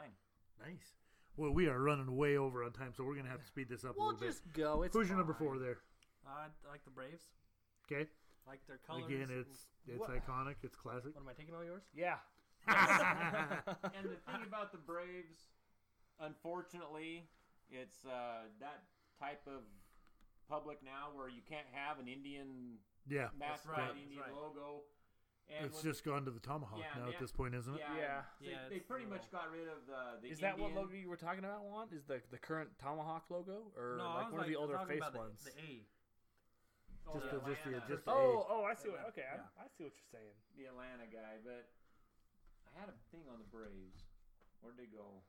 [SPEAKER 2] Nice. Well, we are running way over on time, so we're gonna have to speed this up a
[SPEAKER 5] We'll
[SPEAKER 2] little
[SPEAKER 5] just
[SPEAKER 2] bit.
[SPEAKER 5] go. Oh, It's
[SPEAKER 2] Who's your number four
[SPEAKER 5] fine.
[SPEAKER 2] there?
[SPEAKER 4] I I like the Braves.
[SPEAKER 2] Okay,
[SPEAKER 4] I like their colors.
[SPEAKER 2] again,
[SPEAKER 4] and-
[SPEAKER 2] it's it's
[SPEAKER 4] What-
[SPEAKER 2] iconic, it's classic.
[SPEAKER 4] What am I taking all yours?
[SPEAKER 5] Yeah.
[SPEAKER 3] and the thing about the Braves, unfortunately, it's uh, that type of public now where you can't have an Indian
[SPEAKER 2] Yeah,
[SPEAKER 4] That's
[SPEAKER 3] mascot,
[SPEAKER 4] right,
[SPEAKER 3] Indian
[SPEAKER 4] that's right.
[SPEAKER 3] logo. And
[SPEAKER 2] it's
[SPEAKER 3] when-
[SPEAKER 2] just gone to the tomahawk
[SPEAKER 3] Yeah,
[SPEAKER 2] now
[SPEAKER 3] yeah.
[SPEAKER 2] at this point, isn't it?
[SPEAKER 3] yeah,
[SPEAKER 5] Yeah.
[SPEAKER 3] They,
[SPEAKER 4] Yeah,
[SPEAKER 3] they
[SPEAKER 4] it's
[SPEAKER 3] pretty
[SPEAKER 4] the-
[SPEAKER 3] much got rid of the the.
[SPEAKER 5] Is that what
[SPEAKER 3] Indian-
[SPEAKER 5] logo you were talking about, Juan? Is the the current Tomahawk logo or
[SPEAKER 4] no, I
[SPEAKER 5] like
[SPEAKER 4] was
[SPEAKER 5] one
[SPEAKER 4] like,
[SPEAKER 5] of the older
[SPEAKER 4] talking
[SPEAKER 5] face
[SPEAKER 4] about
[SPEAKER 5] ones?
[SPEAKER 4] The, the A.
[SPEAKER 3] Oh,
[SPEAKER 2] Just
[SPEAKER 3] the
[SPEAKER 2] the, just the
[SPEAKER 3] Atlanta-
[SPEAKER 2] just the
[SPEAKER 5] oh, oh, I see what.
[SPEAKER 4] Yeah.
[SPEAKER 5] Okay,
[SPEAKER 4] Yeah.
[SPEAKER 5] I, I see what you're saying.
[SPEAKER 3] the Atlanta guy, but I had a thing on the Braves. Where'd they go?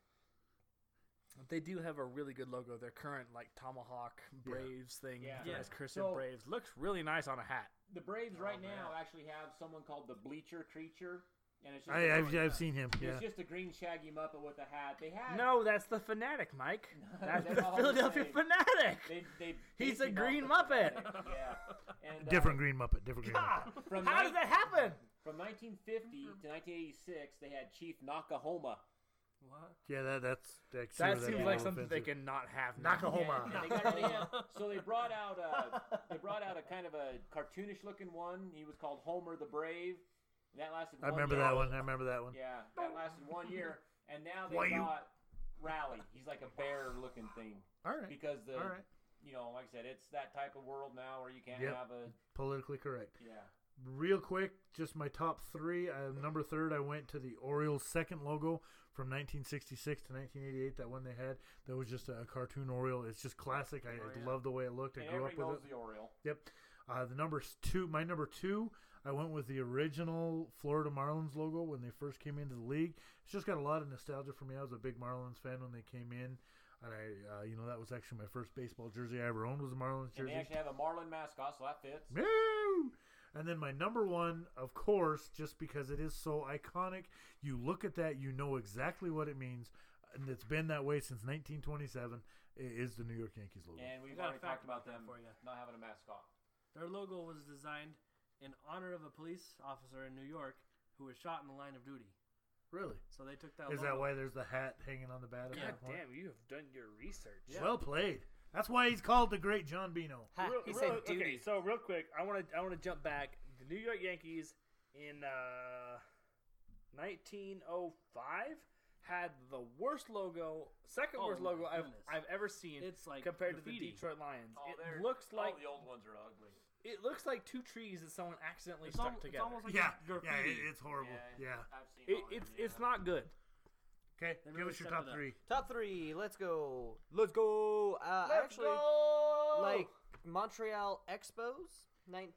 [SPEAKER 5] They do have a really good logo. Their current like Tomahawk Braves thing,
[SPEAKER 3] Yeah.
[SPEAKER 5] yeah.
[SPEAKER 4] Yeah.
[SPEAKER 5] as Christian
[SPEAKER 3] So-
[SPEAKER 5] Braves, looks really nice on a hat.
[SPEAKER 3] The Braves right now actually have someone called the Bleacher Creature, and it's just
[SPEAKER 2] I,
[SPEAKER 3] a
[SPEAKER 2] I've,
[SPEAKER 3] green-
[SPEAKER 2] I've seen him. Yeah,
[SPEAKER 3] It's just a green shaggy muppet with a hat. They had
[SPEAKER 5] No, that's the fanatic, Mike. That's
[SPEAKER 3] They're
[SPEAKER 5] the
[SPEAKER 3] all the
[SPEAKER 5] Philadelphia
[SPEAKER 3] same.
[SPEAKER 5] fanatic.
[SPEAKER 3] They, they
[SPEAKER 5] He's a
[SPEAKER 3] basically
[SPEAKER 5] green
[SPEAKER 3] bought the
[SPEAKER 5] Muppet.
[SPEAKER 3] fanatic, Yeah. And, uh,
[SPEAKER 2] different Green Muppet, different Green Muppet.
[SPEAKER 3] From,
[SPEAKER 5] How
[SPEAKER 3] nine-
[SPEAKER 5] did that happen?
[SPEAKER 3] from 1950 to 1986, they had Chief Nakahoma.
[SPEAKER 4] What?
[SPEAKER 2] Yeah, that that's that's
[SPEAKER 5] That seems like something they cannot have. now.
[SPEAKER 2] Nakahoma.
[SPEAKER 3] And they got rid of him. So they brought out a, they brought out a kind of a cartoonish looking one. He was called Homer the Brave. And that lasted.
[SPEAKER 2] I
[SPEAKER 3] one
[SPEAKER 2] remember
[SPEAKER 3] year.
[SPEAKER 2] that one. I remember that one.
[SPEAKER 3] Yeah, that lasted one year, and now they
[SPEAKER 2] Why you-
[SPEAKER 3] got Rally. He's like a bear-looking thing
[SPEAKER 2] All right,
[SPEAKER 3] because the
[SPEAKER 2] all right.
[SPEAKER 3] you know, like I said, it's that type of world now where you can't
[SPEAKER 2] Yep.
[SPEAKER 3] have a
[SPEAKER 2] Politically correct.
[SPEAKER 3] yeah.
[SPEAKER 2] Real quick, just my top three. Uh, number third, I went to the Orioles' second logo from 1966 to 1988. That one they had that was just a cartoon Oriole. It's just classic. I love the way it looked. I
[SPEAKER 3] And
[SPEAKER 2] grew
[SPEAKER 3] Oh,
[SPEAKER 2] up
[SPEAKER 3] everybody
[SPEAKER 2] with
[SPEAKER 3] knows
[SPEAKER 2] it.
[SPEAKER 3] the Oriole.
[SPEAKER 2] Yep. Uh, the numbers two, my number two, I went with the original Florida Marlins logo when they first came into the league. It's just got a lot of nostalgia for me. I was a big Marlins fan when they came in, and I, uh, you know, that was actually my first baseball jersey I ever owned was a Marlins
[SPEAKER 3] And
[SPEAKER 2] jersey.
[SPEAKER 3] they actually have a Marlin mascot, so that fits.
[SPEAKER 2] Meow! And then my number one, of course, just because it is so iconic, you look at that, you know exactly what it means, and it's been that way since 1927. i- Is the New York Yankees logo?
[SPEAKER 3] And we've
[SPEAKER 4] got a
[SPEAKER 3] already
[SPEAKER 4] fact
[SPEAKER 3] talked about
[SPEAKER 4] about that
[SPEAKER 3] them
[SPEAKER 4] for you.
[SPEAKER 3] not having a mascot.
[SPEAKER 4] Their logo was designed in honor of a police officer in New York who was shot in the line of duty.
[SPEAKER 2] Really?
[SPEAKER 4] So they took that.
[SPEAKER 2] Is
[SPEAKER 4] logo.
[SPEAKER 2] that why there's the hat hanging on the bat? At
[SPEAKER 4] Yeah.
[SPEAKER 2] that point?
[SPEAKER 5] you have done your research.
[SPEAKER 4] Yeah.
[SPEAKER 2] Well played. That's why he's called the great John Bino.
[SPEAKER 6] Ha,
[SPEAKER 5] Real-
[SPEAKER 6] he
[SPEAKER 5] real-
[SPEAKER 6] said duty.
[SPEAKER 5] Okay, so real quick, I want to I want to jump back. The New York Yankees in uh, 1905 had the worst logo, second
[SPEAKER 4] Oh
[SPEAKER 5] worst
[SPEAKER 4] my
[SPEAKER 5] logo I've,
[SPEAKER 4] goodness.
[SPEAKER 5] I've ever seen.
[SPEAKER 4] It's like
[SPEAKER 5] compared to the
[SPEAKER 4] graffiti.
[SPEAKER 5] Detroit Lions.
[SPEAKER 3] Oh, they're-
[SPEAKER 5] it looks like
[SPEAKER 3] all the old ones are ugly.
[SPEAKER 5] it looks like two trees that someone accidentally
[SPEAKER 4] It's,
[SPEAKER 5] stuck
[SPEAKER 4] al- it's
[SPEAKER 5] together.
[SPEAKER 4] almost like
[SPEAKER 2] Yeah,
[SPEAKER 4] graffiti.
[SPEAKER 2] yeah, it, it's horrible. Yeah.
[SPEAKER 3] I've seen
[SPEAKER 5] It-
[SPEAKER 3] all of
[SPEAKER 5] it's
[SPEAKER 3] them,
[SPEAKER 5] it's
[SPEAKER 3] yeah.
[SPEAKER 5] not good.
[SPEAKER 2] Okay,
[SPEAKER 4] They
[SPEAKER 2] give
[SPEAKER 4] really
[SPEAKER 2] us your
[SPEAKER 4] stepped
[SPEAKER 2] top
[SPEAKER 4] it up.
[SPEAKER 2] three.
[SPEAKER 6] Top three. Let's go. Let's go. Uh, I actually, like Montreal Expos,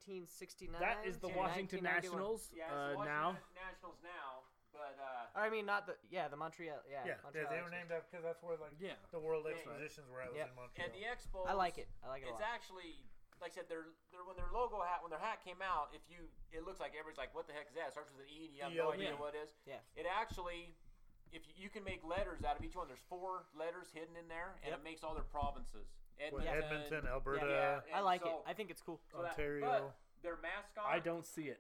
[SPEAKER 6] 1969.
[SPEAKER 5] That is the
[SPEAKER 6] to 1991.
[SPEAKER 5] Washington Nationals
[SPEAKER 3] Yeah, it's the
[SPEAKER 5] uh, now.
[SPEAKER 3] Washington Nationals now, but uh,
[SPEAKER 6] I mean, not the yeah, the Montreal. Yeah,
[SPEAKER 2] Yeah, they,
[SPEAKER 6] Montreal
[SPEAKER 2] they were
[SPEAKER 6] Expos.
[SPEAKER 2] named after because that's where like
[SPEAKER 4] Yeah.
[SPEAKER 2] the World
[SPEAKER 3] Yeah.
[SPEAKER 2] Expositions were at was
[SPEAKER 6] Yeah.
[SPEAKER 2] in Montreal.
[SPEAKER 3] and the Expos.
[SPEAKER 6] I like it. I like it a
[SPEAKER 3] It's
[SPEAKER 6] lot.
[SPEAKER 3] actually like I said, their, their when their logo hat when their hat came out, if you it looks like everybody's like, what the heck is that? It starts with an E and you have no
[SPEAKER 2] Yeah.
[SPEAKER 3] idea what it is.
[SPEAKER 6] Yeah.
[SPEAKER 3] It actually, if you, you can make letters out of each one, there's four letters hidden in there, and it makes all their provinces.
[SPEAKER 2] With Edmonton,
[SPEAKER 3] Edmonton,
[SPEAKER 2] Alberta.
[SPEAKER 6] Yeah,
[SPEAKER 3] Yeah,
[SPEAKER 6] I
[SPEAKER 3] and
[SPEAKER 6] like it.
[SPEAKER 3] so-
[SPEAKER 6] I think it's cool.
[SPEAKER 3] so that-
[SPEAKER 2] Ontario.
[SPEAKER 3] but their mascot.
[SPEAKER 5] I don't see it.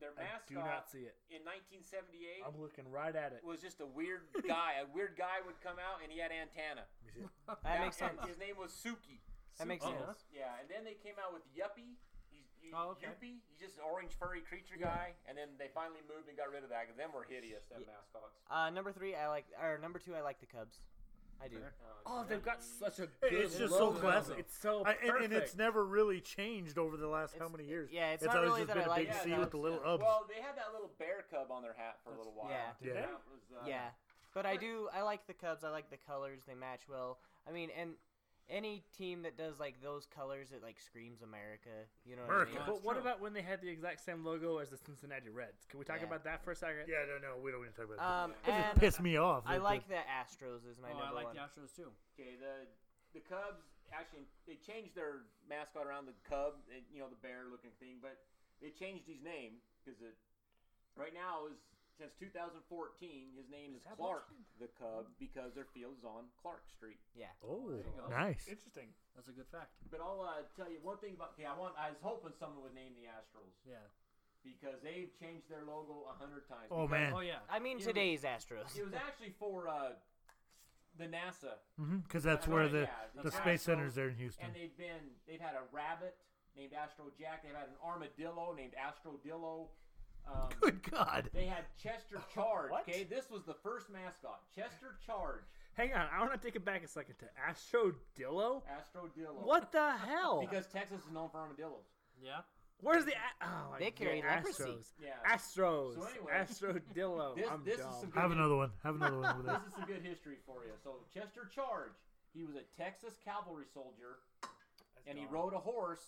[SPEAKER 3] their
[SPEAKER 5] I
[SPEAKER 3] mascot
[SPEAKER 5] do not see it.
[SPEAKER 3] in 1978
[SPEAKER 5] I'm looking right at it.
[SPEAKER 3] was just a weird guy. A weird guy would come out and he had antenna.
[SPEAKER 6] That makes
[SPEAKER 3] and
[SPEAKER 6] sense.
[SPEAKER 3] His name was Suki.
[SPEAKER 6] That makes
[SPEAKER 4] Oh.
[SPEAKER 6] sense.
[SPEAKER 3] Yeah, and then they came out with Yuppie. He's, he,
[SPEAKER 4] Oh, okay.
[SPEAKER 3] Yuppie. He's just an orange furry creature guy. And then they finally moved and got rid of that because them were hideous, them mascots.
[SPEAKER 6] Uh, number three, I like, or number two, I like the Cubs. I do.
[SPEAKER 3] Um,
[SPEAKER 5] Oh, they've got such a good
[SPEAKER 2] it's just so
[SPEAKER 5] logo.
[SPEAKER 2] classic.
[SPEAKER 5] It's so
[SPEAKER 2] I,
[SPEAKER 5] perfect.
[SPEAKER 2] and, and it's never really changed over the last how many years?
[SPEAKER 6] yeah, Oh, it's not
[SPEAKER 2] always
[SPEAKER 6] really
[SPEAKER 2] just
[SPEAKER 6] that
[SPEAKER 2] been
[SPEAKER 6] I
[SPEAKER 2] a
[SPEAKER 6] like
[SPEAKER 2] big
[SPEAKER 6] it,
[SPEAKER 2] C
[SPEAKER 6] though.
[SPEAKER 2] with the little ups.
[SPEAKER 3] Well, they had that little bear cub on their hat for a little while.
[SPEAKER 6] Yeah.
[SPEAKER 2] Yeah.
[SPEAKER 3] That was, uh,
[SPEAKER 6] Yeah, but I do. I like the Cubs. I like the colors. They match well. I mean, and any team that does like those colors, it like screams America. You know what
[SPEAKER 2] America.
[SPEAKER 6] I mean?
[SPEAKER 5] But what about when they had the exact same logo as the Cincinnati Reds? Can we talk
[SPEAKER 6] Yeah.
[SPEAKER 5] about that for a second?
[SPEAKER 2] yeah, no, no, we don't even talk about that.
[SPEAKER 6] Um,
[SPEAKER 2] It just
[SPEAKER 6] and
[SPEAKER 2] pissed me off.
[SPEAKER 6] I
[SPEAKER 2] that
[SPEAKER 6] like the Astros is my
[SPEAKER 4] Oh,
[SPEAKER 6] number
[SPEAKER 4] I like
[SPEAKER 6] one.
[SPEAKER 4] the Astros too.
[SPEAKER 3] Okay, the the Cubs actually they changed their mascot around the cub, and, you know, the bear looking thing, but they changed his name because it right now is since 2014 his name is Clark the Cub because their field is on Clark Street.
[SPEAKER 2] the- oh,
[SPEAKER 4] go.
[SPEAKER 2] nice.
[SPEAKER 5] Interesting.
[SPEAKER 4] That's a good fact.
[SPEAKER 3] But I'll uh, tell you one thing about okay, I want I was hoping someone would name the Astros
[SPEAKER 4] Yeah.
[SPEAKER 3] because they've changed their logo a hundred times.
[SPEAKER 2] Oh
[SPEAKER 3] Because
[SPEAKER 2] man,
[SPEAKER 4] Oh yeah.
[SPEAKER 6] I mean,
[SPEAKER 4] Yeah,
[SPEAKER 6] today's Astros.
[SPEAKER 3] It was actually for uh, the NASA
[SPEAKER 2] because Mm-hmm, that's
[SPEAKER 3] I
[SPEAKER 2] where
[SPEAKER 3] know,
[SPEAKER 2] the
[SPEAKER 3] yeah, the
[SPEAKER 2] the
[SPEAKER 3] Astros-
[SPEAKER 2] space center's there in Houston.
[SPEAKER 3] and they've been they've had a rabbit named Astro Jack. They've had an armadillo named Astro Dillo. Um,
[SPEAKER 2] Good God,
[SPEAKER 3] they had Chester Charge.
[SPEAKER 5] What?
[SPEAKER 3] Okay, this was the first mascot, Chester Charge,
[SPEAKER 5] Hang on, I want to take it back a second to Astro Dillo.
[SPEAKER 3] Astro Dillo.
[SPEAKER 5] What the hell?
[SPEAKER 3] Because Texas is known for armadillos.
[SPEAKER 4] Yeah.
[SPEAKER 5] Where's the a- oh,
[SPEAKER 6] They
[SPEAKER 5] yeah,
[SPEAKER 6] carry leprosy.
[SPEAKER 5] Astros?
[SPEAKER 3] Yeah.
[SPEAKER 5] Astros.
[SPEAKER 3] So anyway,
[SPEAKER 5] Astro Dillo.
[SPEAKER 3] This,
[SPEAKER 5] I'm
[SPEAKER 3] this
[SPEAKER 5] dumb.
[SPEAKER 3] is some good
[SPEAKER 2] have another one. Have another one over there.
[SPEAKER 3] this is some good history for you. So Chester Charge, he was a Texas cavalry soldier, and he rode a horse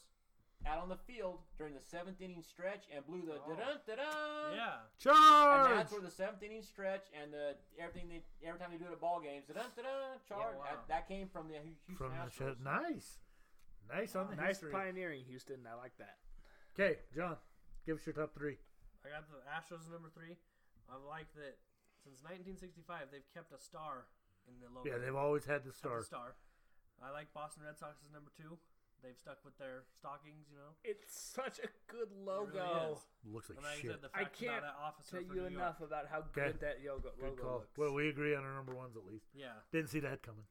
[SPEAKER 3] out on the field during the seventh inning stretch and blew the
[SPEAKER 5] Oh.
[SPEAKER 3] da-dun, da-dun.
[SPEAKER 4] Yeah.
[SPEAKER 2] Charge!
[SPEAKER 3] And that's where the seventh inning stretch and the everything they every time they do it at ball games, da-dun, da-dun, charge.
[SPEAKER 4] wow.
[SPEAKER 3] that, that came from the Hu- Houston
[SPEAKER 2] From the show.
[SPEAKER 3] Astros.
[SPEAKER 2] Nice, nice on the
[SPEAKER 5] nice
[SPEAKER 2] history.
[SPEAKER 5] pioneering, Houston. I like that.
[SPEAKER 2] Okay, John, give us your top three.
[SPEAKER 4] I got the Astros number three. I like that since 1965 they've kept a star in the logo.
[SPEAKER 2] Yeah, they've always had the
[SPEAKER 4] Kept a
[SPEAKER 2] star.
[SPEAKER 4] star. I like Boston Red Sox as number two. They've stuck with their stockings, you know.
[SPEAKER 5] It's such a good
[SPEAKER 4] It really
[SPEAKER 5] logo.
[SPEAKER 4] is.
[SPEAKER 2] Looks like
[SPEAKER 4] And like I
[SPEAKER 2] shit.
[SPEAKER 4] said, the
[SPEAKER 5] I
[SPEAKER 4] fact
[SPEAKER 5] can't
[SPEAKER 4] about an officer
[SPEAKER 5] Tell
[SPEAKER 4] for
[SPEAKER 5] you
[SPEAKER 4] New York.
[SPEAKER 5] enough about how
[SPEAKER 2] Okay.
[SPEAKER 5] good that yoga
[SPEAKER 2] Good
[SPEAKER 5] logo
[SPEAKER 2] call.
[SPEAKER 5] looks.
[SPEAKER 2] Well, we agree on our number ones at least.
[SPEAKER 4] Yeah.
[SPEAKER 2] Didn't see that coming.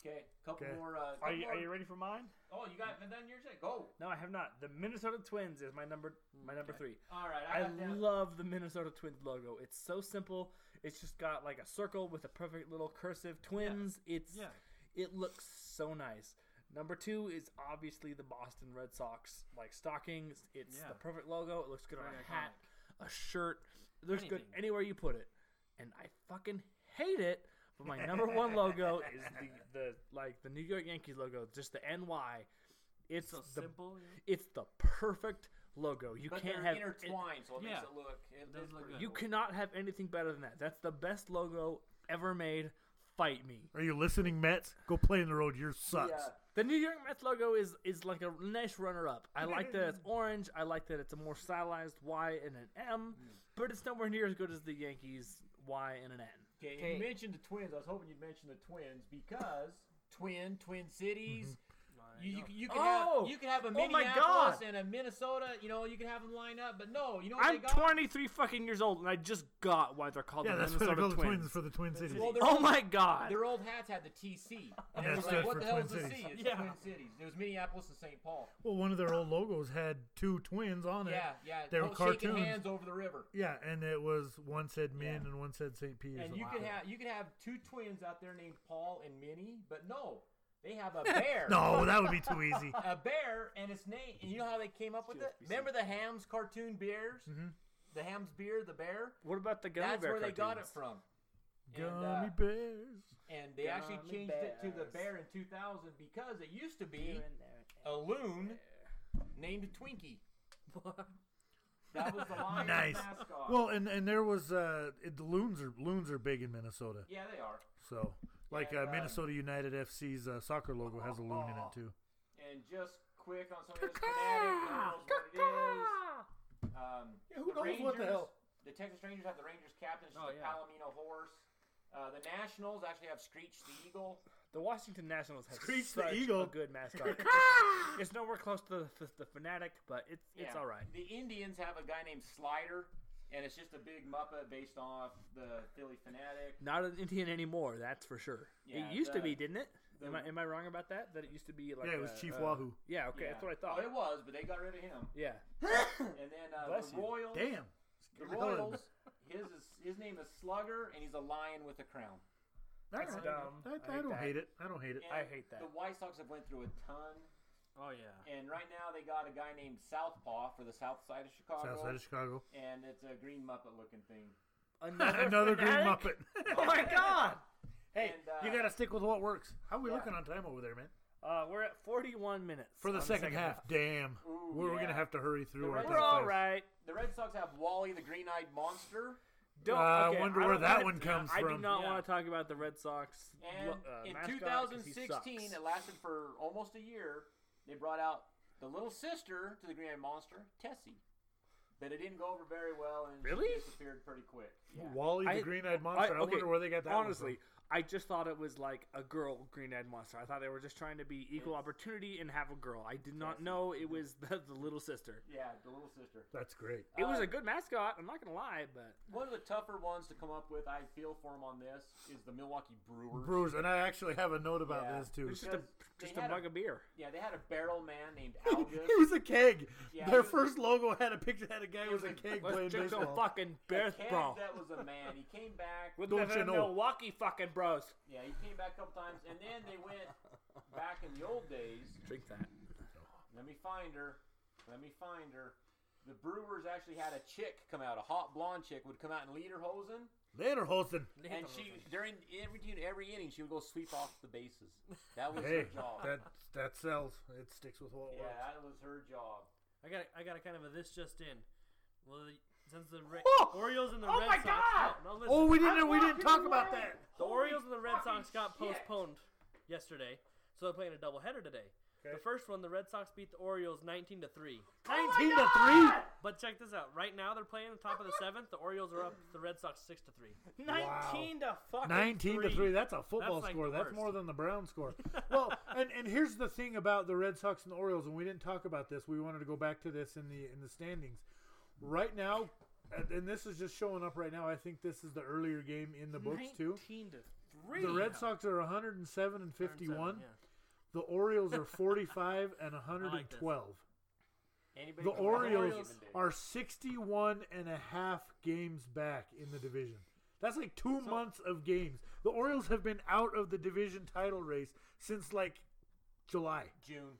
[SPEAKER 3] Okay, couple
[SPEAKER 2] Okay.
[SPEAKER 3] more. Uh, couple
[SPEAKER 5] are you
[SPEAKER 3] more.
[SPEAKER 5] are you ready for mine?
[SPEAKER 3] Oh, you got done yours yet? Go.
[SPEAKER 5] No, I have not. The Minnesota Twins is my number my number three.
[SPEAKER 3] All right, I,
[SPEAKER 5] I
[SPEAKER 3] got that.
[SPEAKER 5] love the Minnesota Twins logo. It's so simple. It's just got like a circle with a perfect little cursive twins. It's
[SPEAKER 4] Yeah.
[SPEAKER 5] it looks so nice. Number two is obviously the Boston Red Sox like stockings. It's
[SPEAKER 4] Yeah.
[SPEAKER 5] the perfect logo. It looks good on
[SPEAKER 4] Very
[SPEAKER 5] a hat, a shirt. It looks good
[SPEAKER 4] Anything.
[SPEAKER 5] anywhere you put it. And I fucking hate it. But my number one logo is the, the like the New York Yankees logo, just the NY. It's
[SPEAKER 4] So
[SPEAKER 5] the
[SPEAKER 4] simple. you know?
[SPEAKER 5] it's the perfect logo. You
[SPEAKER 3] But
[SPEAKER 5] can't
[SPEAKER 3] they're
[SPEAKER 5] have
[SPEAKER 3] intertwined, so it
[SPEAKER 4] Yeah.
[SPEAKER 3] makes it look. It,
[SPEAKER 4] does
[SPEAKER 3] it's
[SPEAKER 4] look
[SPEAKER 3] pretty
[SPEAKER 4] good.
[SPEAKER 5] you
[SPEAKER 3] cool.
[SPEAKER 5] cannot have anything better than that. That's the best logo ever made. Fight me.
[SPEAKER 2] Are you listening, Mets? Go play in the road. Yours sucks.
[SPEAKER 3] Yeah.
[SPEAKER 5] The New York Mets logo is is like a nice runner up. I like that it's orange. I like that it's a more stylized Y and an M, but it's nowhere near as good as the Yankees Y and an N.
[SPEAKER 3] Okay,
[SPEAKER 6] Okay.
[SPEAKER 3] you mentioned the twins. I was hoping you'd mention the twins because twin, twin cities.
[SPEAKER 2] Mm-hmm.
[SPEAKER 3] You, you, you can
[SPEAKER 5] Oh!
[SPEAKER 3] have you can have a
[SPEAKER 5] my
[SPEAKER 3] Minneapolis
[SPEAKER 5] God!
[SPEAKER 3] and a Minnesota. You know you can have them line up, but no, you know what Oh, they
[SPEAKER 5] I'm
[SPEAKER 3] got?
[SPEAKER 5] 23 fucking years old, and I just got why they're called
[SPEAKER 2] Yeah,
[SPEAKER 5] the
[SPEAKER 2] that's what they
[SPEAKER 5] Minnesota
[SPEAKER 2] call the
[SPEAKER 5] Twins.
[SPEAKER 2] twins for the Twin Cities.
[SPEAKER 3] Well, their
[SPEAKER 5] Oh
[SPEAKER 3] old-
[SPEAKER 5] my god!
[SPEAKER 3] Their old hats had the TC. And
[SPEAKER 2] Yeah,
[SPEAKER 3] it
[SPEAKER 2] it
[SPEAKER 3] was like,
[SPEAKER 2] stands
[SPEAKER 3] what
[SPEAKER 2] for
[SPEAKER 3] the hell
[SPEAKER 2] Twin
[SPEAKER 3] is the
[SPEAKER 2] Cities.
[SPEAKER 3] C? It's
[SPEAKER 4] Yeah.
[SPEAKER 3] the Twin Cities. It was Minneapolis and St. Paul.
[SPEAKER 2] Well, one of their old logos had two twins on it.
[SPEAKER 3] Yeah, yeah.
[SPEAKER 2] They were
[SPEAKER 3] Oh,
[SPEAKER 2] cartoons.
[SPEAKER 3] Shaking hands over the river.
[SPEAKER 2] Yeah, and it was one said men
[SPEAKER 3] Yeah.
[SPEAKER 2] and one said St. Peter's.
[SPEAKER 3] And you
[SPEAKER 2] Wow.
[SPEAKER 3] could have you could have two twins out there named Paul and Minnie, but no, they have a bear.
[SPEAKER 2] No, that would be too easy.
[SPEAKER 3] a bear and its name. And you know how they came up with it? Remember the Hams cartoon bears? Mm-hmm. The Hams beer, the bear?
[SPEAKER 5] what about the Gummy
[SPEAKER 3] That's
[SPEAKER 5] Bear
[SPEAKER 3] where they got it
[SPEAKER 5] cartoons?
[SPEAKER 3] from. And, uh,
[SPEAKER 2] Gummy bears.
[SPEAKER 3] and they actually
[SPEAKER 5] Gummy
[SPEAKER 3] changed it to the
[SPEAKER 5] bears.
[SPEAKER 3] bear in 2000 because it used to be a loon named Twinkie. That was the lion's
[SPEAKER 2] Nice.
[SPEAKER 3] mascot.
[SPEAKER 2] Well, and and there was uh, it, the loons are loons are big in Minnesota.
[SPEAKER 3] yeah, they are.
[SPEAKER 2] So like
[SPEAKER 3] Yeah,
[SPEAKER 2] uh,
[SPEAKER 3] uh, Oh,
[SPEAKER 2] Minnesota United FC's uh, soccer logo has a loon in it too.
[SPEAKER 3] And just quick on some of this fanatic, who knows what it is. Um,
[SPEAKER 2] who knows what the
[SPEAKER 3] Rangers-
[SPEAKER 2] hell?
[SPEAKER 3] The Texas Rangers have the Rangers captain, it's just
[SPEAKER 4] Oh,
[SPEAKER 3] a
[SPEAKER 4] yeah.
[SPEAKER 3] Palomino horse. Uh, the Nationals actually have Screech the Eagle.
[SPEAKER 5] The Washington Nationals have
[SPEAKER 2] Screech the
[SPEAKER 5] such
[SPEAKER 2] Eagle.
[SPEAKER 5] a good mascot. it's nowhere close to the, the, the fanatic, but it's it's
[SPEAKER 3] Yeah.
[SPEAKER 5] all right.
[SPEAKER 3] The Indians have a guy named Slider, and it's just a big Muppet based off the Philly Fanatic.
[SPEAKER 5] Not an Indian anymore, that's for sure.
[SPEAKER 3] Yeah,
[SPEAKER 5] it used
[SPEAKER 3] the-
[SPEAKER 5] to be, didn't it?
[SPEAKER 3] the-
[SPEAKER 5] am I am I wrong about that? That it used to be like
[SPEAKER 2] Yeah, it was
[SPEAKER 5] uh,
[SPEAKER 2] Chief
[SPEAKER 5] uh,
[SPEAKER 2] Wahoo.
[SPEAKER 5] Yeah, okay,
[SPEAKER 3] Yeah.
[SPEAKER 5] that's what I thought.
[SPEAKER 3] Oh, it was, but they got rid of him.
[SPEAKER 5] yeah,
[SPEAKER 3] And then uh,
[SPEAKER 2] Bless
[SPEAKER 3] the
[SPEAKER 2] you.
[SPEAKER 3] Royals.
[SPEAKER 2] Damn.
[SPEAKER 3] The
[SPEAKER 2] Really?
[SPEAKER 3] Royals. His is, his name is Slugger, and he's a lion with a crown.
[SPEAKER 2] That's
[SPEAKER 5] dumb.
[SPEAKER 2] I, I,
[SPEAKER 5] I hate
[SPEAKER 2] don't
[SPEAKER 5] that.
[SPEAKER 2] hate it. I don't hate it.
[SPEAKER 3] And
[SPEAKER 5] I hate that.
[SPEAKER 3] The White Sox have went through a ton,
[SPEAKER 4] Oh yeah.
[SPEAKER 3] and right now they got a guy named Southpaw for the South Side of Chicago,
[SPEAKER 2] South side of Chicago.
[SPEAKER 3] and it's a green Muppet looking thing.
[SPEAKER 5] another,
[SPEAKER 2] Another green Muppet.
[SPEAKER 5] fanatic? Oh my god!
[SPEAKER 2] hey,
[SPEAKER 3] And, uh,
[SPEAKER 2] you got to stick with what works. How are we
[SPEAKER 3] yeah.
[SPEAKER 2] looking on time over there, man?
[SPEAKER 5] Uh, we're at 41 minutes
[SPEAKER 2] For the,
[SPEAKER 5] on
[SPEAKER 2] second, half. Damn.
[SPEAKER 3] Ooh,
[SPEAKER 2] we're going
[SPEAKER 3] yeah.
[SPEAKER 2] to have to hurry through
[SPEAKER 3] The
[SPEAKER 2] our
[SPEAKER 3] Red
[SPEAKER 2] top
[SPEAKER 5] We're all
[SPEAKER 2] five.
[SPEAKER 5] right.
[SPEAKER 3] The Red Sox have Wally the Green Eyed Monster.
[SPEAKER 5] Don't,
[SPEAKER 2] Uh, I
[SPEAKER 5] okay,
[SPEAKER 2] wonder
[SPEAKER 5] I
[SPEAKER 2] where
[SPEAKER 5] don't
[SPEAKER 2] that
[SPEAKER 5] wanna-
[SPEAKER 2] one comes
[SPEAKER 5] I do
[SPEAKER 2] from.
[SPEAKER 5] not
[SPEAKER 3] Yeah.
[SPEAKER 5] want to talk about the Red Sox.
[SPEAKER 3] And
[SPEAKER 5] lo- uh,
[SPEAKER 3] in
[SPEAKER 5] mascot 'cause he
[SPEAKER 3] 2016,
[SPEAKER 5] sucks.
[SPEAKER 3] it lasted for almost a year. They brought out the little sister to the Green Eyed Monster, Tessie. But it didn't go over very well, and she
[SPEAKER 5] Really?
[SPEAKER 3] disappeared pretty quick. Yeah.
[SPEAKER 2] Wally the
[SPEAKER 5] I-
[SPEAKER 2] Green Eyed Monster. I,
[SPEAKER 5] okay,
[SPEAKER 2] wonder where they got that one
[SPEAKER 5] Honestly, I just thought it was like a girl green eyed monster. I thought they were just trying to be equal opportunity and have a girl. I did not know it was the, the little sister.
[SPEAKER 3] Yeah, the little sister.
[SPEAKER 2] from. That's great.
[SPEAKER 5] It was
[SPEAKER 3] Uh,
[SPEAKER 5] a good mascot. I'm not gonna lie, but
[SPEAKER 3] One of the tougher ones to come up with, I feel for him on this, is the Milwaukee Brewers.
[SPEAKER 2] Brewers, and I actually have a note about
[SPEAKER 3] Yeah.
[SPEAKER 2] this too.
[SPEAKER 5] it's just a
[SPEAKER 3] Because they
[SPEAKER 5] just a
[SPEAKER 3] had a-
[SPEAKER 5] mug of beer.
[SPEAKER 3] Yeah, they had a barrel man named
[SPEAKER 2] it
[SPEAKER 3] Algus.
[SPEAKER 2] was a keg.
[SPEAKER 3] Yeah, it
[SPEAKER 2] Their
[SPEAKER 3] was a-
[SPEAKER 2] first logo had a picture had a guy with a
[SPEAKER 3] was a-
[SPEAKER 2] keg playing
[SPEAKER 5] Let's drink some
[SPEAKER 2] baseball.
[SPEAKER 5] fucking beer,
[SPEAKER 3] a kid
[SPEAKER 5] bro.
[SPEAKER 3] that was a man. He came back.
[SPEAKER 5] With
[SPEAKER 2] Don't
[SPEAKER 5] the
[SPEAKER 2] you know?
[SPEAKER 5] Milwaukee fucking bros.
[SPEAKER 3] Yeah, he came back a couple times, and then they went back in the old days.
[SPEAKER 5] Drink that.
[SPEAKER 3] Let me find her. Let me find her. The Brewers actually had a chick come out, a hot blonde chick would come out in Lederhosen,
[SPEAKER 2] Later, Holston.
[SPEAKER 3] and she during every every inning she would go sweep off the bases. That was
[SPEAKER 2] Hey,
[SPEAKER 3] her job.
[SPEAKER 2] that that sells. It sticks with what
[SPEAKER 3] yeah,
[SPEAKER 2] works.
[SPEAKER 3] that was her job.
[SPEAKER 4] I got I got a kind of a this just in. Well, the, since the Re-
[SPEAKER 5] Oh!
[SPEAKER 4] Orioles and the
[SPEAKER 5] Oh
[SPEAKER 4] Red
[SPEAKER 5] my
[SPEAKER 4] Sox.
[SPEAKER 5] God!
[SPEAKER 4] No, no, listen.
[SPEAKER 2] Oh, we didn't.
[SPEAKER 5] I'm
[SPEAKER 2] We didn't
[SPEAKER 5] walking
[SPEAKER 2] talk about
[SPEAKER 5] away.
[SPEAKER 2] that.
[SPEAKER 4] the
[SPEAKER 5] Holy
[SPEAKER 4] Orioles and the Red
[SPEAKER 5] fucking
[SPEAKER 4] Sox got
[SPEAKER 5] shit.
[SPEAKER 4] postponed yesterday, so they're playing a doubleheader today. The first one, the Red Sox beat the Orioles 19 to three.
[SPEAKER 3] Oh
[SPEAKER 2] Nineteen to three.
[SPEAKER 4] But check this out. Right now, they're playing the top of the seventh. The Orioles are up. The Red Sox six to three.
[SPEAKER 5] Nineteen to fucking
[SPEAKER 2] 19 to 3 that's a football
[SPEAKER 4] That's like
[SPEAKER 2] score
[SPEAKER 4] the
[SPEAKER 2] that's
[SPEAKER 4] worst.
[SPEAKER 2] more than the brown score well and, and here's the thing about the red sox and the orioles and we didn't talk about this we wanted to go back to this in the in the standings right now and- and this is just showing up right now i think this is the earlier game in the books too
[SPEAKER 5] Nineteen to three.
[SPEAKER 2] the red sox are 107 and 51
[SPEAKER 4] Seven, yeah.
[SPEAKER 2] the orioles are 45 and 112
[SPEAKER 3] Anybody
[SPEAKER 2] the
[SPEAKER 3] can remember what
[SPEAKER 2] orioles
[SPEAKER 3] even did.
[SPEAKER 2] are 61 and a half games back in the division that's like two months of games the orioles have been out of the division title race since like july
[SPEAKER 3] June.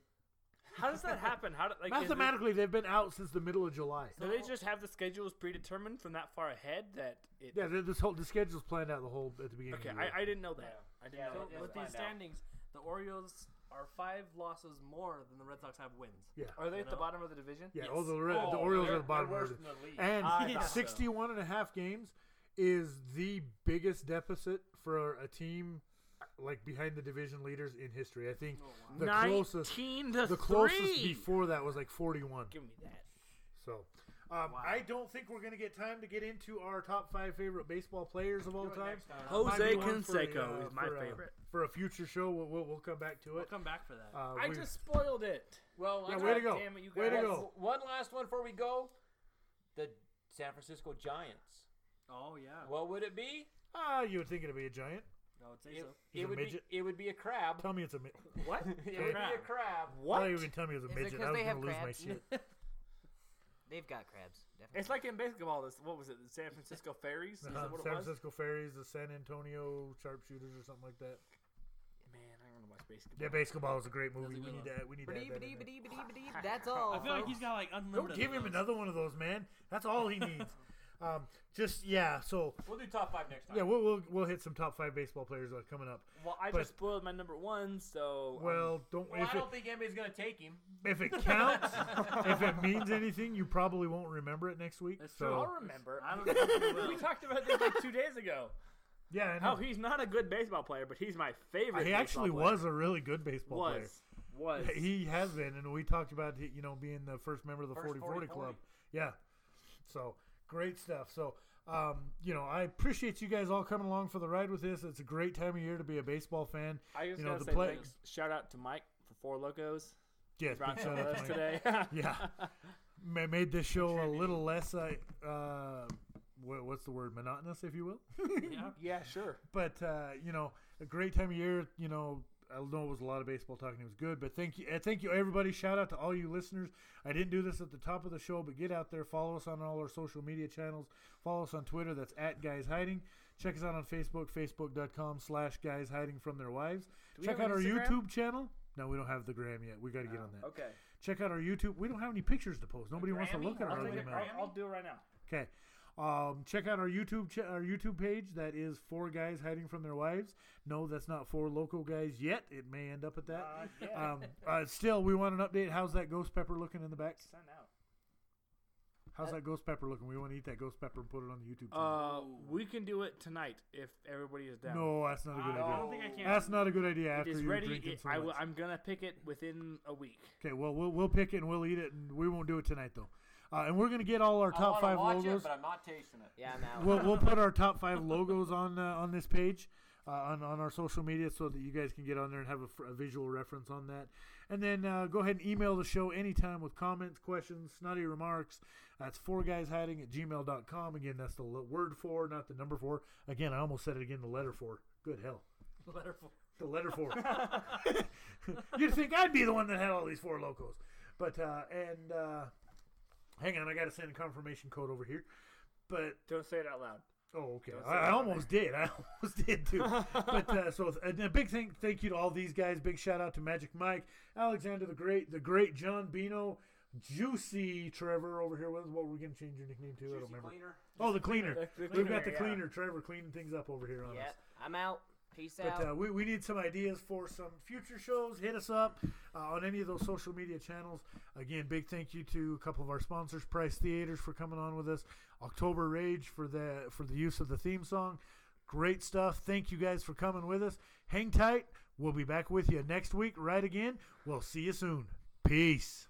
[SPEAKER 5] How does that happen? How do, like, is it-
[SPEAKER 2] mathematically they've been out since the middle of july
[SPEAKER 5] do they just have the schedules predetermined from that far ahead? That it.
[SPEAKER 2] yeah they- this whole the schedule's planned out the whole at the beginning
[SPEAKER 5] Okay,
[SPEAKER 2] of the year.
[SPEAKER 5] I, I didn't know that. I didn't
[SPEAKER 3] Yeah,
[SPEAKER 5] know
[SPEAKER 3] they-
[SPEAKER 5] that.
[SPEAKER 4] With
[SPEAKER 3] find
[SPEAKER 4] these
[SPEAKER 3] out.
[SPEAKER 4] standings, the Orioles are five losses more than the Red Sox have wins.
[SPEAKER 2] yeah
[SPEAKER 5] Are they at the
[SPEAKER 4] know?
[SPEAKER 5] bottom of the division?
[SPEAKER 2] yeah,
[SPEAKER 4] yes.
[SPEAKER 2] oh, the, Red- the
[SPEAKER 3] Oh,
[SPEAKER 2] Orioles are
[SPEAKER 3] they're-
[SPEAKER 2] at the bottom
[SPEAKER 3] they're
[SPEAKER 2] of
[SPEAKER 3] worse
[SPEAKER 2] the
[SPEAKER 3] than the league.
[SPEAKER 4] I
[SPEAKER 2] And
[SPEAKER 4] thought so.
[SPEAKER 2] 61 and a half games is the biggest deficit for a team like behind the division leaders in history. I think the closest
[SPEAKER 5] Nineteen to
[SPEAKER 2] the closest
[SPEAKER 5] three.
[SPEAKER 2] before that was like 41.
[SPEAKER 5] Give me that.
[SPEAKER 2] So um, I don't think we're going to get time to get into our top five favorite baseball players of all time. Might
[SPEAKER 5] Jose
[SPEAKER 2] be one for a,
[SPEAKER 5] Canseco
[SPEAKER 2] uh,
[SPEAKER 5] is my
[SPEAKER 2] for a-
[SPEAKER 5] favorite.
[SPEAKER 2] for a future show. We'll, we'll, we'll come back to
[SPEAKER 4] We'll
[SPEAKER 2] it.
[SPEAKER 4] come back for that.
[SPEAKER 2] Uh,
[SPEAKER 5] I
[SPEAKER 2] we-
[SPEAKER 5] just spoiled it.
[SPEAKER 3] Well,
[SPEAKER 2] yeah,
[SPEAKER 3] I
[SPEAKER 2] way to
[SPEAKER 3] got-
[SPEAKER 2] go!
[SPEAKER 5] damn it, you
[SPEAKER 2] way to
[SPEAKER 5] guys.
[SPEAKER 2] go!
[SPEAKER 3] One last one before we go. The San Francisco Giants.
[SPEAKER 4] oh yeah.
[SPEAKER 3] What would it be?
[SPEAKER 2] Ah, you would think it'd be a giant.
[SPEAKER 4] I would say
[SPEAKER 3] It,
[SPEAKER 4] so.
[SPEAKER 2] He's a
[SPEAKER 3] it would be
[SPEAKER 2] midget.
[SPEAKER 3] it would be a crab.
[SPEAKER 2] Tell me it's a mi-
[SPEAKER 5] What?
[SPEAKER 3] it would be a
[SPEAKER 2] I
[SPEAKER 3] crab.
[SPEAKER 5] What?
[SPEAKER 2] thought you were gonna tell me it was a
[SPEAKER 6] Is it
[SPEAKER 2] midget.
[SPEAKER 6] 'cause
[SPEAKER 2] I was
[SPEAKER 6] they have
[SPEAKER 2] gonna lose my
[SPEAKER 6] crabs?
[SPEAKER 2] shit.
[SPEAKER 6] They've got crabs. Definitely.
[SPEAKER 5] It's like in basketball. This what was it? The San Francisco Ferries. Is
[SPEAKER 2] Uh,
[SPEAKER 5] that what it
[SPEAKER 2] San
[SPEAKER 5] was?
[SPEAKER 2] Francisco Ferries, the San Antonio Sharpshooters, or something like that.
[SPEAKER 5] Man, I want to watch basketball.
[SPEAKER 2] Yeah, Basketball is a great movie. we
[SPEAKER 4] a good
[SPEAKER 2] need
[SPEAKER 4] one.
[SPEAKER 2] to add, we need to add
[SPEAKER 6] Badee,
[SPEAKER 2] that in
[SPEAKER 6] badee,
[SPEAKER 2] there.
[SPEAKER 6] badee, badee, badee. That's all.
[SPEAKER 4] I feel like
[SPEAKER 6] folks.
[SPEAKER 4] he's got like unlimited.
[SPEAKER 2] Don't give him
[SPEAKER 4] of those.
[SPEAKER 2] another one of those, man. That's all he needs. um, just yeah. So
[SPEAKER 3] We'll do top five next time.
[SPEAKER 2] yeah, we'll we'll, we'll hit some top five baseball players uh, coming up.
[SPEAKER 5] Well, I
[SPEAKER 2] But-
[SPEAKER 5] just spoiled my number one, so um,
[SPEAKER 2] Well, don't
[SPEAKER 3] Well,
[SPEAKER 2] if
[SPEAKER 3] I
[SPEAKER 2] it,
[SPEAKER 3] don't think anybody's gonna take him.
[SPEAKER 2] if it counts, if it means anything, you probably won't remember it next week.
[SPEAKER 4] That's
[SPEAKER 2] so
[SPEAKER 4] true.
[SPEAKER 5] I'll remember.
[SPEAKER 4] I don't know. if he
[SPEAKER 5] we
[SPEAKER 4] will.
[SPEAKER 5] talked about this like two days ago.
[SPEAKER 2] yeah, I
[SPEAKER 5] How
[SPEAKER 2] know.
[SPEAKER 5] he's not a good baseball player, but he's my favorite.
[SPEAKER 2] Hmm. he
[SPEAKER 5] baseball
[SPEAKER 2] actually
[SPEAKER 5] player.
[SPEAKER 2] was a really good baseball player.
[SPEAKER 5] was was.
[SPEAKER 2] Yeah, He has been, and we talked about you know being the first member of the
[SPEAKER 3] First
[SPEAKER 2] 40 40
[SPEAKER 3] 40-40.
[SPEAKER 2] club. Yeah, so great stuff. So Um, you know, I appreciate you guys all coming along for the ride with this. It's a great time of year to be a baseball fan.
[SPEAKER 7] I just
[SPEAKER 2] you know,
[SPEAKER 7] gotta
[SPEAKER 2] the
[SPEAKER 7] say
[SPEAKER 2] play-
[SPEAKER 7] thanks. Shout out to Mike for Four Locos.
[SPEAKER 2] Yes,
[SPEAKER 7] Brought
[SPEAKER 2] big
[SPEAKER 7] some of
[SPEAKER 2] shout out
[SPEAKER 7] us
[SPEAKER 2] to Mike.
[SPEAKER 7] today.
[SPEAKER 2] Yeah, Ma- made this show a little less, uh, uh, wha- what's the word, monotonous, if you will.
[SPEAKER 7] yeah, sure.
[SPEAKER 2] but uh, you know, a great time of year. You know, I know it was a lot of baseball talking. It was good, but thank you, uh, thank you, everybody. Shout out to all you listeners. I didn't do this at the top of the show, but get out there, follow us on all our social media channels. Follow us on Twitter. That's at Guys Hiding. Check us out on Facebook, facebook.com slash Guys Hiding from Their Wives.
[SPEAKER 7] we
[SPEAKER 2] Check
[SPEAKER 7] have an
[SPEAKER 2] out our
[SPEAKER 7] Instagram? Oh,
[SPEAKER 2] YouTube channel. No, we don't have the gram yet. We got to get on that.
[SPEAKER 7] Okay.
[SPEAKER 2] Check out our YouTube. We don't have any pictures to post. Nobody wants to
[SPEAKER 3] Grammy?
[SPEAKER 2] look at
[SPEAKER 3] I'll
[SPEAKER 2] our
[SPEAKER 3] take
[SPEAKER 2] ugly
[SPEAKER 3] a
[SPEAKER 2] mouth.
[SPEAKER 3] Grammy. I'll
[SPEAKER 7] do it right now.
[SPEAKER 2] Okay. Um, check out our YouTube cha- our YouTube page. That is four guys hiding from their wives. No, that's not four local guys yet. It may end up at that. um, uh, still, we want an update. How's that ghost pepper looking in the back?
[SPEAKER 7] Sign out.
[SPEAKER 2] How's that ghost pepper looking? We want to eat that ghost pepper and put it on the YouTube channel.
[SPEAKER 7] Uh, we can do it tonight if everybody is down.
[SPEAKER 2] no, that's not a good
[SPEAKER 4] I
[SPEAKER 2] idea.
[SPEAKER 4] don't think I can.
[SPEAKER 2] That's not a good idea
[SPEAKER 7] It
[SPEAKER 2] after
[SPEAKER 7] is
[SPEAKER 2] you're
[SPEAKER 7] ready.
[SPEAKER 2] drinking
[SPEAKER 7] It,
[SPEAKER 2] so
[SPEAKER 7] I
[SPEAKER 2] much.
[SPEAKER 7] will, I'm gonna pick it within a week.
[SPEAKER 2] okay, well we'll we'll pick it and we'll eat it, and we won't do it tonight though. Uh, and we're gonna get all our
[SPEAKER 3] I
[SPEAKER 2] top
[SPEAKER 3] wanna
[SPEAKER 2] five
[SPEAKER 3] watch
[SPEAKER 2] logos.
[SPEAKER 3] it, but I'm not tasting it.
[SPEAKER 6] Yeah, I'm out.
[SPEAKER 2] we'll, we'll put our top five logos on uh, on this page uh, on on our social media so that you guys can get on there and have a, fr- a visual reference on that. And then uh, go ahead and email the show anytime with comments, questions, snotty remarks. That's four guys hiding at gmail.com. Again, that's the l- word four, not the number four. Again, I almost said it again. The letter four. Good hell.
[SPEAKER 4] Letter four.
[SPEAKER 2] The letter four. You'd think I'd be the one that had all these four locos, but uh, and uh, hang on, I got to send a confirmation code over here. But
[SPEAKER 7] Don't say it out loud.
[SPEAKER 2] Oh, okay.
[SPEAKER 7] Don't say
[SPEAKER 2] I, I
[SPEAKER 7] that.
[SPEAKER 2] almost did. I almost did too. but uh, so th- a big thank thank you to all these guys. Big shout out to Magic Mike, Alexander the Great, the Great John Bino, Juicy Trevor over here. What, what were we gonna change your nickname to? I don't
[SPEAKER 3] Juicy
[SPEAKER 2] remember.
[SPEAKER 3] cleaner.
[SPEAKER 2] Oh, the cleaner.
[SPEAKER 7] The- the
[SPEAKER 2] We've
[SPEAKER 7] cleaner,
[SPEAKER 2] got the
[SPEAKER 7] yeah.
[SPEAKER 2] cleaner, Trevor, cleaning things up over here on us.
[SPEAKER 6] Yep, I'm out. Peace out.
[SPEAKER 2] But uh, we, we need some ideas for some future shows. Hit us up uh, on any of those social media channels. Again, big thank you to a couple of our sponsors, Price Theaters, for coming on with us. October Rage for the for the use of the theme song. Great stuff. Thank you guys for coming with us. Hang tight. We'll be back with you next week, right again. We'll see you soon. Peace.